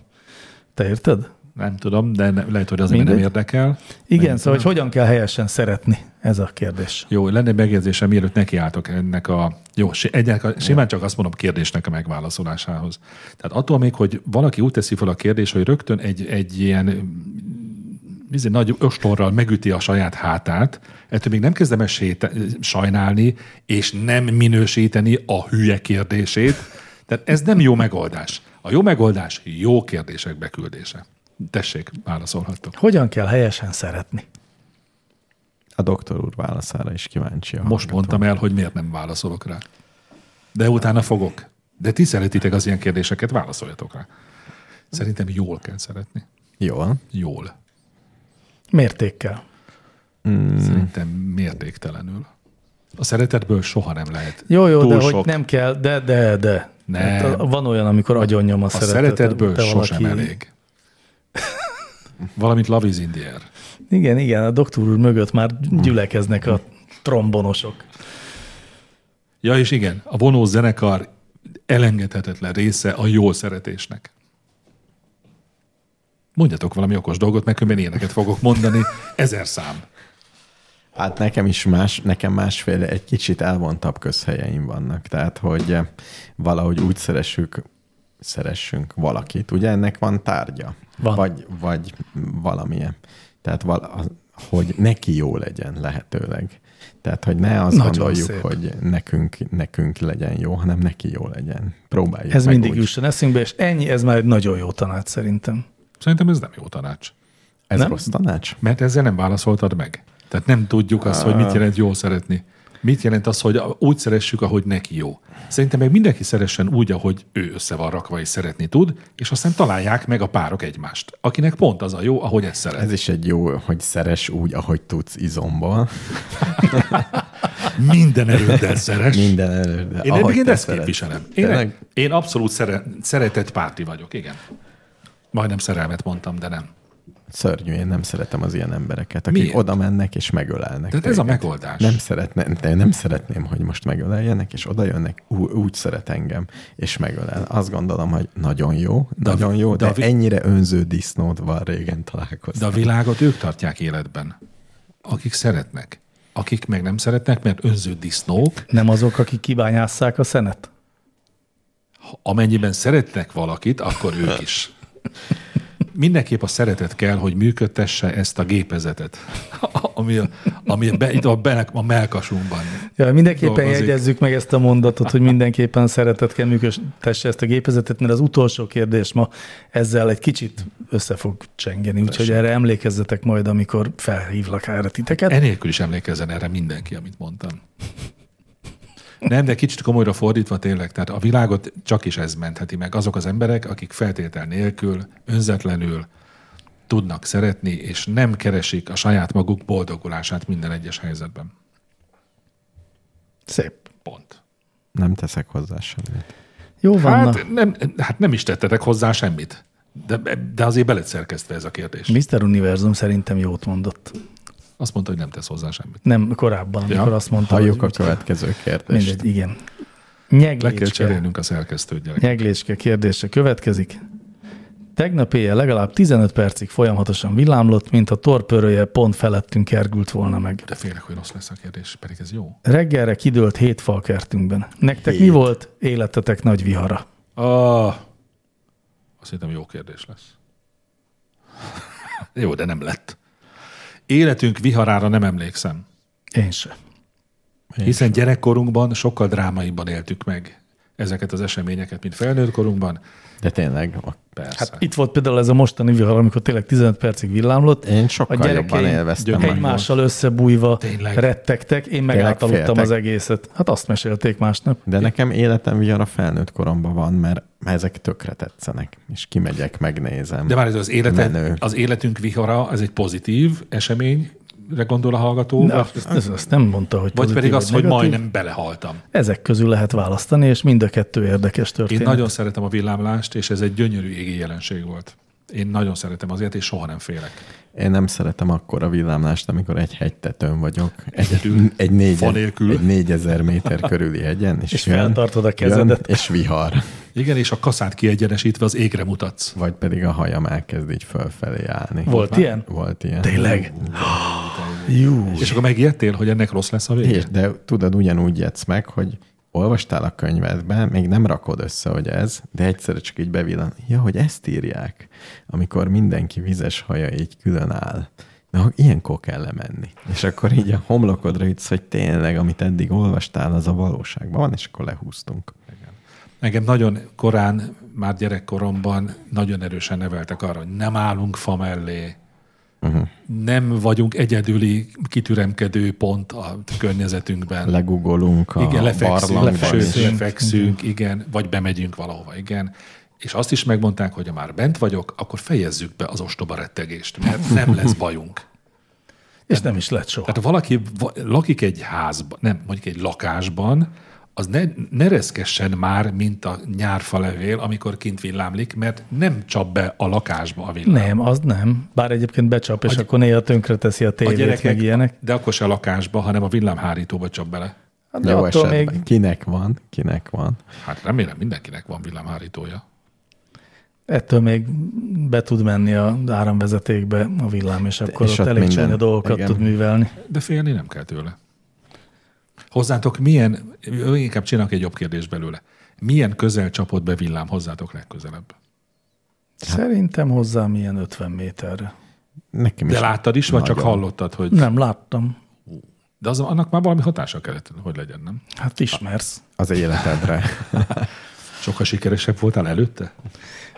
te érted?
Nem tudom, de ne, lehet, hogy azért Mindegy. nem
Mindegy.
érdekel.
Igen, szóval, hogy hogyan kell helyesen szeretni? Ez a kérdés.
Jó, lenne egy megjegyzésem, mielőtt nekiálltok ennek a... Jó, si- egyek, a- simán csak azt mondom kérdésnek a megválaszolásához. Tehát attól még, hogy valaki úgy teszi fel a kérdés, hogy rögtön egy, egy ilyen mm, izé, nagy östorral megüti a saját hátát, ettől még nem kezdem el séta- sajnálni, és nem minősíteni a hülye kérdését. Tehát ez nem jó megoldás. A jó megoldás jó kérdések beküldése. Tessék, válaszolhattok.
Hogyan kell helyesen szeretni?
A doktor úr válaszára is kíváncsi. a
Most
hallgató.
mondtam el, hogy miért nem válaszolok rá. De utána fogok. De ti szeretitek az ilyen kérdéseket, válaszoljatok rá. Szerintem jól kell szeretni.
Jól.
Jól.
Mértékkel.
Szerintem mértéktelenül. A szeretetből soha nem lehet
Jó, jó,
túl
de
sok.
hogy nem kell, de, de, de.
Nem.
Hát a- van olyan, amikor agyonnyom a,
A
szeretetet.
szeretetből
de
sosem elég. Valamint Love is in the air.
Igen, igen, a doktor úr mögött már gyülekeznek a trombonosok.
Ja, és igen, a vonó zenekar elengedhetetlen része a jó szeretésnek. Mondjatok valami okos dolgot, mert különben ilyeneket fogok mondani. Ezer szám.
Hát nekem is más, nekem másfél egy kicsit elvontabb közhelyeim vannak. Tehát, hogy eh, valahogy úgy szeressük, szeressünk valakit. Ugye ennek van tárgya?
Van.
Vagy, vagy valamilyen. Tehát, vala, az- hogy neki jó legyen lehetőleg. Tehát, hogy ne azt
Nagyon
gondoljuk,
szép.
hogy nekünk, nekünk legyen jó, hanem neki jó legyen. Próbáljuk
Ez
meg
mindig
úgy.
jusson eszünkbe, és ennyi, ez már egy nagyon jó tanács szerintem.
Szerintem ez nem jó tanács.
Ez
nem?
rossz tanács?
Mert ezzel nem válaszoltad meg. Tehát nem tudjuk azt, hogy mit jelent jól szeretni. Mit jelent az, hogy úgy szeressük, ahogy neki jó. Szerintem meg mindenki szeressen úgy, ahogy ő össze van rakva és szeretni tud, és aztán találják meg a párok egymást, akinek pont az a jó, ahogy ezt szeret.
Ez is egy jó, hogy szeres úgy, ahogy tudsz izomból.
Minden erőddel szeres.
Minden előre.
Én egyébként ezt képviselem. Én,
Tényleg?
én abszolút szere, szeretett párti vagyok, igen. Majdnem szerelmet mondtam, de nem.
Szörnyű, én nem szeretem az ilyen embereket, akik
Miért?
Miért? oda mennek és megölelnek.
Tehát ez a
téged.
megoldás.
Nem, szeretne, de nem szeretném, hogy most megöleljenek, és oda jönnek, ú, úgy szeret engem, és megölel. Azt gondolom, hogy nagyon jó,
Davi-
nagyon jó, de
Davi-
ennyire önző disznódval régen
De a
találkoztam.
világot ők tartják életben, akik szeretnek. Akik meg nem szeretnek, mert önző disznók,
Nem azok, akik kibányásszák a szenet?
amennyiben szeretnek valakit, akkor ők is. Mindenképp a szeretet kell, hogy működtesse ezt a gépezetet, [LAUGHS] ami, a, ami a, be, itt a, be, a melkasunkban.
Ja, mindenképpen
Dolgozik.
Dolgozik. jegyezzük meg ezt a mondatot, hogy mindenképpen szeretet kell működtesse ezt a gépezetet, mert az utolsó kérdés ma ezzel egy kicsit össze fog csengeni, úgyhogy erre emlékezzetek majd, amikor felhívlak erre titeket.
Enélkül is emlékezzen erre mindenki, amit mondtam. Nem, de kicsit komolyra fordítva tényleg, tehát a világot csak is ez mentheti meg. Azok az emberek, akik feltétel nélkül, önzetlenül tudnak szeretni, és nem keresik a saját maguk boldogulását minden egyes helyzetben.
Szép.
Pont.
Nem teszek hozzá semmit.
Jó van. na.
Hát nem, hát nem is tettetek hozzá semmit, de, de azért beled szerkesztve ez a kérdés.
Mr. Univerzum szerintem jót mondott.
Azt mondta, hogy nem tesz hozzá semmit.
Nem, korábban,
Ja.
amikor azt mondta,
Halljuk a
hogy
következő kérdést.
mindegy, igen.
Le kell
Nyeglécske,
cserélnünk a szerkesztőt, gyerek.
nyeglécske kérdése következik. Tegnap éjjel legalább 15 percig folyamatosan villámlott, mint a torpörője pont felettünk kergült volna meg.
De félek, hogy rossz lesz a kérdés, pedig ez jó.
Reggelre kidőlt hét fal kertünkben. Nektek hét. mi volt életetek nagy vihara?
Ah, azt hittem jó kérdés lesz. jó, de nem lett. Életünk viharára nem emlékszem,
Én se.
hiszen gyerekkorunkban sokkal drámaiban éltük meg ezeket az eseményeket, mint felnőtt korunkban.
De tényleg, a-
Persze.
Hát itt volt például ez a mostani vihar, amikor tényleg 15 percig villámlott.
én sokkal jobban
gyerekeim
élveztem.
gyökeim-
a-
Egymással összebújva
Tényleg.
rettegtek, én meg
Tényleg
átaludtam
féltek?
az egészet. Hát azt mesélték másnap.
De nekem életem vihar a felnőtt koromban van, mert ezek tökre tetszenek, és kimegyek, megnézem.
De már az,
Menő.
élete, az életünk vihara, ez egy pozitív esemény, gondol a hallgató,
Na,
vagy,
azt, azt, azt nem mondta, hogy
vagy
pozitív,
pedig az, hogy
negatív.
majdnem belehaltam.
Ezek közül lehet választani, és mind a kettő érdekes
Én
történet.
nagyon szeretem a villámlást, és ez egy gyönyörű égi jelenség volt. Én nagyon szeretem azért, és soha nem félek.
Én nem szeretem akkor a villámlást, amikor egy hegytetőn vagyok.
Egyedül?
Egy, egy, négy,
Fa nélkül?
egy négyezer méter körüli hegyen, és,
És feltartod a kezedet.
Jön, és vihar.
Igen, és a kaszát kiegyenesítve az égre mutatsz.
Vagy pedig a hajam elkezd így fölfelé állni.
Volt
Már-
ilyen?
Volt ilyen.
Tényleg? Jú.
És akkor megijedtél, hogy ennek rossz lesz a vége?
És, de tudod, ugyanúgy jetsz meg, hogy olvastál a könyvedbe, még nem rakod össze, hogy ez, de egyszerre csak így bevillan. Ja, hogy ezt írják, amikor mindenki vizes haja így külön áll. Na, ilyenkor kell lemenni. És akkor így a homlokodra ütsz, hogy tényleg, amit eddig olvastál, az a valóságban van, és akkor lehúztunk.
Engem nagyon korán, már gyerekkoromban nagyon erősen neveltek arra, hogy nem állunk fa mellé, uh-huh. nem vagyunk egyedüli kitüremkedő pont a környezetünkben.
Legugolunk a
igen, lefekszünk,
barlangban.
lefeksőt,
is.
lefekszünk, igen, vagy bemegyünk valahova, igen. És azt is megmondták, hogy ha már bent vagyok, akkor fejezzük be az ostoba rettegést, mert nem lesz bajunk.
És nem is lett soha.
Tehát ha valaki va- lakik egy házban, nem, mondjuk egy lakásban, az ne, ne reszkessen már, mint a nyárfa levél, amikor kint villámlik, mert nem csap be a lakásba a villám.
Nem, az nem. Bár egyébként becsap, és akkor néha tönkre teszi a
a
tévét,
gyerekek,
meg ilyenek.
de akkor se a lakásba, hanem a villámhárítóba csap bele.
Hát De
Jó
attól
esetben.
még
Még... Kinek van, kinek van.
Hát remélem mindenkinek van villámhárítója.
ettől még be tud menni az áramvezetékbe a villám, és akkor
És
és ott
ott
elég
minden,
csúnya dolgokat igen.
igen. Hát-
tud művelni.
De félni nem kell tőle. Hozzátok milyen, inkább csinálok egy jobb kérdést belőle. Milyen közel csapott be villám hozzátok legközelebb?
Szerintem hozzá milyen 50 méterre.
Nekem
De
is
láttad is, vagy csak
nagyon.
hallottad, hogy...
Nem láttam.
De az, annak már valami hatása kellett, hogy legyen, nem?
Hát ismersz.
az életedre.
[LAUGHS] Sokkal sikeresebb voltál előtte?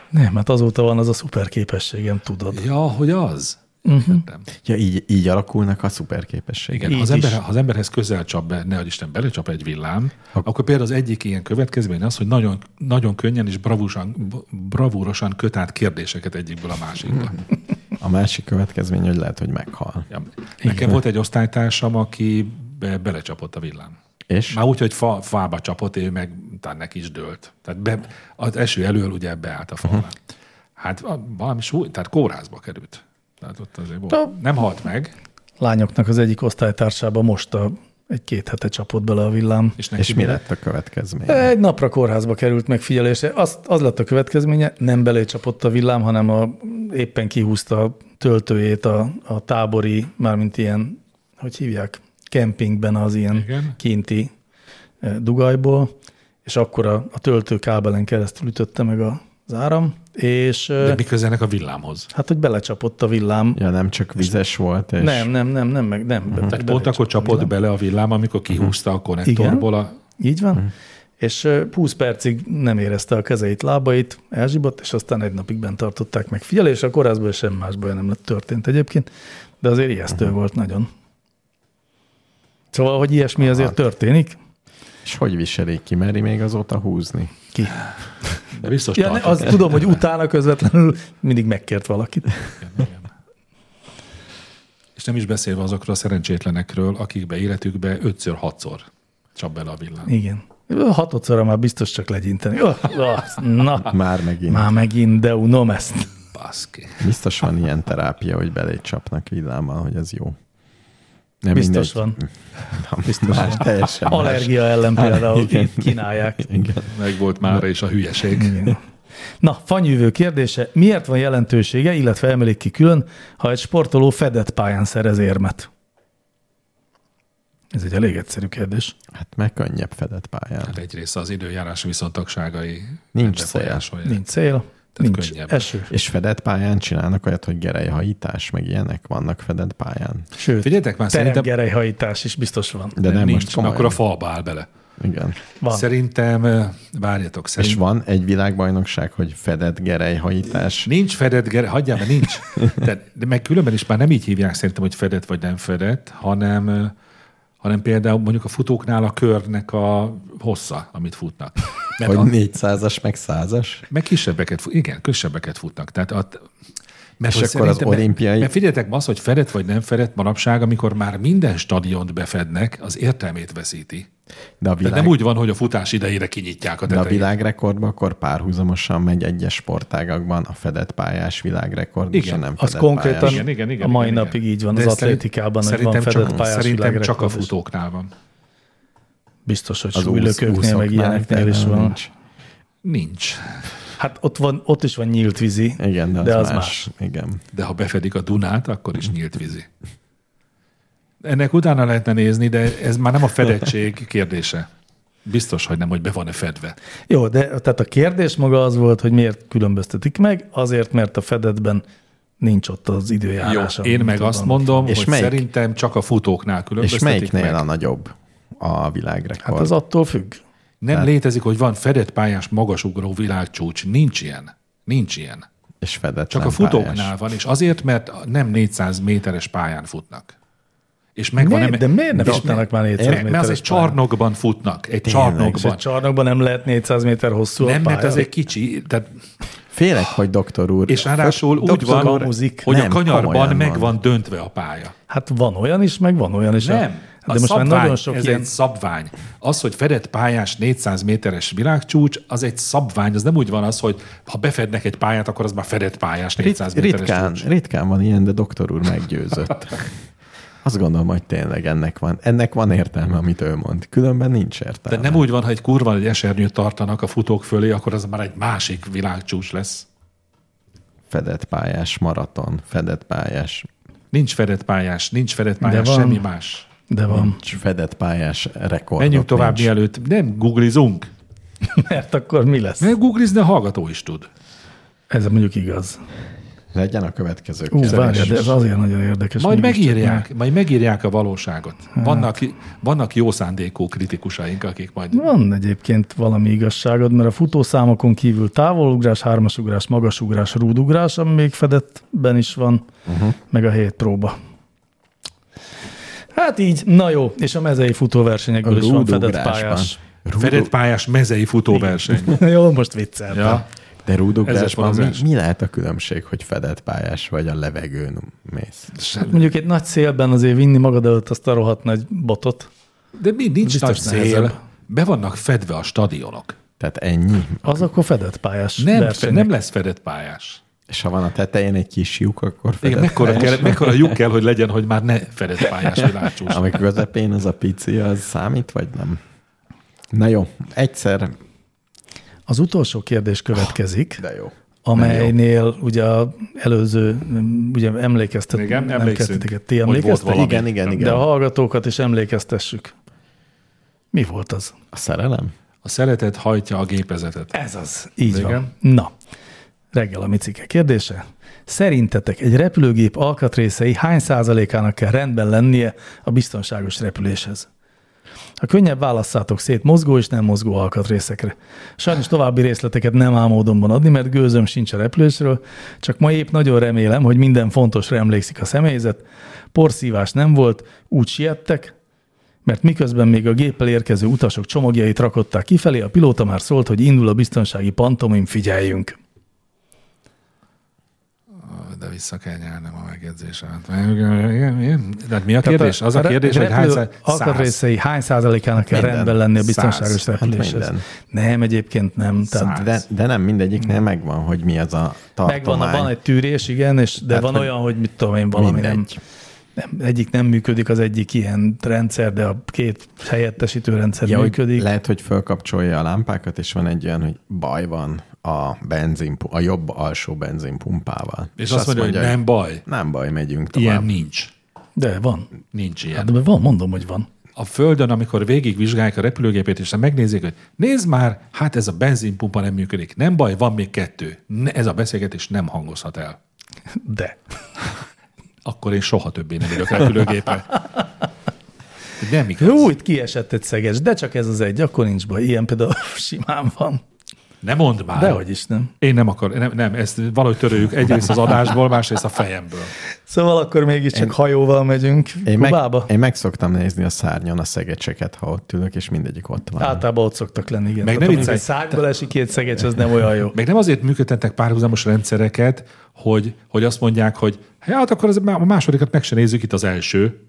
Nem, hát azóta van az a szuper képességem, tudod.
Ja, hogy az? Uh-huh.
Ja, így, így alakulnak a szuperképességek.
Igen, ha
Így
az, ember,
is.
ha az emberhez közel csap be, ne adj Isten, belecsap egy villám, akkor például az egyik ilyen következmény az, hogy nagyon, nagyon könnyen és bravúsan, bravúrosan köt át kérdéseket egyikből a másikba.
A másik következmény, hogy lehet, hogy meghal.
Ja. Nekem volt egy osztálytársam, aki be, belecsapott a villám.
És?
Már úgy, hogy fa, fába csapott, ő meg utána neki is dőlt. Tehát be, az eső elől ugye beállt a
Mhm.
falra. Uh-huh. Hát a- valami súly, tehát kórházba került. Tehát ott azért volt. Nem halt meg,
Lányoknak az egyik osztálytársába most a, egy-két hete csapott bele a villám.
és neki
És mi
bele-
lett a következmény?
Egy napra kórházba került megfigyelése. Az, az lett a következménye, nem belé csapott a villám, hanem a, éppen kihúzta a töltőjét a, a tábori, mármint ilyen, hogy hívják, kempingben az ilyen
Igen.
kinti eh, dugajból, és akkor a, a töltőkábelen keresztül ütötte meg a, az áram, és
De
eh,
mi köze ennek a villámhoz?
hát, hogy belecsapott a villám.
Ja, nem csak vizes volt, és Mhm.
Nem, nem, nem, nem, meg nem. be-
Tehát
belecsapott
pont akkor
a
csapott
villám.
bele a villám, amikor
Mhm.
kihúzta a konnektorból a...
Így van.
Mhm.
És ö, 20 percig nem érezte a kezeit, lábait, elzsibott, és aztán egy napig bent tartották meg figyelés, a korászban sem más baj nem lett történt egyébként, de azért ijesztő
Mhm.
volt nagyon. Szóval, hogy
Hát.
ilyesmi azért történik?
és hogy viselik ki, meri még azóta húzni?
Ki?
De biztos
Ja, ne,
tartott.
azt tudom, hogy utána közvetlenül mindig megkért valakit.
És nem is beszélve azokról a szerencsétlenekről, akikbe életükbe ötször, hatszor csap bele a villám.
Igen. Hatodszorra már biztos csak legyinteni. Öh, öh, Na,
Már megint. Már.
már megint, de unom ezt.
Baszki.
Biztos van ilyen terápia, hogy belé csapnak villámmal, hogy az jó. Nem
Biztos van.
van. Biztos más, van. Teljesen más.
Allergia ellen például
Igen.
kínálják.
Igen.
Meg volt már is a hülyeség.
Igen. Na, fanyűvő kérdése, miért van jelentősége, illetve emelik ki külön, ha egy sportoló fedett pályán szerez érmet? Ez egy elég egyszerű kérdés.
Hát meg könnyebb fedett pályán.
Hát egyrészt az időjárás viszontagságai
Nincs
befolyásolják.
Nincs cél, nincs
könnyebb.
eső.
És fedett pályán csinálnak olyat, hogy gerejhajítás, meg ilyenek vannak fedett pályán.
Sőt,
Figyeljetek már, szerintem
teremgerejhajítás is biztos van.
De nem, nem
nincs,
most komolyan.
akkor a falba áll bele.
Igen.
Van.
Szerintem, eh, várjatok,
És
szerintem
van egy világbajnokság, hogy fedett gerejhajítás.
nincs fedett, ger- hagyjál, mert [LAUGHS] nincs. De, de meg különben is már nem így hívják szerintem, hogy fedett vagy nem fedett, hanem, eh, hanem például mondjuk a futóknál a körnek a hossza, amit futnak. Mert
Hogy
a,
400-as, meg 100-as.
meg kisebbeket, fu- igen, kisebbeket futnak. Tehát a, Mert
És
hogy
akkor az
szerintem-
olimpiai-
Mert figyeljetek, ma az, hogy fedett vagy nem fedett manapság, amikor már minden stadiont befednek, az értelmét veszíti.
De a,
Tehát
világ,
nem úgy van, hogy a futás idejére kinyitják a
de a
tetejét.
világrekordban akkor párhuzamosan megy egyes sportágakban a fedett pályás világrekord, és
Igen,
a nem
Az
fedett
konkrétan
pályás.
Igen, igen, igen,
a mai
igen, igen.
napig így van
De
az
szerint-
atlétikában, hogy van
szerintem
fedett
csak-
pályás
Szerintem csak a
világrekord is.
futóknál van.
Biztos, hogy
Az úsz-
súlylökőknél, meg
úszoknál
ilyeneknél is
például
van.
nincs.
Nincs.
Hát ott, van, ott is van nyílt vízi,
Igen, de az,
de
más. más. Igen.
De ha befedik a Dunát, akkor is nyílt vízi. Ennek utána lehetne nézni, de ez már nem a fedettség kérdése. Biztos, hogy nem, hogy be van-e fedve.
Jó, de tehát a kérdés maga az volt, hogy miért különböztetik meg, azért, mert a fedetben nincs ott az
Jó,
időjárás.
én
amit
meg
tudom.
azt mondom,
És
és hogy
melyik-
szerintem csak a futóknál
És
különböztetik
melyiknél
meg.
a nagyobb a világrekord?
Hát az attól függ. Hát-
Nem létezik, hogy van fedett pályás magasugró világcsúcs. Nincs ilyen. Nincs ilyen.
és fedett
Csak a futóknál van, és azért, mert nem 400 méteres pályán futnak. És meg van,
Miért? De miért nem
és
futnának már 400
Mert mert az
méteres
egy csarnokban futnak, egy
És egy
csarnokban.
csarnokban nem lehet 400 méter hosszú a
Nem,
pálya.
mert az egy kicsi, tehát
Félek, hogy doktor úr.
És ráadásul úgy
Doktor
van,
úr,
kamuzik.
hogy
nem,
a kanyarban
komolyan
meg
van.
van döntve a pálya.
Hát van olyan is, meg van olyan is.
Nem.
De most már nagyon sok
ez
ilyen...
egy szabvány. Az, hogy fedett pályás 400 méteres világcsúcs, az egy szabvány. Az nem úgy van az, hogy ha befednek egy pályát, akkor az már fedett pályás 400
Rit-
méteres
ritkán,
csúcs.
ritkán van ilyen, de doktor úr
[LAUGHS]
meggyőzött. Azt gondolom, hogy tényleg ennek van, ennek van értelme, amit ő mond. Különben nincs
De
értelme.
nem úgy van, ha egy kurva egy esernyőt tartanak a futók fölé, akkor az már egy másik világcsúcs lesz.
Fedett pályás maraton, fedett pályás,
Nincs fedett pályás, nincs fedett pályás,
van.
semmi más.
De van.
[LAUGHS]
nincs fedett pályás rekord.
Menjünk tovább mielőtt. Nem googlizunk.
Mert akkor mi lesz?
Nem googlizni a hallgató is tud.
Ez mondjuk igaz.
Legyen a következő
Ú,
kérdés.
várja, de ez azért nagyon érdekes.
Majd
mégis csak
megírják, majd megírják a valóságot. Vannak, vannak jó szándékú kritikusaink, akik majd...
Van egyébként valami igazságod, mert a futószámokon kívül távolugrás, hármasugrás, magasugrás, rúdugrás, ami még fedettben is van, uh-huh. meg a hét próba. Hát így, na jó, és a mezei futóversenyekből is van fedett
Rúdugrásban.
pályás. [LAUGHS]
Rúdu-
Fedett pályás mezei futóverseny.
jó, most vicceltem. Ja.
Ja.
De
Ez egy
rúdugrásban mi,
vonzás.
mi lehet a különbség, hogy fedett pályás vagy a levegőn mész?
Mondjuk egy nagy szélben azért vinni magad előtt azt a rohadt nagy botot.
De mi nincs
Biztos
nagy
nehezebb.
szél. Be vannak fedve a stadionok.
Tehát ennyi.
Az akkor fedett pályás
Nem, fe,
versenyek.
nem lesz fedett pályás.
És ha van a tetején egy kis lyuk, akkor fedett
Igen, mekkora,
pályás.
kell, mekkora lyuk kell, hogy legyen, hogy már ne fedett [LAUGHS] pályás világcsúcs.
Amikor közepén az a pici, az számít, vagy nem? Na jó, egyszer,
Az utolsó kérdés következik.
Ah, de jó.
amelynél ugye a előző, m, ugye emlékeztet,
Igen,
nem
emlékszünk,
kezdtétek el. ti
hogy
emlékeztek?
volt valami.
Igen, igen, igen.
De a hallgatókat is emlékeztessük. Mi volt az?
A szerelem?
A szeretet hajtja a gépezetet.
Ez az. Így
Igen.
van. Na, reggel a micike kérdése. Szerintetek egy repülőgép alkatrészei hány százalékának kell rendben lennie a biztonságos repüléshez? A könnyebb válasszátok szét mozgó és nem mozgó alkatrészekre. Sajnos további részleteket nem álmódomban adni, mert gőzöm sincs a repülésről, csak ma épp nagyon remélem, hogy minden fontosra emlékszik a személyzet. Porszívás nem volt, úgy siettek, mert miközben még a géppel érkező utasok csomagjait rakották kifelé, a pilóta már szólt, hogy indul a biztonsági pantomim, figyeljünk.
De vissza kell nyelnem a megjegyzésemet. Igen, igen, igen. De hát mi a kérdés? Az a
re-
kérdés, hogy hány
repülő
szá- száz.
Alkatrészei hány százalékának kell
Minden.
rendben lenni a
Száz.
biztonságos
Hát
repüléshez?
minden.
nem, egyébként nem. Tehát
Száz.
De, de nem mindegyiknél megvan, hogy mi az a tartomány.
megvan, van egy tűrés, igen, és, de
Hát,
hát, van
hogy
olyan, hogy mit tudom én, valami nem,
mindegy.
nem, egyik nem működik, az egyik ilyen rendszer, de a két helyettesítő rendszer
Ja, hogy
működik.
lehet, hogy fölkapcsolja a lámpákat, és van egy olyan, hogy baj van a benzin, a jobb alsó benzinpumpával.
És azt mondja, hogy nem baj.
Nem baj, megyünk tovább.
Ilyen nincs.
De van.
Nincs ilyen.
Hát, de van, mondom, hogy van.
a Földön, amikor végigvizsgálják a repülőgépét, és megnézik, hogy nézd már, hát ez a benzinpumpa nem működik. Nem baj, van még kettő. Ne, ez a beszélgetés nem hangozhat el.
De.
Akkor én soha többé nem ülök repülőgépen. Nem igaz.
Jó, itt kiesett egy szeges, de csak ez az egy, akkor nincs baj. Ilyen például [LAUGHS] simán van.
Ne mondd már.
Dehogy is, nem?
Én nem akar, nem, nem, ezt valahogy töröljük egyrészt az adásból, másrészt a fejemből.
Szóval akkor mégiscsak hajóval megyünk
Én meg,
Kubába.
én meg szoktam nézni a szárnyon a szegecseket, ha ott ülök, és mindegyik ott van.
Hát,
Általában ott szoktak lenni, igen.
Meg
Tehát
ne
amikor
viccelj.
egy szákból esik két szegecs, az nem olyan jó.
Meg nem azért működtetnek párhuzamos rendszereket, hogy, hogy azt mondják, hogy hát akkor ez a másodikat meg se nézzük, itt az első,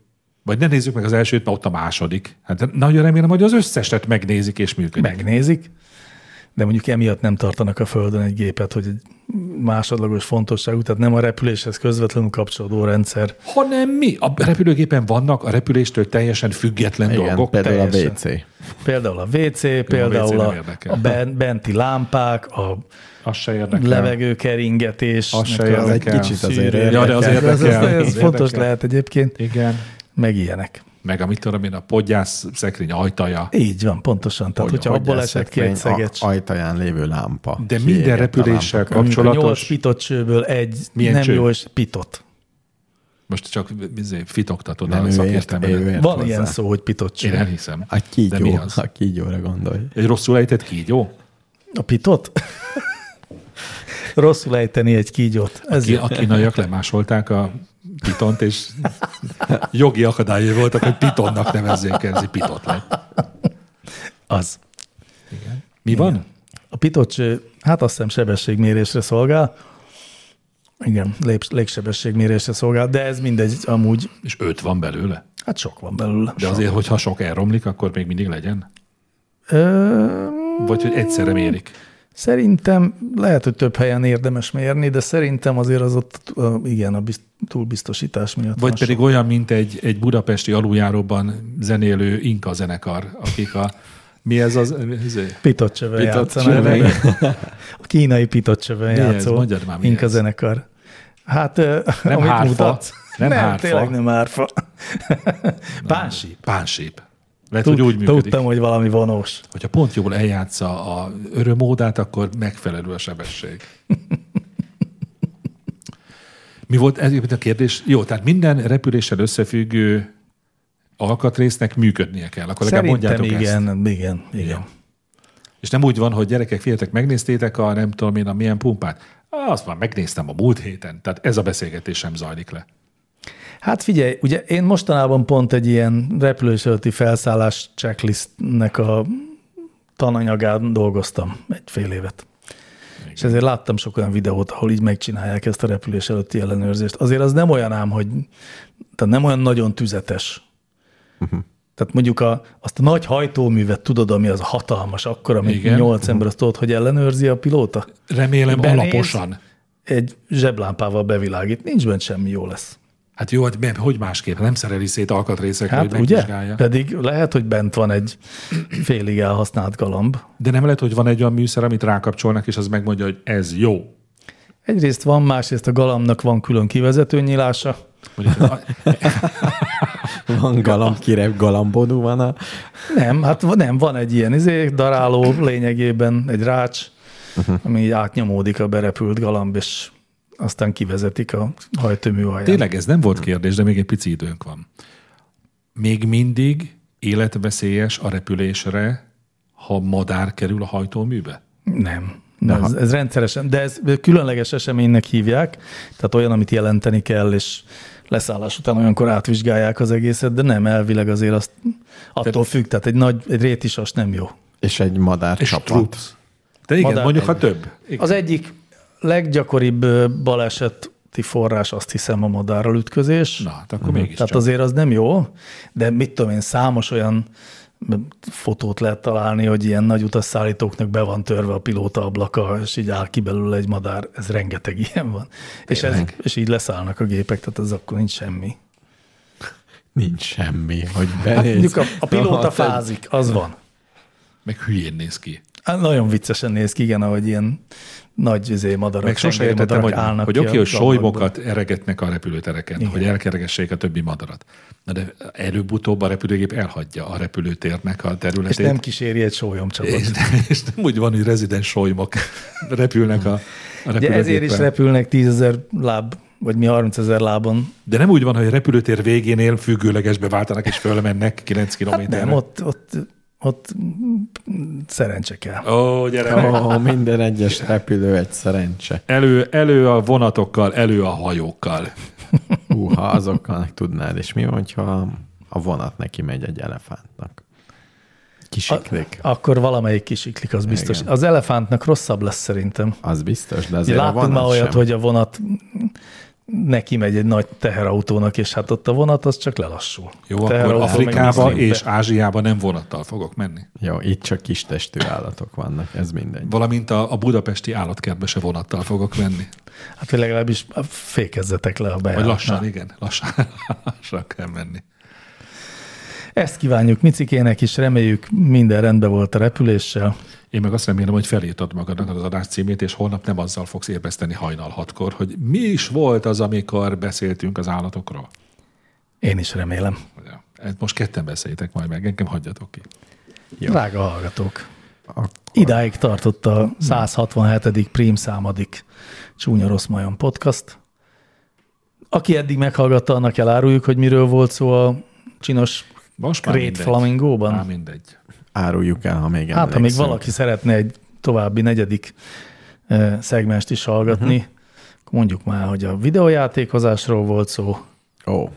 vagy ne nézzük meg az elsőt, mert ott a második. Hát nagyon remélem, hogy az összeset megnézik és működik.
Megnézik, de mondjuk emiatt nem tartanak a földön egy gépet, hogy egy másodlagos fontosságú, tehát nem a repüléshez közvetlenül kapcsolódó rendszer.
Hanem mi? A repülőgépen vannak a repüléstől teljesen független
Igen,
dolgok.
például
teljesen.
a WC.
Például a WC, például
WC
a,
nem érdekel.
a ben- benti lámpák, a
Azt se érdekel.
levegőkeringetés.
Azt se
nek a-
Egy
érdekel.
kicsit azért
Szűrő.
érdekel.
Ja, de az
Ez, ez,
érdekel.
ez
Az
fontos
érdekel.
lehet egyébként,
Igen.
meg ilyenek.
Meg amit tudom én, a podgyász szekrény ajtaja.
Így van, pontosan. Tehát,
Hogy-
hogyha
hogy
abból
a
esett
szekrény
két szegecs,
a- ajtaján lévő lámpa.
De
Kiégett
minden
a
repüléssel
lámpa.
mondjuk a nyolc
kapcsolatos,
pitott csőből egy
Milyen
nem
cső?
jó, és pitott.
most csak izé, fitoktatod
Nem,
a
ő ért,
szakértelmet.
ő ért
Van
hozzá.
ilyen szó, hogy pitott
Én
cső.
elhiszem.
A
De mi
kígyó,
az?
a kígyóra gondolj.
Egy rosszul ejtett kígyó?
A pitot? Rosszul ejteni egy kígyót. Ez
Ki, a kínaiak lemásolták a pitont, és jogi akadályai voltak, hogy pitonnak nevezzék el, ez egy pitot lett.
az.
Mi van?
A pitott cső, hát azt hiszem sebességmérésre szolgál. Igen, lép- légsebességmérésre szolgál, de ez mindegy, amúgy,
És öt van belőle.
hát sok van belőle.
De azért, hogyha sok elromlik, akkor még mindig legyen?
Ö,
Vagy hogy egyszerre mérik?
Szerintem lehet, hogy több helyen érdemes mérni, de szerintem azért az ott, ö, igen, a bizt- túlbiztosítás miatt. van
Vagy pedig
sok.
olyan, mint egy, egy budapesti aluljáróban zenélő inka zenekar, akik a... Mi ez az? ez- ez-
Pitott csövön
Pitott
játszanak.
csövön.
[LAUGHS] A kínai pitott csövön
Mi ez?
játszó.
Mondjad már, mi
Inka
ez?
zenekar. Hát, nem [LAUGHS] amit
hárfa.
mutatsz.
Nem
Nem, nem
hárfa.
tényleg nem hárfa. Pánsíp.
Pánsép. Lehet,
Tud,
hogy úgy működik.
Tudtam, hogy valami vonós.
Hogyha pont jól eljátsza a örömódát, akkor megfelelő a sebesség. Mi volt egyébként a kérdés? Jó, tehát minden repüléssel összefüggő alkatrésznek működnie kell. Akkor legalább
Szerintem
mondjátok
igen,
ezt.
igen, igen, igen.
És nem úgy van, hogy gyerekek, figyeljetek, megnéztétek a nem tudom én a milyen pumpát? Á, Azt már megnéztem a múlt héten, tehát ez a beszélgetés sem zajlik le.
Hát figyelj, ugye én mostanában pont egy ilyen repülős előtti felszállás checklistnek a tananyagán dolgoztam egy fél évet. Igen. És ezért láttam sok olyan videót, ahol így megcsinálják ezt a repülés előtti ellenőrzést. Azért az nem olyan ám, hogy tehát nem olyan nagyon tüzetes. Tehát mondjuk a, azt a nagy hajtóművet tudod, ami az hatalmas, akkor, amit
Igen.
nyolc ember azt tudod, hogy ellenőrzi a pilóta?
Remélem
Benéz.
alaposan.
Egy zseblámpával bevilágít, nincs benne semmi, jó lesz.
Hát jó, hát hogy másképp, nem szereli szét alkatrészekre, hát,
Hát
hogy
ugye?
megvizsgálja.
Pedig lehet, hogy bent van egy félig elhasznált galamb.
De nem lehet, hogy van egy olyan műszer, amit rákapcsolnak, és az megmondja, hogy ez jó.
Egyrészt van, másrészt a galambnak van külön kivezető nyílása.
Mondjuk, a-
[LAUGHS]
Van galamb, kirep, galambodú van a...
Nem, hát va- nem, van egy ilyen izé, daráló lényegében, egy rács, ami így átnyomódik a berepült galamb, és aztán kivezetik a hajtómű alján.
tényleg ez nem volt kérdés, de még egy pici időnk van. Még mindig életveszélyes a repülésre, ha madár kerül a hajtóműbe?
Nem. nem ez, ez rendszeresen, de ez különleges eseménynek hívják, tehát olyan, amit jelenteni kell, és leszállás után olyankor átvizsgálják az egészet, de nem, elvileg azért azt attól tehát, függ, tehát egy nagy, egy rétisas nem jó.
És egy madár
És
csapat.
trup. De igen,
Madár
mondjuk, ha
kerül.
több. Igen.
Az egyik leggyakoribb ö, baleseti forrás azt hiszem a madárral ütközés.
Na, hát akkor mégis
Mhm. Tehát
csak.
azért az nem jó, de mit tudom én, számos olyan fotót lehet találni, hogy ilyen nagy utasszállítóknak be van törve a pilóta ablaka, és így áll ki belőle egy madár, ez rengeteg ilyen van. És, ez, és így leszállnak a gépek, tehát ez akkor nincs semmi.
Nincs semmi, hogy
Hát,
benéz.
Mondjuk a,
[LAUGHS]
a pilóta fázik, az van.
Meg hülyén néz ki.
Hát Nagyon viccesen néz ki, igen, ahogy ilyen nagy izé, madarak,
Meg sose
tengeri
értettem,
madarak
hogy,
állnak
hogy
ki
oké,
a
hogy
gablakból.
solymokat eregetnek a repülőtereken, igen. hogy elkeregessék a többi madarat. Na de előbb-utóbb a repülőgép elhagyja a repülőtérnek a
És
területét.
nem kíséri egy sólyomcsapat.
És, nem- [LAUGHS] és nem úgy van, hogy rezidens solymok [LAUGHS] repülnek a, a
Ugye ezért is
repülőgépen.
repülnek 10 ezer láb, vagy mi 30 ezer lábon.
De nem úgy van, hogy a repülőtér végénél függőlegesbe váltanak és fölmennek 9
Hát
kilométerre.
nem, ott, ott ott mm, szerencse kell.
Ó, gyere!
Ó, oh, minden egyes repülő egy szerencse.
Elő, elő a vonatokkal, elő a hajókkal.
Húha, azokkal meg tudnád. És mi van, ha a vonat neki megy egy elefántnak? Kisiklik.
Akkor valamelyik kisiklik, az biztos.
Igen.
Az elefántnak rosszabb lesz szerintem.
Az biztos, de
Ugye
azért a
láttunk
vonat
már olyat,
sem.
hogy a vonat neki megy egy nagy teherautónak, és hát ott a vonat az csak lelassul.
Jó, akkor
Teherautó meg
Afrikába
mindig
és
be-
Ázsiába nem vonattal fogok menni.
Jó, itt csak kis testű állatok vannak, ez mindegy.
Valamint a, a budapesti állatkertbe se vonattal fogok menni.
Hát hogy legalábbis fékezzetek le a
Vagy
bejáratnál.
lassan, igen, lassan, [LAUGHS] lassan kell menni.
Ezt kívánjuk Micikének is, reméljük minden rendben volt a repüléssel.
Én meg azt remélem, hogy felírtad magadnak az adás címét, és holnap nem azzal fogsz ébreszteni hajnal hatkor, hogy mi is volt az, amikor beszéltünk az állatokról.
Én is remélem.
Ugye, ezt Most ketten beszéljétek majd meg, engem hagyjatok ki.
Jó. Drága hallgatók,
Akkor
idáig tartott a 167. prímszámadik Csúnya Rossz Majom podcast. Aki eddig meghallgatta, annak eláruljuk, hogy miről volt szó a csinos
Most már
Krét
mindegy.
Flamingóban.
Már mindegy.
áruljuk el, ha még
Hát, ha még
emlékszünk.
valaki szeretne egy további negyedik eh, szegmest is hallgatni,
Mhm.
uh-huh. mondjuk már, hogy a videójátékozásról volt szó,
Ó,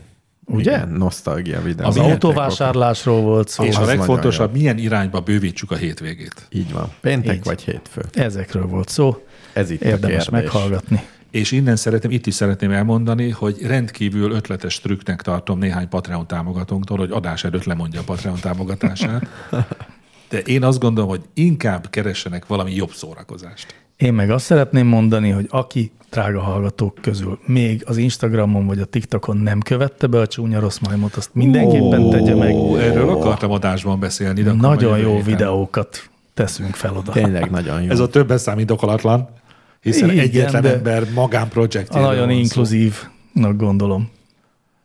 Ugye?
igen, nosztalgia videó.
az
Játékok.
autóvásárlásról volt szó,
És a
az
legfontosabb, milyen irányba bővítsük a hétvégét.
Így van. Péntek
Így.
Így. vagy hétfő.
ezekről volt szó.
Ez itt a
Érdemes
kérdés.
meghallgatni.
És innen szeretném, itt is szeretném elmondani, hogy rendkívül ötletes trükknek tartom néhány Patreon támogatónktól, hogy adás előtt lemondja a Patreon támogatását. De én azt gondolom, hogy inkább keressenek valami jobb szórakozást.
Én meg azt szeretném mondani, hogy aki drága hallgatók közül még az Instagramon vagy a TikTokon nem követte be a csúnya rossz majmot, azt mindenképpen tegye meg.
Ó, erről akartam adásban beszélni. De akkor
Nagyon
majd jövő
jó
héten.
videókat teszünk fel oda.
Tényleg nagyon jó.
Ez a többen számít okolatlan, hiszen
Igen,
Igen, egyetlen
de-
ember
A
magánprojektjéről
nagyon
van szó.
inkluzívnak gondolom.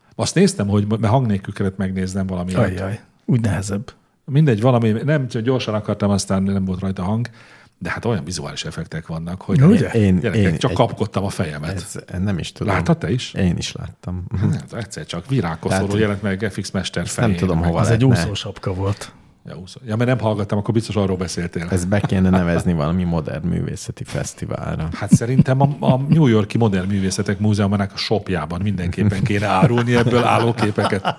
Azt
Azt néztem, hogy mert hang nélkül kellett megnéznem valami. Hát
Ajjaj, úgy nehezebb.
Mindegy, valami, nem csak gyorsan akartam, aztán nem volt rajta hang, de hát olyan vizuális effektek vannak, hogy
Na, ugye?
én,
Én-
gyerekek, én,
én
csak
egy-
kapkodtam a fejemet. Ez,
Ez, nem is tudom.
Láttad te is?
Én is láttam.
Hát, egyszer csak virágkoszorú
Tehát-
jelent meg FX Mester fején.
tudom, hova
Az egy
lehetne.
úszósapka volt.
Ja, úszó. ja, mert nem hallgattam, akkor biztos arról beszéltél. Ez...
Ez be kéne nevezni valami modern művészeti fesztiválra.
Hát szerintem a, a New Yorki Modern Művészetek Múzeumának a shopjában mindenképpen kéne árulni ebből állóképeket.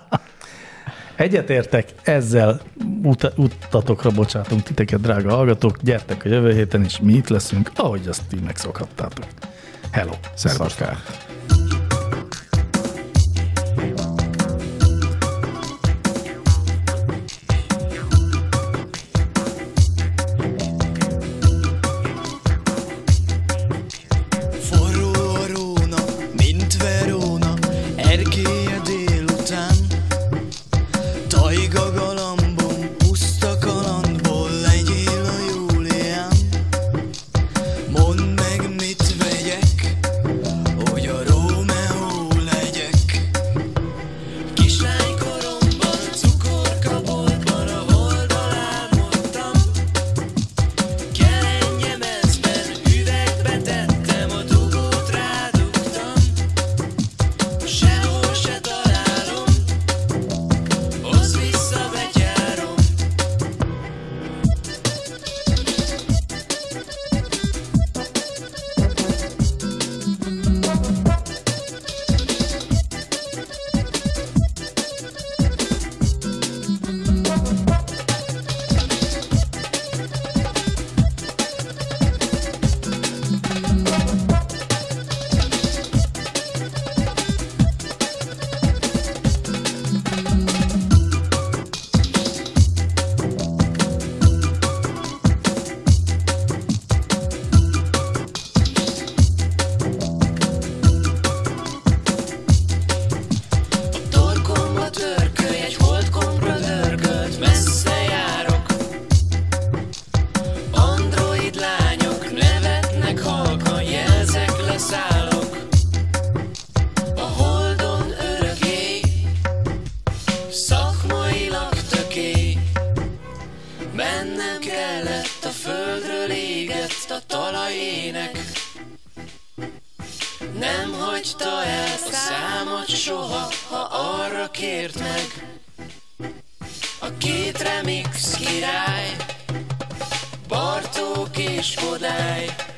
Egyetértek, ezzel ut- utatokra bocsátunk titeket, drága hallgatók. Gyertek a jövő héten, és mi itt leszünk, ahogy azt ti megszokhattátok. Hello!
Szakár.
Forró a Róna, mint Verona, Erkélye délután. Tajga galambom, puszta kalandból, legyél a Júlián. Mondd meg, mit vegyek, hogy a Rómeó legyek. Kislánykoromban, cukorkaboltban a holdal álmodtam, Kelengyemezben üvegbe tettem, a dugót rádugtam Sehol se találom, hozz vissza, begyárom A torkomba törkölj, egy holdkombra dörgölt, messze járok Android lányok nevetnek halkan, jelzek, leszállok A holdon örökké, szakmailag töké Mennem kellett a földről égett a talajének nem hagyta el a számot soha, ha arra kért meg. A Két remix király Bartók és Kodály